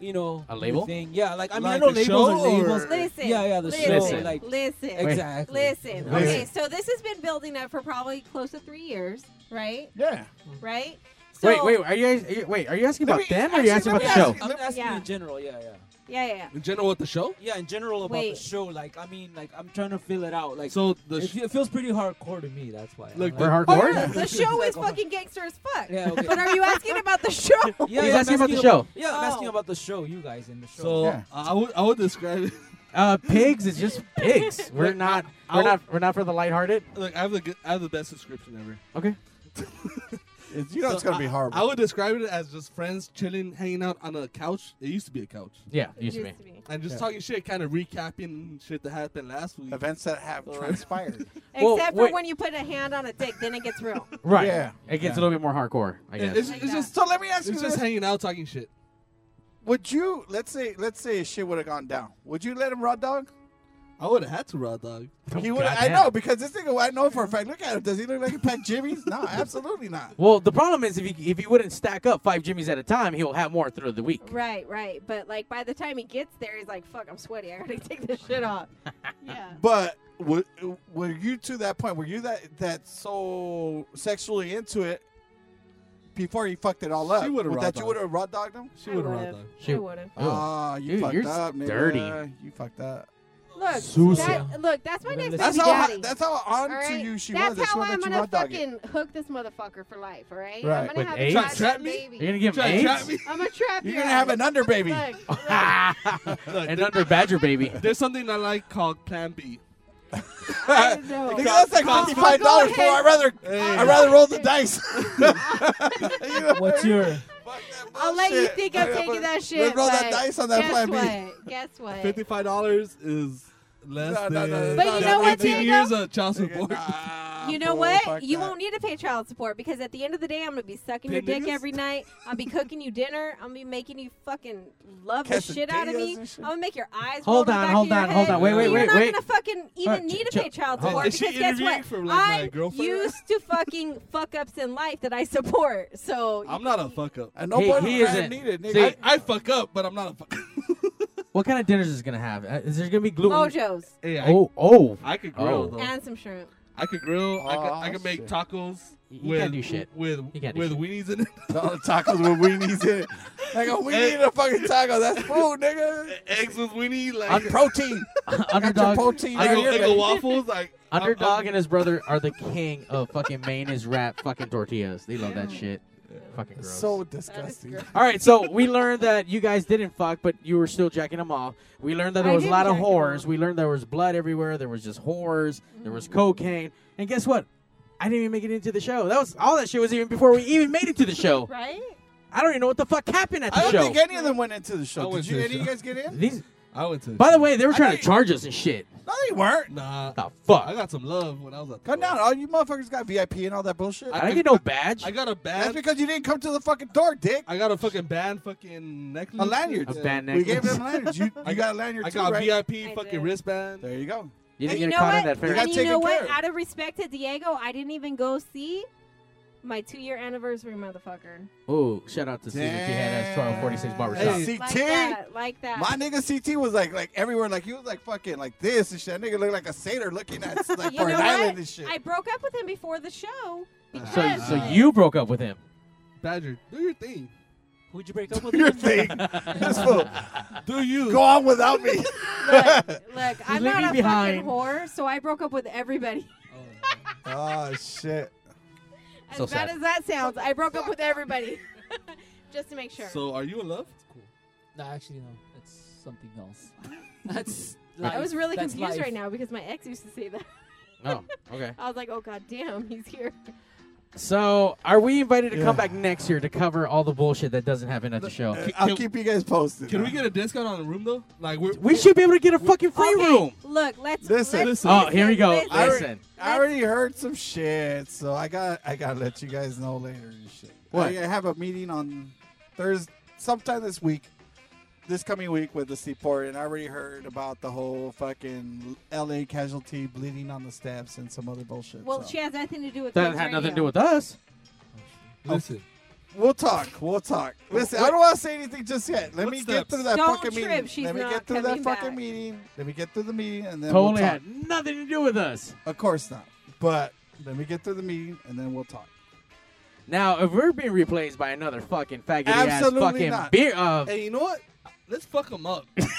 Speaker 8: you know,
Speaker 2: A
Speaker 8: your
Speaker 2: label?
Speaker 8: Thing? Yeah, like I mean, I
Speaker 2: Like
Speaker 8: know
Speaker 2: the
Speaker 8: labels
Speaker 2: show,
Speaker 8: are labels.
Speaker 2: or-
Speaker 9: Listen.
Speaker 8: Yeah, yeah, the
Speaker 9: listen,
Speaker 8: show. Like,
Speaker 9: listen.
Speaker 8: Exactly.
Speaker 9: Listen.
Speaker 8: Okay.
Speaker 9: Okay, so this has been building up for probably close to three years, right?
Speaker 3: Yeah.
Speaker 9: Right?
Speaker 2: wait, wait, are you guys? Are you, wait, are you asking about them or are you asking about the show?
Speaker 8: I'm asking
Speaker 9: Yeah.
Speaker 8: in general. Yeah, yeah.
Speaker 9: Yeah, yeah, yeah.
Speaker 5: In general, what the show?
Speaker 8: Yeah, in general about
Speaker 9: Wait.
Speaker 8: the show. Like, I mean, like I'm trying to feel it out. Like,
Speaker 5: so the
Speaker 8: it, it feels pretty hardcore to me. That's why.
Speaker 5: Look,
Speaker 8: I'm
Speaker 5: we're
Speaker 8: like,
Speaker 5: hardcore?
Speaker 9: Yeah, the show is fucking gangster as fuck.
Speaker 8: Yeah, okay.
Speaker 9: But are you asking about the show?
Speaker 8: Yeah,
Speaker 2: He's
Speaker 8: yeah, I'm
Speaker 2: asking about the
Speaker 8: about-
Speaker 2: show.
Speaker 8: Yeah, I'm asking
Speaker 9: Oh.
Speaker 8: about the show. You guys in the show.
Speaker 5: So I would I would describe it.
Speaker 2: Uh, pigs is just pigs. We're
Speaker 5: Look,
Speaker 2: not.
Speaker 5: I-
Speaker 2: We're
Speaker 5: I'll-
Speaker 2: not. We're not for the lighthearted.
Speaker 5: Look, I have the good, I have the best subscription ever.
Speaker 2: Okay.
Speaker 3: you know it's gonna
Speaker 5: I-
Speaker 3: be horrible.
Speaker 5: I would describe it as just friends chilling, hanging out on a couch. It used to be a couch.
Speaker 2: Yeah, it used to Used be.
Speaker 5: And just
Speaker 3: Yeah.
Speaker 5: talking shit, kind of recapping shit that happened last week.
Speaker 3: Events that have transpired.
Speaker 2: Well,
Speaker 9: Except
Speaker 2: wait.
Speaker 9: for when you put a hand on a dick, then it gets real.
Speaker 2: Right.
Speaker 3: Yeah.
Speaker 2: It gets a
Speaker 5: Yeah.
Speaker 2: little bit more hardcore, I guess.
Speaker 5: It's, it's just
Speaker 3: So let me ask you
Speaker 5: it's just
Speaker 3: this.
Speaker 5: hanging out, talking shit.
Speaker 3: Would you let's say let's say shit would have gone down? Would you let him raw dog?
Speaker 5: I would have had to raw dog.
Speaker 3: He would. I know because this nigga. I know for a fact. Look at him. Does he look like he pet Jimmy's? No, absolutely not.
Speaker 2: well, the problem is if he if he wouldn't stack up five jimmies at a time, he'll have more through the week.
Speaker 9: Right, right. But like by the time he gets there, he's like, "Fuck, I'm sweaty. I already take this shit off." yeah.
Speaker 3: But were, were you to that point? Were you that that so sexually into it before he fucked it all up?
Speaker 5: She would've
Speaker 3: Would
Speaker 5: raw
Speaker 3: that you
Speaker 5: dogged.
Speaker 3: would have raw dogged him.
Speaker 5: She would have raw dog.
Speaker 2: She- I
Speaker 9: would've.
Speaker 5: Uh,
Speaker 3: Ah, you
Speaker 2: Oh, Dude,
Speaker 3: fucked
Speaker 2: you're
Speaker 3: up, nigga.
Speaker 2: dirty.
Speaker 3: You fucked up.
Speaker 9: Look,
Speaker 2: Susa.
Speaker 9: that, look. That's my next
Speaker 3: That's
Speaker 9: baby
Speaker 3: how-
Speaker 9: daddy.
Speaker 3: that's how onto
Speaker 9: Alright?
Speaker 3: you she
Speaker 9: that's
Speaker 3: was, that she
Speaker 9: how
Speaker 3: wouldn't
Speaker 9: I'm
Speaker 3: let you
Speaker 9: gonna
Speaker 3: hot dog
Speaker 9: fucking hook this motherfucker for life. All right.
Speaker 3: Right.
Speaker 9: I'm gonna
Speaker 2: With
Speaker 9: have
Speaker 2: AIDS?
Speaker 9: a
Speaker 2: Trying to trap
Speaker 9: goddamn
Speaker 2: me?
Speaker 9: baby.
Speaker 2: You're gonna give him
Speaker 5: Trying to trap
Speaker 2: AIDS?
Speaker 5: me?
Speaker 9: I'm gonna trap
Speaker 3: You're
Speaker 9: your
Speaker 3: gonna have Oh,
Speaker 9: ass.
Speaker 3: an under baby.
Speaker 9: Look,
Speaker 2: and under badger baby.
Speaker 5: There's something I like called Plan B.
Speaker 3: Nigga, that's like
Speaker 6: Costco.
Speaker 3: fifty-five dollars, bro. I rather, I rather roll the dice.
Speaker 17: What's your?
Speaker 9: I'll let you think I'm
Speaker 3: Yeah,
Speaker 9: taking
Speaker 3: but
Speaker 9: that shit.
Speaker 3: let's roll that
Speaker 9: but
Speaker 3: dice on that
Speaker 9: guess
Speaker 3: plan B.
Speaker 9: what? Guess what?
Speaker 5: Fifty-five dollars is less
Speaker 3: No, no,
Speaker 5: than
Speaker 3: no, no,
Speaker 9: Eh. But you no, know no. what,
Speaker 5: eighteen
Speaker 9: Diego?
Speaker 5: years of child support.
Speaker 9: You know
Speaker 5: bro,
Speaker 9: what?
Speaker 5: fuck
Speaker 9: You
Speaker 5: that.
Speaker 3: e-
Speaker 9: won't need to pay child support because at the end of the day, I'm gonna be sucking your
Speaker 5: Pig
Speaker 9: dick
Speaker 5: niggas?
Speaker 9: every night. I'll be cooking you dinner. I'm gonna be making you fucking love the shit out of
Speaker 2: Quesadillas
Speaker 9: me.
Speaker 2: and
Speaker 9: I'm gonna make your eyes. roll
Speaker 2: Hold
Speaker 9: to the
Speaker 2: on,
Speaker 9: back
Speaker 2: hold
Speaker 9: of your
Speaker 2: on, hold
Speaker 9: head.
Speaker 2: on. Wait, wait,
Speaker 9: You're
Speaker 2: wait,
Speaker 9: not
Speaker 2: wait.
Speaker 9: gonna fucking even
Speaker 2: Uh,
Speaker 9: need to
Speaker 2: ch-
Speaker 9: pay child
Speaker 2: hold on.
Speaker 9: support
Speaker 2: Is she
Speaker 9: because guess
Speaker 5: interviewing
Speaker 9: what?
Speaker 5: for, like, my
Speaker 9: I
Speaker 5: girlfriend?
Speaker 9: used to fucking fuck ups in life that I support. So
Speaker 5: I'm not a fuck up.
Speaker 2: no He- point he of crime isn't. needed, nigga. See-
Speaker 5: I, I fuck up, but I'm not a fuck up.
Speaker 2: What kind of dinners is it gonna have? Uh, Is there gonna be gluten?
Speaker 9: Mojo's.
Speaker 5: Hey, I-
Speaker 2: oh, oh,
Speaker 5: Oh, I could grill though.
Speaker 9: and some shrimp.
Speaker 5: I could grill. I could, I
Speaker 9: Oh,
Speaker 5: could make
Speaker 9: shit.
Speaker 5: tacos.
Speaker 2: You
Speaker 5: with,
Speaker 2: can't do shit.
Speaker 5: With
Speaker 2: You can't do
Speaker 5: with
Speaker 2: shit.
Speaker 5: weenies in it.
Speaker 3: tacos with weenies in it. Like, oh, we
Speaker 5: Hey.
Speaker 3: need a fucking taco. That's food, nigga.
Speaker 5: Eggs with weenie, like
Speaker 3: On protein.
Speaker 2: Underdog.
Speaker 3: protein
Speaker 2: Under-
Speaker 3: right here,
Speaker 5: Eggo
Speaker 3: baby.
Speaker 5: waffles, like I'm-
Speaker 2: Underdog
Speaker 5: I'm-
Speaker 2: and his brother are the king of fucking Maine is wrap fucking tortillas. They love that shit. Fucking gross.
Speaker 3: So disgusting.
Speaker 2: All right, so we learned that you guys didn't fuck, but you were still jacking them off. We learned that there
Speaker 9: I
Speaker 2: was a
Speaker 9: did
Speaker 2: lot of
Speaker 9: jack 'em
Speaker 2: whores. We learned there was blood everywhere. There was just whores. There was cocaine. And guess what? I didn't even make it into the show. That was all that shit was even before we even made it to the show.
Speaker 9: Right?
Speaker 2: I don't even know what the fuck happened at the
Speaker 3: I don't
Speaker 2: show.
Speaker 3: think any of them went into the
Speaker 5: I
Speaker 3: show.
Speaker 5: went
Speaker 3: Did you,
Speaker 5: to the
Speaker 3: any of you
Speaker 5: show.
Speaker 3: guys get in?
Speaker 2: These,
Speaker 5: I went to.
Speaker 2: by the way, they were trying to charge us and shit.
Speaker 3: No, they weren't.
Speaker 5: Nah.
Speaker 2: The fuck?
Speaker 5: I got some love when I was a.
Speaker 3: Come down. All you motherfuckers got VIP and all that bullshit.
Speaker 2: I, didn't get no badge.
Speaker 5: I got a
Speaker 3: That's
Speaker 5: bad.
Speaker 3: because you didn't come to the fucking door, dick.
Speaker 5: I got a fucking band fucking necklace.
Speaker 3: A lanyard.
Speaker 2: A band
Speaker 3: We gave
Speaker 2: necklace.
Speaker 3: them lanyards. You, you
Speaker 5: I
Speaker 3: got a lanyard
Speaker 5: I
Speaker 3: too,
Speaker 5: got
Speaker 3: right?
Speaker 5: VIP fucking wristband.
Speaker 3: There you go.
Speaker 2: You
Speaker 9: And
Speaker 2: didn't
Speaker 9: you
Speaker 2: get
Speaker 9: know
Speaker 2: caught
Speaker 9: what?
Speaker 2: in that fair.
Speaker 9: And you know what? Out of respect to Diego, I didn't even go see my two-year anniversary, motherfucker.
Speaker 2: Oh, shout out to Susan P. Head at 1246 Barbershop.
Speaker 3: Hey,
Speaker 9: Like
Speaker 3: CT.
Speaker 9: that, like that.
Speaker 3: My nigga CT was like like everywhere, like he was like fucking like this and shit. That nigga looked like a satyr looking at like
Speaker 9: you know
Speaker 3: for an
Speaker 9: what?
Speaker 3: island and shit.
Speaker 9: I broke up with him before the show.
Speaker 2: So,
Speaker 9: because-
Speaker 2: so you broke up with him.
Speaker 5: Badger, do your thing.
Speaker 17: Who'd you break up with?
Speaker 3: Do your thing. This fool.
Speaker 5: Do you
Speaker 3: Go on without me.
Speaker 9: Look, I'm
Speaker 2: leave
Speaker 9: not
Speaker 2: me
Speaker 9: a
Speaker 2: behind.
Speaker 9: fucking whore, so I broke up with everybody.
Speaker 3: oh shit.
Speaker 9: As
Speaker 2: So
Speaker 9: bad
Speaker 2: sad.
Speaker 9: as that sounds, I broke up with everybody. Just to make sure.
Speaker 5: So are you in love?
Speaker 17: No, actually, no. That's something else. That's.
Speaker 9: I was really
Speaker 17: That's
Speaker 9: confused
Speaker 17: life.
Speaker 9: right now because my ex used to say that.
Speaker 2: Oh, okay.
Speaker 9: I was like, oh god damn, he's here.
Speaker 2: So, are we invited to
Speaker 3: Yeah. uh,
Speaker 2: come back next year to cover all the bullshit that doesn't happen at the show?
Speaker 3: I'll keep you guys posted.
Speaker 5: Can we get a discount on the room though? Like we're,
Speaker 2: We should be able to get a fucking free
Speaker 9: Okay,
Speaker 2: room.
Speaker 9: Look, let's
Speaker 3: Listen.
Speaker 9: let's-
Speaker 2: Oh, here we go.
Speaker 9: listen.
Speaker 3: I already-
Speaker 2: Listen.
Speaker 3: I already heard some shit, so I got I gotta let you guys know later and shit.
Speaker 2: What?
Speaker 3: I have a meeting on Thursday sometime this week. This coming week with the Seaport, and I already heard about the whole fucking LA casualty bleeding on the steps and some other bullshit.
Speaker 9: Well,
Speaker 3: so.
Speaker 9: she has nothing to do with
Speaker 2: That
Speaker 9: Pigs
Speaker 2: had nothing to do
Speaker 9: Radio.
Speaker 2: with us.
Speaker 5: Listen,
Speaker 3: We'll talk. We'll talk. Listen, I don't want to say anything just yet. Let me
Speaker 5: What's
Speaker 3: get
Speaker 5: up?
Speaker 3: through that
Speaker 9: Don't
Speaker 3: fucking
Speaker 9: trip.
Speaker 3: meeting.
Speaker 9: She's
Speaker 3: Let me
Speaker 9: not
Speaker 3: get through that
Speaker 9: coming
Speaker 3: fucking
Speaker 9: back.
Speaker 3: meeting. Let me get through the meeting, and then
Speaker 2: Totally
Speaker 3: we'll talk.
Speaker 2: had nothing to do with us.
Speaker 3: Of course not. But let me get through the meeting, and then we'll talk.
Speaker 2: Now, if we're being replaced by another fucking faggot ass
Speaker 3: Absolutely
Speaker 2: fucking
Speaker 3: not.
Speaker 2: beer, uh,
Speaker 5: hey, you know what? Let's fuck them up.
Speaker 9: Let's,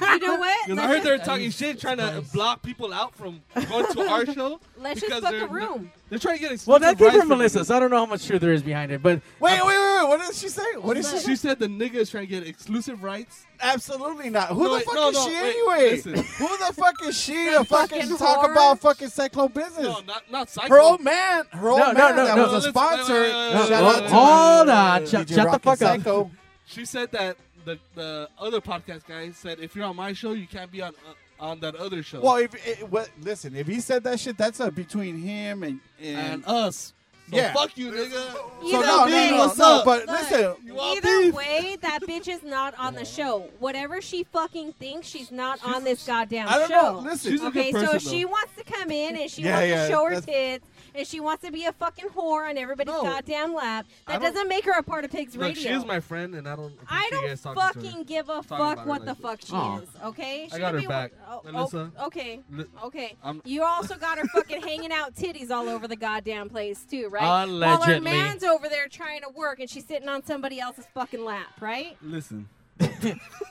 Speaker 9: you know what?
Speaker 5: Because I
Speaker 9: Let's
Speaker 5: heard they're
Speaker 9: just-
Speaker 5: talking shit, trying to block people out from going to our show.
Speaker 9: Let's just
Speaker 5: because
Speaker 9: book
Speaker 5: they're
Speaker 9: a room.
Speaker 5: not- they're trying to get
Speaker 2: well,
Speaker 5: exclusive
Speaker 2: that came
Speaker 5: rights
Speaker 2: from Melissa, so I don't know how much truth there is behind it, but
Speaker 3: Wait, wait, wait, wait. What did she say? What did she
Speaker 5: She said the nigga is trying to get exclusive rights.
Speaker 3: Absolutely not. Who
Speaker 5: No,
Speaker 3: the
Speaker 5: wait,
Speaker 3: fuck
Speaker 5: no,
Speaker 3: is
Speaker 5: no,
Speaker 3: she
Speaker 5: wait,
Speaker 3: anyway?
Speaker 5: listen.
Speaker 3: Who the fuck is she to fucking,
Speaker 9: fucking
Speaker 3: talk
Speaker 9: whore.
Speaker 3: about fucking cyclo business?
Speaker 5: No, not not psycho.
Speaker 3: her old man, her old
Speaker 2: No, no,
Speaker 3: man
Speaker 2: no,
Speaker 3: that
Speaker 2: no.
Speaker 3: was a
Speaker 5: No, let's-
Speaker 3: sponsor.
Speaker 5: wait, wait, wait,
Speaker 2: No,
Speaker 5: wait,
Speaker 3: Shout
Speaker 2: wait,
Speaker 3: out to
Speaker 2: hold
Speaker 8: uh,
Speaker 2: on. Shut-
Speaker 3: DJ
Speaker 2: shut the
Speaker 3: Rockin'
Speaker 2: fuck up.
Speaker 3: Psycho.
Speaker 5: She said that the the other podcast guy said if you're on my show, you can't be on uh, on that other show.
Speaker 3: Well, if it, well, listen, if he said that shit, that's uh, between him and and,
Speaker 8: uh,
Speaker 5: and us. So
Speaker 3: Yeah.
Speaker 5: fuck you, nigga.
Speaker 3: so
Speaker 9: Either
Speaker 3: no, no,
Speaker 9: way,
Speaker 3: no,
Speaker 5: what's
Speaker 3: no,
Speaker 5: up?
Speaker 3: But
Speaker 9: Look,
Speaker 3: listen,
Speaker 5: You all
Speaker 9: Either
Speaker 5: beef.
Speaker 9: way, that bitch is not on the show. Whatever she fucking thinks, she's not on this goddamn
Speaker 3: I don't
Speaker 9: show.
Speaker 3: know. Listen,
Speaker 5: She's a
Speaker 9: okay,
Speaker 5: good person,
Speaker 9: so if she
Speaker 5: though.
Speaker 9: wants to come in and she
Speaker 3: Yeah,
Speaker 9: wants
Speaker 3: yeah,
Speaker 9: to show her
Speaker 3: that's-
Speaker 9: tits and she wants to be a fucking whore on everybody's
Speaker 5: No.
Speaker 9: goddamn lap,
Speaker 5: I
Speaker 9: that
Speaker 5: don't-
Speaker 9: doesn't make her a part of Pigs
Speaker 5: Look,
Speaker 9: Radio.
Speaker 5: she is my friend, and I don't.
Speaker 9: I
Speaker 5: appreciate you
Speaker 9: don't
Speaker 5: guys talking to her.
Speaker 9: fucking give a
Speaker 5: Talking about
Speaker 9: fuck
Speaker 5: her
Speaker 9: what the
Speaker 5: like
Speaker 9: fuck she
Speaker 2: Aw.
Speaker 9: is. Okay,
Speaker 5: I
Speaker 9: She
Speaker 5: got
Speaker 9: could
Speaker 5: her
Speaker 9: be
Speaker 5: back.
Speaker 9: one- oh,
Speaker 5: Melissa.
Speaker 9: oh, okay,
Speaker 5: Li-
Speaker 9: okay.
Speaker 5: I'm-
Speaker 9: You also got her fucking hanging out titties all over the goddamn place too, right? While her
Speaker 2: Allegedly.
Speaker 9: man's over there trying to work and she's sitting on somebody else's fucking lap, right?
Speaker 5: Listen,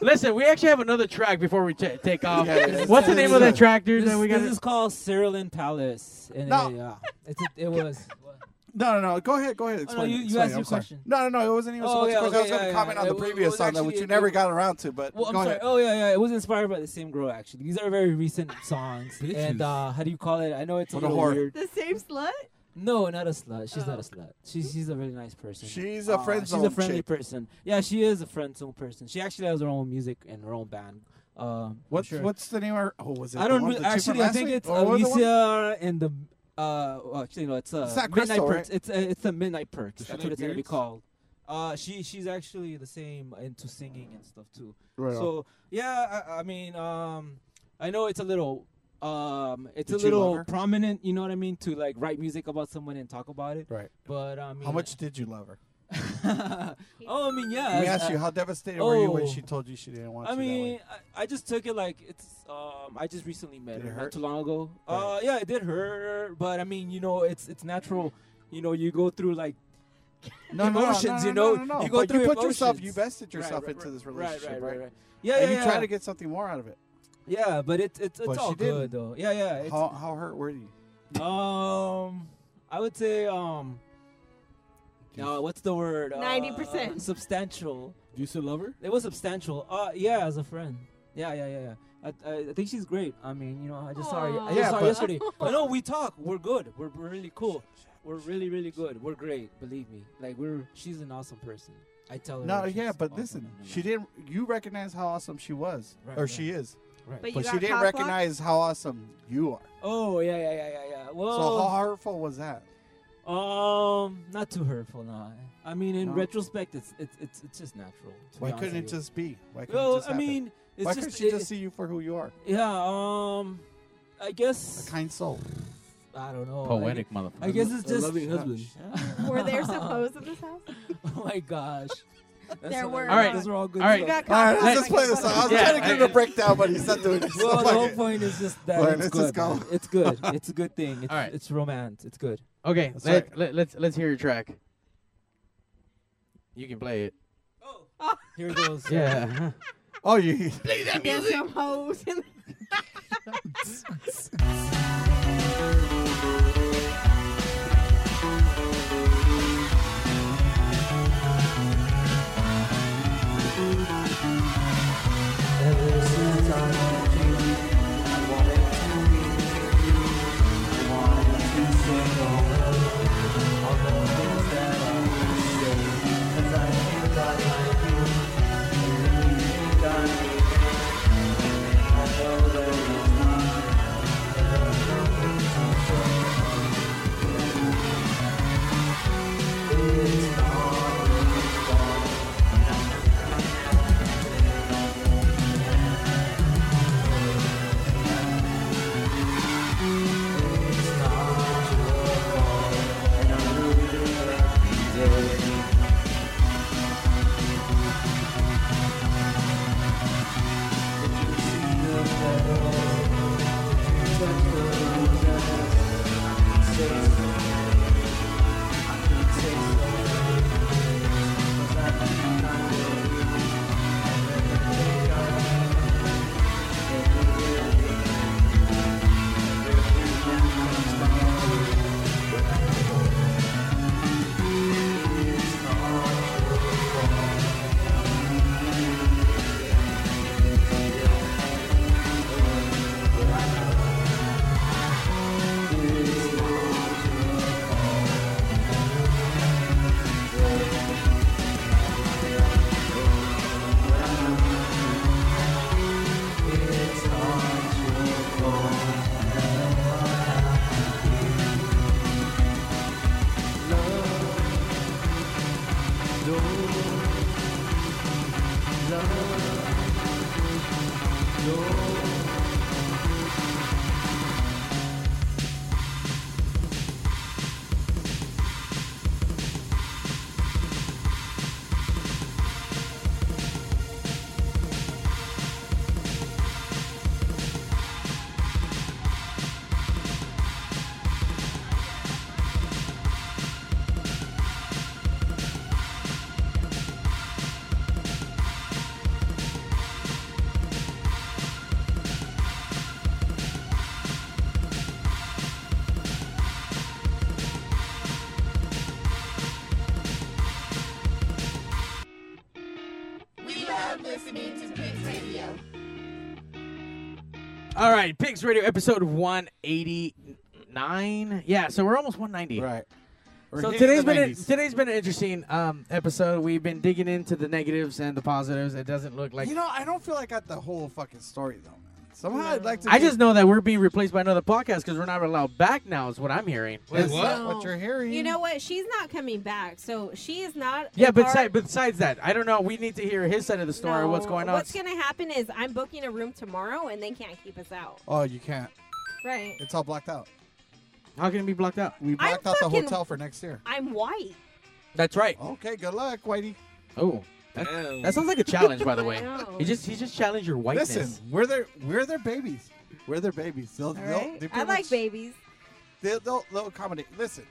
Speaker 2: listen, we actually have another track before we ta take off.
Speaker 3: Yeah, yeah,
Speaker 2: What's the
Speaker 3: yeah,
Speaker 2: name of that
Speaker 3: yeah.
Speaker 2: track, dude?
Speaker 17: This,
Speaker 2: That we
Speaker 17: this
Speaker 2: got.
Speaker 17: is called Cerulean Palace. And
Speaker 3: No.
Speaker 17: it, uh, it's a, it was.
Speaker 3: No, no, no. Go ahead. Go ahead.
Speaker 8: Oh, no,
Speaker 3: Explain.
Speaker 8: you-
Speaker 3: it,
Speaker 8: you
Speaker 3: explain it,
Speaker 8: asked your
Speaker 3: I'm sorry.
Speaker 8: question.
Speaker 3: No, no, no. It wasn't even
Speaker 8: Oh,
Speaker 3: so much
Speaker 8: yeah,
Speaker 3: because I was
Speaker 8: okay,
Speaker 3: going to
Speaker 8: yeah,
Speaker 3: comment
Speaker 8: yeah.
Speaker 3: on
Speaker 8: It
Speaker 3: the
Speaker 8: wa- it
Speaker 3: previous
Speaker 8: was
Speaker 3: song, that
Speaker 8: actually-
Speaker 3: which you
Speaker 8: it
Speaker 3: never
Speaker 8: was-
Speaker 3: got around to. But
Speaker 8: Well, I'm
Speaker 3: go
Speaker 8: sorry.
Speaker 3: ahead.
Speaker 8: Oh yeah, yeah. It was inspired by the same girl actually. These are very recent songs. And
Speaker 3: Bitches.
Speaker 8: uh, how do you call it? I know it's a
Speaker 3: What a
Speaker 8: little
Speaker 3: whore. Oh.
Speaker 8: weird.
Speaker 4: The same slut?
Speaker 8: No, not a slut. She's not a slut. She's she's a really nice person.
Speaker 3: She's a
Speaker 8: Uh,
Speaker 3: friend
Speaker 8: She's
Speaker 3: zone
Speaker 8: a friendly
Speaker 3: chick.
Speaker 8: person. Yeah, she is a friend zone person. She actually has her own music and her own band. Um,
Speaker 3: What's
Speaker 8: sure.
Speaker 3: what's the name? Or, oh, was it?
Speaker 8: I
Speaker 3: the
Speaker 8: don't
Speaker 3: one-
Speaker 8: re-
Speaker 3: the chick from
Speaker 8: actually. I
Speaker 3: last
Speaker 8: think
Speaker 3: week?
Speaker 8: it's
Speaker 3: Or was it one-
Speaker 8: Alicia and the uh. Well, actually, no. It's uh.
Speaker 3: It's not
Speaker 8: Midnight
Speaker 3: Crystal,
Speaker 8: Perks.
Speaker 3: right?
Speaker 8: It's uh, it's the Midnight Perks.
Speaker 3: Does she
Speaker 8: That's
Speaker 3: like
Speaker 8: what it's gonna be
Speaker 3: beards?
Speaker 8: called. Uh, she she's actually the same into singing and stuff too.
Speaker 3: Right on.
Speaker 8: So yeah, I, I mean, um, I know it's a little, um, it's
Speaker 3: Did
Speaker 8: a
Speaker 3: you love
Speaker 8: little
Speaker 3: her?
Speaker 8: prominent. You know what I mean? To like write music about someone and talk about it.
Speaker 3: Right.
Speaker 8: But I mean,
Speaker 3: How much did you love her?
Speaker 8: Oh, I mean, yeah.
Speaker 3: Let me
Speaker 8: as-
Speaker 3: ask you,
Speaker 8: uh,
Speaker 3: how devastated were you when
Speaker 8: oh.
Speaker 3: she told you she didn't want
Speaker 8: I
Speaker 3: you? that
Speaker 8: mean, I, I just took it like it's. Um, I just recently met
Speaker 3: Did
Speaker 8: her
Speaker 3: it
Speaker 8: not
Speaker 3: hurt?
Speaker 8: too long ago. Uh, yeah, it did hurt, but I mean, you know, it's it's natural. You know, you go through like
Speaker 3: No, no, no,
Speaker 8: emotions.
Speaker 3: no, no,
Speaker 8: you know,
Speaker 3: no, no, no.
Speaker 8: you go
Speaker 3: But you
Speaker 8: through
Speaker 3: put yourself-
Speaker 8: emotions.
Speaker 3: you vested
Speaker 8: Right,
Speaker 3: yourself
Speaker 8: right,
Speaker 3: into this
Speaker 8: right,
Speaker 3: relationship,
Speaker 8: Right, right,
Speaker 3: right?
Speaker 8: right. Yeah,
Speaker 3: and
Speaker 8: yeah,
Speaker 3: you try
Speaker 8: yeah.
Speaker 3: to get something more out of it.
Speaker 8: Yeah, but it's it's it's
Speaker 3: But
Speaker 8: all
Speaker 3: she didn't.
Speaker 8: good though. Yeah, yeah. It's,
Speaker 3: How how hurt were you?
Speaker 8: um, I would say um. No, what's the word?
Speaker 4: 90%.
Speaker 8: Uh, substantial.
Speaker 5: Do you still love her?
Speaker 8: It was substantial. Uh, yeah, as a friend. Yeah, yeah, yeah, yeah. I- I, I think she's great. I mean, you know, I just saw her. I just
Speaker 3: Yeah,
Speaker 8: saw her
Speaker 3: but-
Speaker 8: yesterday. but no, we talk. We're good. We're, we're really cool. We're really, really good. We're great. Believe me. Like we're. She's an awesome person. I tell her.
Speaker 3: No,
Speaker 8: she's
Speaker 3: yeah, but
Speaker 8: awesome
Speaker 3: listen,
Speaker 8: and I
Speaker 3: she didn't. You recognize how awesome she was,
Speaker 8: Right,
Speaker 3: or
Speaker 8: right.
Speaker 3: she is.
Speaker 8: Right. But
Speaker 3: But,
Speaker 8: you
Speaker 3: she
Speaker 8: got
Speaker 3: didn't
Speaker 8: cock blocked?
Speaker 3: recognize how awesome you are.
Speaker 8: Oh yeah, yeah, yeah, yeah, yeah. Well,
Speaker 3: So how hurtful was that?
Speaker 8: Um, not too hurtful. No, I mean, in
Speaker 3: No?
Speaker 8: retrospect, it's it's it's, it's just natural. to
Speaker 3: Why
Speaker 8: be honest
Speaker 3: couldn't
Speaker 8: with
Speaker 3: it
Speaker 8: you.
Speaker 3: just be? Why couldn't it
Speaker 8: well,
Speaker 3: just
Speaker 8: I
Speaker 3: happen?
Speaker 8: mean, it's
Speaker 3: Why
Speaker 8: just,
Speaker 3: couldn't she
Speaker 8: it-
Speaker 3: just see you for who you are?
Speaker 8: Yeah. Um, I guess a
Speaker 3: kind soul.
Speaker 8: I don't know.
Speaker 2: Poetic
Speaker 8: I, gu-
Speaker 2: motherfucker.
Speaker 8: I guess it's
Speaker 5: A
Speaker 8: just
Speaker 5: loving husband.
Speaker 4: Were there some hoes in this house?
Speaker 8: oh my gosh. That's
Speaker 4: There
Speaker 8: what-
Speaker 4: were uh,
Speaker 8: All right. Those were all good.
Speaker 2: All right.
Speaker 8: stuff.
Speaker 2: Got
Speaker 3: All right, let's just play this song. I was
Speaker 8: Yeah.
Speaker 3: trying to give him a breakdown, but he's not doing it. so
Speaker 8: Well, the
Speaker 3: fuck
Speaker 8: whole
Speaker 3: it.
Speaker 8: point is just that
Speaker 3: All right,
Speaker 8: it's
Speaker 3: let's
Speaker 8: good.
Speaker 3: just go.
Speaker 8: man. It's good. It's a good thing. It's,
Speaker 2: All right.
Speaker 8: it's romance. It's good.
Speaker 2: Okay,
Speaker 8: That's
Speaker 2: let, let, let's let's hear your track. You can play it.
Speaker 8: Here goes.
Speaker 2: Yeah.
Speaker 3: oh, you.
Speaker 2: Play that
Speaker 4: There's some hoes in
Speaker 1: Ever since I met you, I wanted to be with you. I wanted to say all the, all the things that I would say. 'Cause I think I like you. You really think I need you. I know that it's not. I love you
Speaker 18: listening to Pigs Radio.
Speaker 2: All right, Pigs Radio episode 189. Yeah, so we're almost 190. Right.
Speaker 3: We're
Speaker 2: so
Speaker 3: hitting
Speaker 2: today's
Speaker 3: the
Speaker 2: been a,
Speaker 3: 90s.
Speaker 2: today's been an interesting um, episode. We've been digging into the negatives and the positives. It doesn't look like
Speaker 3: you know, I don't feel like I got the whole fucking story though, man. Somehow I'd like to.
Speaker 2: I
Speaker 3: think
Speaker 2: just know that we're being replaced by another podcast because we're not allowed back now. Is what I'm hearing.
Speaker 3: that's not what you're hearing.
Speaker 9: You know what? She's not coming back, so she is not.
Speaker 2: Yeah,
Speaker 9: a
Speaker 2: but
Speaker 9: part-
Speaker 2: si- besides that, I don't know. We need to hear his side of the story. What's
Speaker 9: No,
Speaker 2: going on?
Speaker 9: What's gonna happen is I'm booking a room tomorrow, and they can't keep us out.
Speaker 3: Oh, you can't.
Speaker 9: Right?
Speaker 3: It's all blocked out.
Speaker 2: How can it be blocked out?
Speaker 3: We blocked out the
Speaker 9: fucking-
Speaker 3: hotel for next year.
Speaker 9: I'm white.
Speaker 2: That's right.
Speaker 3: Okay, good luck, Whitey.
Speaker 2: Oh, that,
Speaker 3: Damn.
Speaker 2: that sounds like a challenge, by the way.
Speaker 3: I know.
Speaker 2: He just he just challenged your whiteness.
Speaker 3: Listen, we're their we're their babies. We're their babies. They'll,
Speaker 9: All
Speaker 3: they'll,
Speaker 9: right?
Speaker 3: they
Speaker 9: I
Speaker 3: pretty
Speaker 9: like
Speaker 3: much-
Speaker 9: babies.
Speaker 3: They'll, they'll, they'll accommodate. Listen,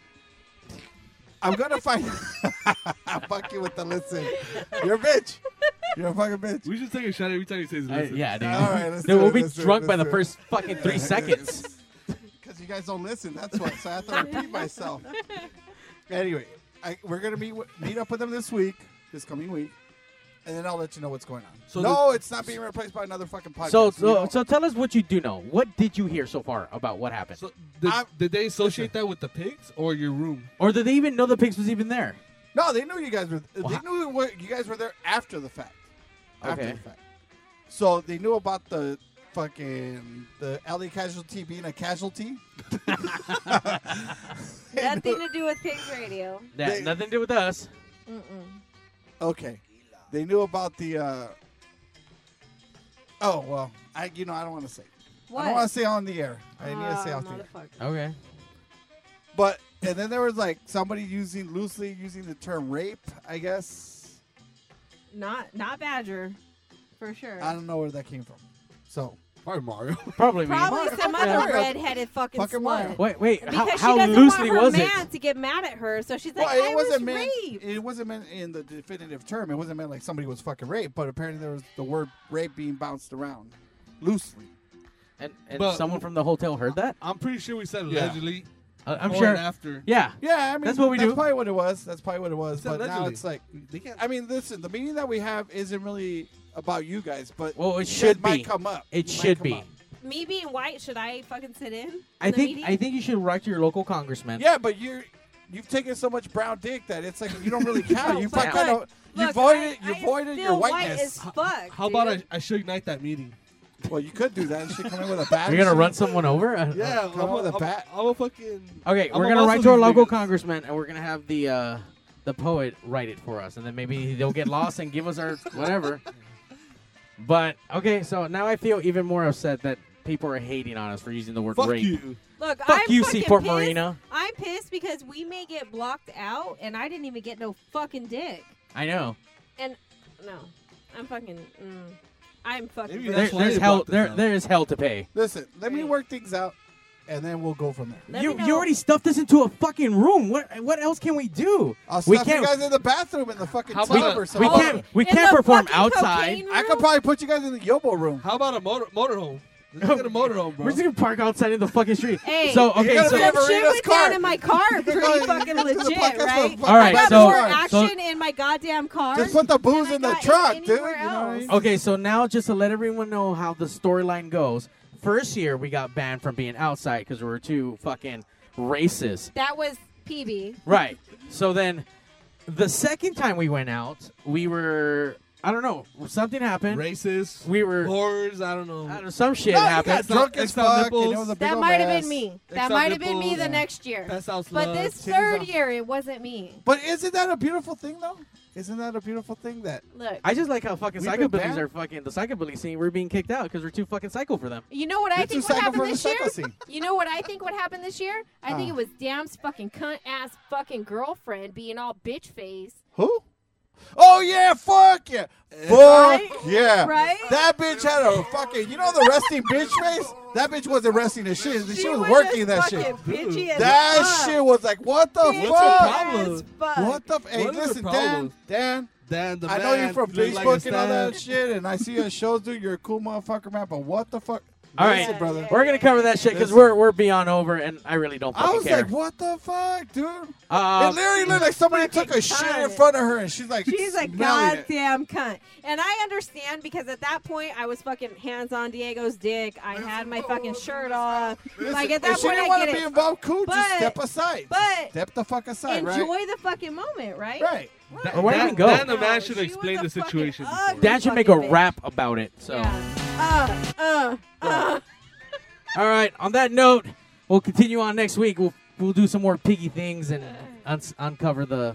Speaker 3: I'm gonna find. Fuck you with the listen. You're a bitch. You're a fucking bitch.
Speaker 5: We should take a shot every time he says
Speaker 2: I-
Speaker 5: listen.
Speaker 2: yeah, dude.
Speaker 3: All right, let's
Speaker 2: dude,
Speaker 3: do it,
Speaker 2: we'll be
Speaker 3: let's do it,
Speaker 2: drunk by
Speaker 3: let's do
Speaker 2: the
Speaker 3: it.
Speaker 2: first fucking three seconds.
Speaker 3: Because you guys don't listen. That's why. So I have to repeat myself. Anyway, I, we're gonna meet wi- meet up with them this week, this coming week, and then I'll let you know what's going on.
Speaker 2: So
Speaker 3: no,
Speaker 2: the-
Speaker 3: it's not being replaced by another fucking podcast.
Speaker 2: So,
Speaker 3: We
Speaker 2: so,
Speaker 3: don't-
Speaker 2: so tell us what you do know. What did you hear so far about what happened?
Speaker 5: Did, did they associate that with the pigs or your room?
Speaker 2: or did they even know the pigs was even there?
Speaker 3: no, they knew you guys were. They knew what, you guys were there after the fact. After
Speaker 2: Okay.
Speaker 3: the fact. So they knew about the fucking the LA casualty being a casualty.
Speaker 9: Nothing to do with Pigs Radio.
Speaker 2: That nothing to do with us.
Speaker 9: Mm-mm.
Speaker 3: Okay. They knew about the. Uh, oh well, I you know I don't want to say. I
Speaker 9: What?
Speaker 3: don't want to say on the air. I need to say
Speaker 9: Oh,
Speaker 3: off the air.
Speaker 2: Okay.
Speaker 3: But and then there was like somebody using loosely using the term rape. I guess
Speaker 9: Not not Badger, for sure.
Speaker 3: I don't know where that came from. So probably Mario.
Speaker 2: Probably
Speaker 9: Probably some other redheaded fucking,
Speaker 3: Fucking
Speaker 9: slut.
Speaker 3: Mario.
Speaker 2: Wait, wait.
Speaker 9: Because
Speaker 2: how
Speaker 9: she
Speaker 2: how
Speaker 9: doesn't
Speaker 2: loosely
Speaker 9: want her
Speaker 2: was it?
Speaker 9: man to get mad at her, so she's like,
Speaker 3: Well,
Speaker 9: "I
Speaker 3: it wasn't
Speaker 9: was
Speaker 3: meant.
Speaker 9: raped."
Speaker 3: It wasn't meant in the definitive term. It wasn't meant like somebody was fucking raped, but apparently there was the word rape being bounced around loosely.
Speaker 2: And, and
Speaker 5: But-
Speaker 2: someone from the hotel heard that.
Speaker 5: I'm pretty sure we said
Speaker 3: Yeah.
Speaker 5: allegedly.
Speaker 2: Uh, I'm
Speaker 5: before
Speaker 2: sure.
Speaker 5: and after.
Speaker 2: Yeah.
Speaker 3: Yeah, I mean
Speaker 2: that's what we
Speaker 3: that's
Speaker 2: do.
Speaker 3: Probably what it was. That's probably what it was.
Speaker 5: It's
Speaker 3: but now
Speaker 5: allegedly.
Speaker 3: it's like, I mean, listen, the meeting that we have isn't really about you guys, but
Speaker 2: well, it
Speaker 3: you guys
Speaker 2: should be.
Speaker 3: Might come up.
Speaker 2: It
Speaker 3: might
Speaker 2: should
Speaker 3: come
Speaker 2: be.
Speaker 3: up.
Speaker 9: Me being white, should I fucking sit in?
Speaker 2: I
Speaker 9: in the
Speaker 2: think
Speaker 9: meeting?
Speaker 2: I think you should write to your local congressman.
Speaker 3: Yeah, but you're you've taken so much brown dick that it's like you don't really count. you
Speaker 2: but
Speaker 3: fucking
Speaker 2: look,
Speaker 3: you
Speaker 9: look,
Speaker 3: voided
Speaker 9: I-
Speaker 3: you
Speaker 9: I
Speaker 3: voided your
Speaker 9: feel white
Speaker 3: whiteness.
Speaker 9: as fuck,
Speaker 5: How about I, I should ignite that meeting?
Speaker 3: Well, you could do that. You should come in with a bat.
Speaker 2: You're gonna run someone over?
Speaker 5: Yeah,
Speaker 3: come
Speaker 5: I'm
Speaker 3: with a
Speaker 5: I'm
Speaker 3: bat.
Speaker 5: I'm a fucking.
Speaker 2: Okay,
Speaker 5: I'm
Speaker 2: we're
Speaker 5: a
Speaker 2: gonna
Speaker 5: muscle
Speaker 2: write to our
Speaker 5: these
Speaker 2: local
Speaker 5: niggas.
Speaker 2: congressman, and we're gonna have the uh, the poet write it for us, and then maybe they'll get lost and give us our whatever. But okay, so now I feel even more upset that people are hating on us for using the word
Speaker 5: Fuck
Speaker 2: rape.
Speaker 5: you.
Speaker 9: Look,
Speaker 2: Fuck
Speaker 9: I'm
Speaker 2: you,
Speaker 9: fucking
Speaker 2: Seaport
Speaker 9: pissed.
Speaker 2: Marina.
Speaker 9: I'm pissed because we may get blocked out, and I didn't even get no fucking dick.
Speaker 2: I know.
Speaker 9: And no, I'm fucking. Mm, I'm fucking.
Speaker 3: Maybe
Speaker 9: pissed.
Speaker 2: There,
Speaker 3: That's why
Speaker 2: there's
Speaker 3: they
Speaker 2: hell.
Speaker 3: blocked us
Speaker 2: There,
Speaker 3: out.
Speaker 2: there is hell to pay.
Speaker 3: Listen, let me work things out, and then we'll go from there.
Speaker 9: Let
Speaker 2: you
Speaker 9: me
Speaker 2: you
Speaker 9: know.
Speaker 2: already stuffed us into a fucking room. What what else can we do?
Speaker 3: I'll
Speaker 2: we
Speaker 3: stuff you guys in the bathroom in the fucking
Speaker 5: How
Speaker 3: tub
Speaker 5: about a-
Speaker 3: or
Speaker 2: we
Speaker 4: Oh,
Speaker 3: something.
Speaker 2: can't we
Speaker 9: In
Speaker 2: can't
Speaker 9: the
Speaker 2: perform
Speaker 9: fucking
Speaker 2: outside.
Speaker 9: cocaine
Speaker 3: I could probably put you guys in the yobo room.
Speaker 5: How about a motor motorhome? Let's get a motorhome, bro.
Speaker 2: We're just gonna park outside in the fucking street.
Speaker 9: Hey,
Speaker 2: so okay,
Speaker 3: gotta
Speaker 2: so
Speaker 3: be a
Speaker 9: Some shit
Speaker 3: Marina's
Speaker 9: went
Speaker 3: car.
Speaker 9: down in my car, pretty
Speaker 3: Because
Speaker 9: fucking
Speaker 3: it's the
Speaker 9: legit,
Speaker 3: podcast for
Speaker 9: right?
Speaker 3: fucking
Speaker 2: All right,
Speaker 9: I got
Speaker 2: so-
Speaker 9: more
Speaker 2: so-
Speaker 9: action in my goddamn car.
Speaker 3: Just put the booze
Speaker 9: than I
Speaker 3: in the
Speaker 9: got
Speaker 3: truck, dude. You know
Speaker 9: anywhere
Speaker 3: what I mean?
Speaker 2: Okay, so now just to let everyone know how the storyline goes. First year we got banned from being outside because we were too fucking racist.
Speaker 9: that was PB.
Speaker 2: Right. So then the second time we went out, we were I don't know, something happened.
Speaker 5: Racist.
Speaker 2: We were
Speaker 5: Whores. I don't know.
Speaker 2: I don't know, some shit
Speaker 3: Oh. No, Oh, you
Speaker 2: happened.
Speaker 3: got drunk as
Speaker 5: Extra
Speaker 3: fuck.
Speaker 5: nipples.
Speaker 3: And it was a big
Speaker 4: That
Speaker 3: old
Speaker 4: might have
Speaker 3: ass.
Speaker 4: been me. That
Speaker 5: Except
Speaker 4: might have been me
Speaker 5: nipples.
Speaker 4: the
Speaker 5: Yeah.
Speaker 4: next year.
Speaker 5: That's how
Speaker 4: But
Speaker 5: slugs,
Speaker 4: this
Speaker 3: titties
Speaker 4: third
Speaker 3: off.
Speaker 4: year, it wasn't me.
Speaker 3: But isn't that a beautiful thing, though? Isn't that a beautiful thing that
Speaker 4: Look,
Speaker 2: I just like how fucking
Speaker 3: We've been
Speaker 2: psychobillies
Speaker 3: banned?
Speaker 2: are fucking the psychobilly scene. We're being kicked out because we're too fucking psycho for them.
Speaker 4: you know what I
Speaker 3: You're too
Speaker 4: think what
Speaker 3: psycho for
Speaker 4: happened
Speaker 3: the
Speaker 4: this year?
Speaker 3: psycho scene.
Speaker 4: You know what I think what happened this year? I think
Speaker 3: Ah.
Speaker 4: it was Dam's fucking cunt ass fucking girlfriend being all bitch face.
Speaker 3: Who? Oh yeah, fuck yeah,
Speaker 5: Eh,
Speaker 3: fuck
Speaker 4: Right?
Speaker 3: yeah.
Speaker 4: Right?
Speaker 3: That bitch had a fucking. You know the resting bitch face. That bitch wasn't resting the shit. She, was, working that shit. That shit was like, what the
Speaker 5: What's
Speaker 3: fuck?
Speaker 5: the problem?
Speaker 3: What the? F- hey,
Speaker 5: What is the
Speaker 3: listen, Dan.
Speaker 5: problem?
Speaker 3: Dan.
Speaker 5: Dan, the
Speaker 3: I know
Speaker 5: man,
Speaker 3: you from
Speaker 5: look like
Speaker 3: Facebook
Speaker 5: a
Speaker 3: and all that
Speaker 5: stan.
Speaker 3: shit, and I see your shows, dude. You're a cool motherfucker, man. But what the fuck?
Speaker 2: All right,
Speaker 3: Listen, brother.
Speaker 2: We're gonna cover that shit because we're we're beyond over, and I really don't
Speaker 3: I
Speaker 2: fucking
Speaker 3: was
Speaker 2: care.
Speaker 3: like, what the fuck, dude?
Speaker 2: Uh,
Speaker 3: it literally looked like somebody took a shit in front of her, and she's like,
Speaker 9: She's a
Speaker 3: smelling it.
Speaker 9: goddamn cunt. And I understand because at that point I was fucking hands on Diego's dick. I had my fucking shirt off. Like at
Speaker 3: If
Speaker 9: that
Speaker 3: she
Speaker 9: point
Speaker 3: didn't
Speaker 9: I
Speaker 3: wanna
Speaker 9: get
Speaker 3: be
Speaker 9: it.
Speaker 3: involved, cool. just
Speaker 9: But-
Speaker 3: step aside.
Speaker 9: But
Speaker 3: step the fuck aside,
Speaker 9: enjoy
Speaker 3: right?
Speaker 9: the fucking moment, right?
Speaker 3: Right.
Speaker 2: That- Where did it go?
Speaker 5: Dan the man should explain the situation. before.
Speaker 2: Dan should make a rap about it. So,
Speaker 9: Uh, uh, uh.
Speaker 2: all right. On that note, we'll continue on next week. We'll we'll do some more piggy things and un- uncover the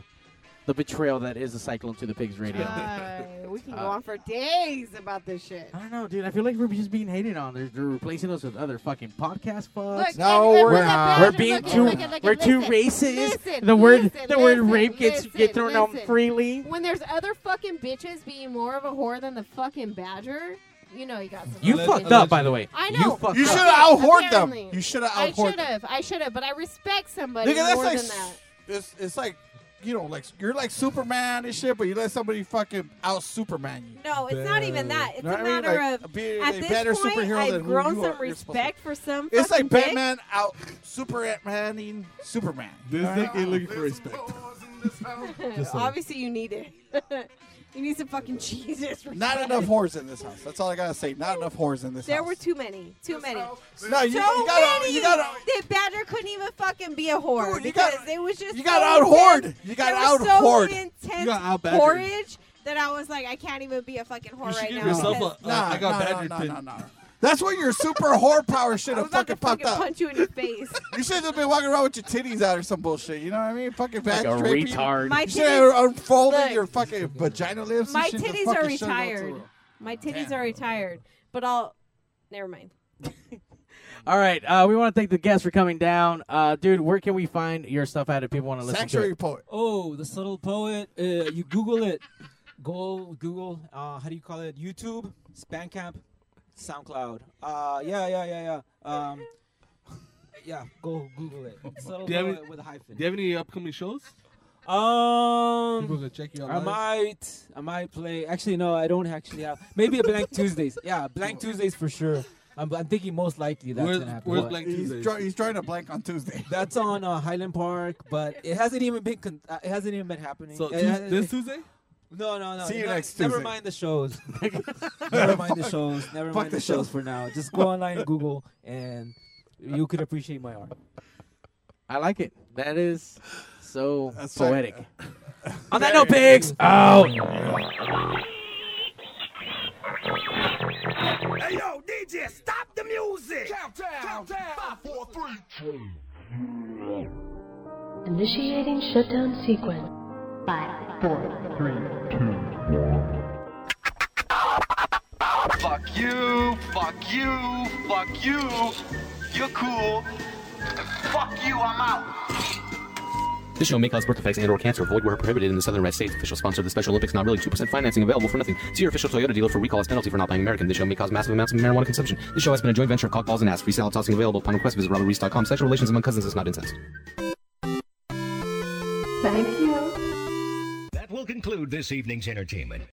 Speaker 2: the betrayal that is the Cyclone to the Pigs radio.
Speaker 4: Uh, we can go
Speaker 2: Uh,
Speaker 4: on for days about this shit.
Speaker 2: I don't know, dude. I feel like we're just being hated on. They're, they're replacing us with other fucking podcast fucks.
Speaker 4: Look, No, and- and we're we're not. not.
Speaker 2: We're being
Speaker 4: Look at-
Speaker 2: too
Speaker 4: look at- look at-
Speaker 2: we're too
Speaker 4: listen,
Speaker 2: racist.
Speaker 4: listen,
Speaker 2: the word
Speaker 4: listen,
Speaker 2: the word
Speaker 4: listen,
Speaker 2: rape gets get thrown out
Speaker 4: listen.
Speaker 2: freely.
Speaker 4: When there's other fucking bitches being more of a whore than the fucking badger, you know you got some.
Speaker 2: You
Speaker 4: fucking-
Speaker 2: fucked up, by the way.
Speaker 4: I
Speaker 2: You
Speaker 4: know.
Speaker 2: fucked
Speaker 3: You
Speaker 2: up.
Speaker 3: should have outhoard them.
Speaker 4: Apparently.
Speaker 3: You should have
Speaker 4: I
Speaker 3: outhoard
Speaker 4: should
Speaker 3: them.
Speaker 4: have. I should have. But I respect somebody
Speaker 3: Nigga, that's
Speaker 4: more
Speaker 3: like
Speaker 4: than that.
Speaker 3: it's, it's like you know, like you're like Superman and shit, but you let somebody fucking out Superman you.
Speaker 9: No, it's not even that. It's
Speaker 3: Know
Speaker 9: a
Speaker 3: what I mean?
Speaker 9: matter
Speaker 3: Like,
Speaker 9: of
Speaker 3: be
Speaker 9: at
Speaker 3: a
Speaker 9: this
Speaker 3: better
Speaker 9: point,
Speaker 3: superhero
Speaker 9: I've
Speaker 3: than who
Speaker 9: grown
Speaker 3: you
Speaker 9: some
Speaker 3: are. You're supposed to
Speaker 9: respect for some.
Speaker 3: It's
Speaker 9: fucking
Speaker 3: like
Speaker 9: dick.
Speaker 3: Batman out Supermaning Superman.
Speaker 5: This
Speaker 3: Alright?
Speaker 5: dick ain't looking for respect.
Speaker 3: Just saying.
Speaker 9: Obviously, you need it. you need some fucking Jesus.
Speaker 3: Not enough whores in this house. That's all I gotta say. Not enough whores in this
Speaker 9: There
Speaker 3: house.
Speaker 9: were too many. Too many.
Speaker 3: No, you-
Speaker 9: so
Speaker 3: you gotta-
Speaker 9: many.
Speaker 3: you gotta-
Speaker 9: The Badger couldn't even fucking be a whore
Speaker 3: Dude, you
Speaker 9: because
Speaker 3: gotta-
Speaker 9: it was just.
Speaker 3: you
Speaker 9: so
Speaker 3: gotta out-whored.
Speaker 9: intense.
Speaker 3: You gotta
Speaker 9: There was
Speaker 3: out-whored.
Speaker 9: So intense
Speaker 3: You gotta out-badgered.
Speaker 9: porridge that I was like, I can't even be a fucking whore right now. because
Speaker 3: no,
Speaker 5: I
Speaker 3: no,
Speaker 5: got badgered
Speaker 3: no,
Speaker 5: pin.
Speaker 3: no, no, no. That's where your super whore power should have fucking
Speaker 9: I
Speaker 3: popped
Speaker 9: can
Speaker 3: up.
Speaker 9: punch you in your face.
Speaker 3: You should have been walking around with your titties out or some bullshit. You know what I mean? Fucking
Speaker 2: Like
Speaker 3: bad
Speaker 2: a
Speaker 3: draping.
Speaker 2: retard. My
Speaker 3: You should have
Speaker 9: titties-
Speaker 3: unfolded
Speaker 9: look.
Speaker 3: your fucking vagina lips.
Speaker 9: My
Speaker 3: and shit to
Speaker 9: titties
Speaker 3: fucking
Speaker 9: are
Speaker 3: show them all to the
Speaker 9: retired.
Speaker 3: world.
Speaker 9: My titties are retired. But I'll. Never mind.
Speaker 2: All right. Uh, we want to thank the guests for coming down. Uh, dude, where can we find your stuff at if people want to listen to it?
Speaker 3: poet.
Speaker 8: Oh, the subtle poet. Uh, you Google it. Go Google. Uh, how do you call it? YouTube, Spancamp, SoundCloud. Uh, yeah, yeah, yeah, yeah. Um, yeah. Go Google it. Subtle
Speaker 5: Do you, have
Speaker 8: poet
Speaker 5: any,
Speaker 8: with a hyphen.
Speaker 5: do you have any upcoming shows?
Speaker 8: Um,
Speaker 5: People can check you out
Speaker 8: I
Speaker 5: live?
Speaker 8: might, I might play. Actually, no, I don't actually have. Maybe a blank Tuesdays. Yeah, blank Tuesdays for sure. I'm, I'm thinking most likely that's
Speaker 5: Where's-
Speaker 8: gonna happen.
Speaker 5: where's
Speaker 8: but-
Speaker 5: Blank He's Tuesdays?
Speaker 3: dra- he's drawing a blank on Tuesday.
Speaker 8: That's on uh, Highland Park, but it hasn't even been. Con- uh, it hasn't even been happening.
Speaker 5: So
Speaker 8: It-
Speaker 5: Tues- this
Speaker 8: it-
Speaker 5: Tuesday?
Speaker 8: No, no, no.
Speaker 3: See you
Speaker 8: no,
Speaker 3: next
Speaker 8: Never
Speaker 3: Tuesday.
Speaker 8: mind the shows. never mind the shows. Never
Speaker 3: Fuck
Speaker 8: mind the
Speaker 3: the
Speaker 8: shows
Speaker 3: shows.
Speaker 8: for now. Just go online, and Google, and you could appreciate my art.
Speaker 2: I like it. That is so
Speaker 8: right.
Speaker 2: poetic. On that note, pigs out.
Speaker 6: Hey yo, DJ, stop the music! Countdown! Countdown! Five, four, three, two.
Speaker 19: Initiating shutdown sequence. Five, four,
Speaker 6: Fuck you! Fuck you! Fuck you! You're cool. Fuck you! I'm out.
Speaker 20: This show may cause birth defects and/or cancer. Void where prohibited in the Southern Red States. Official sponsor of the Special Olympics. Not really. Two percent financing available for nothing. See your official Toyota dealer for recall as penalty for not buying American. This show may cause massive amounts of marijuana consumption. This show has been a joint venture of cockballs and ass. Free salad tossing available upon request. Visit robertreese.com. Sexual relations among cousins is not incest.
Speaker 19: Thank you.
Speaker 7: That will conclude this evening's entertainment.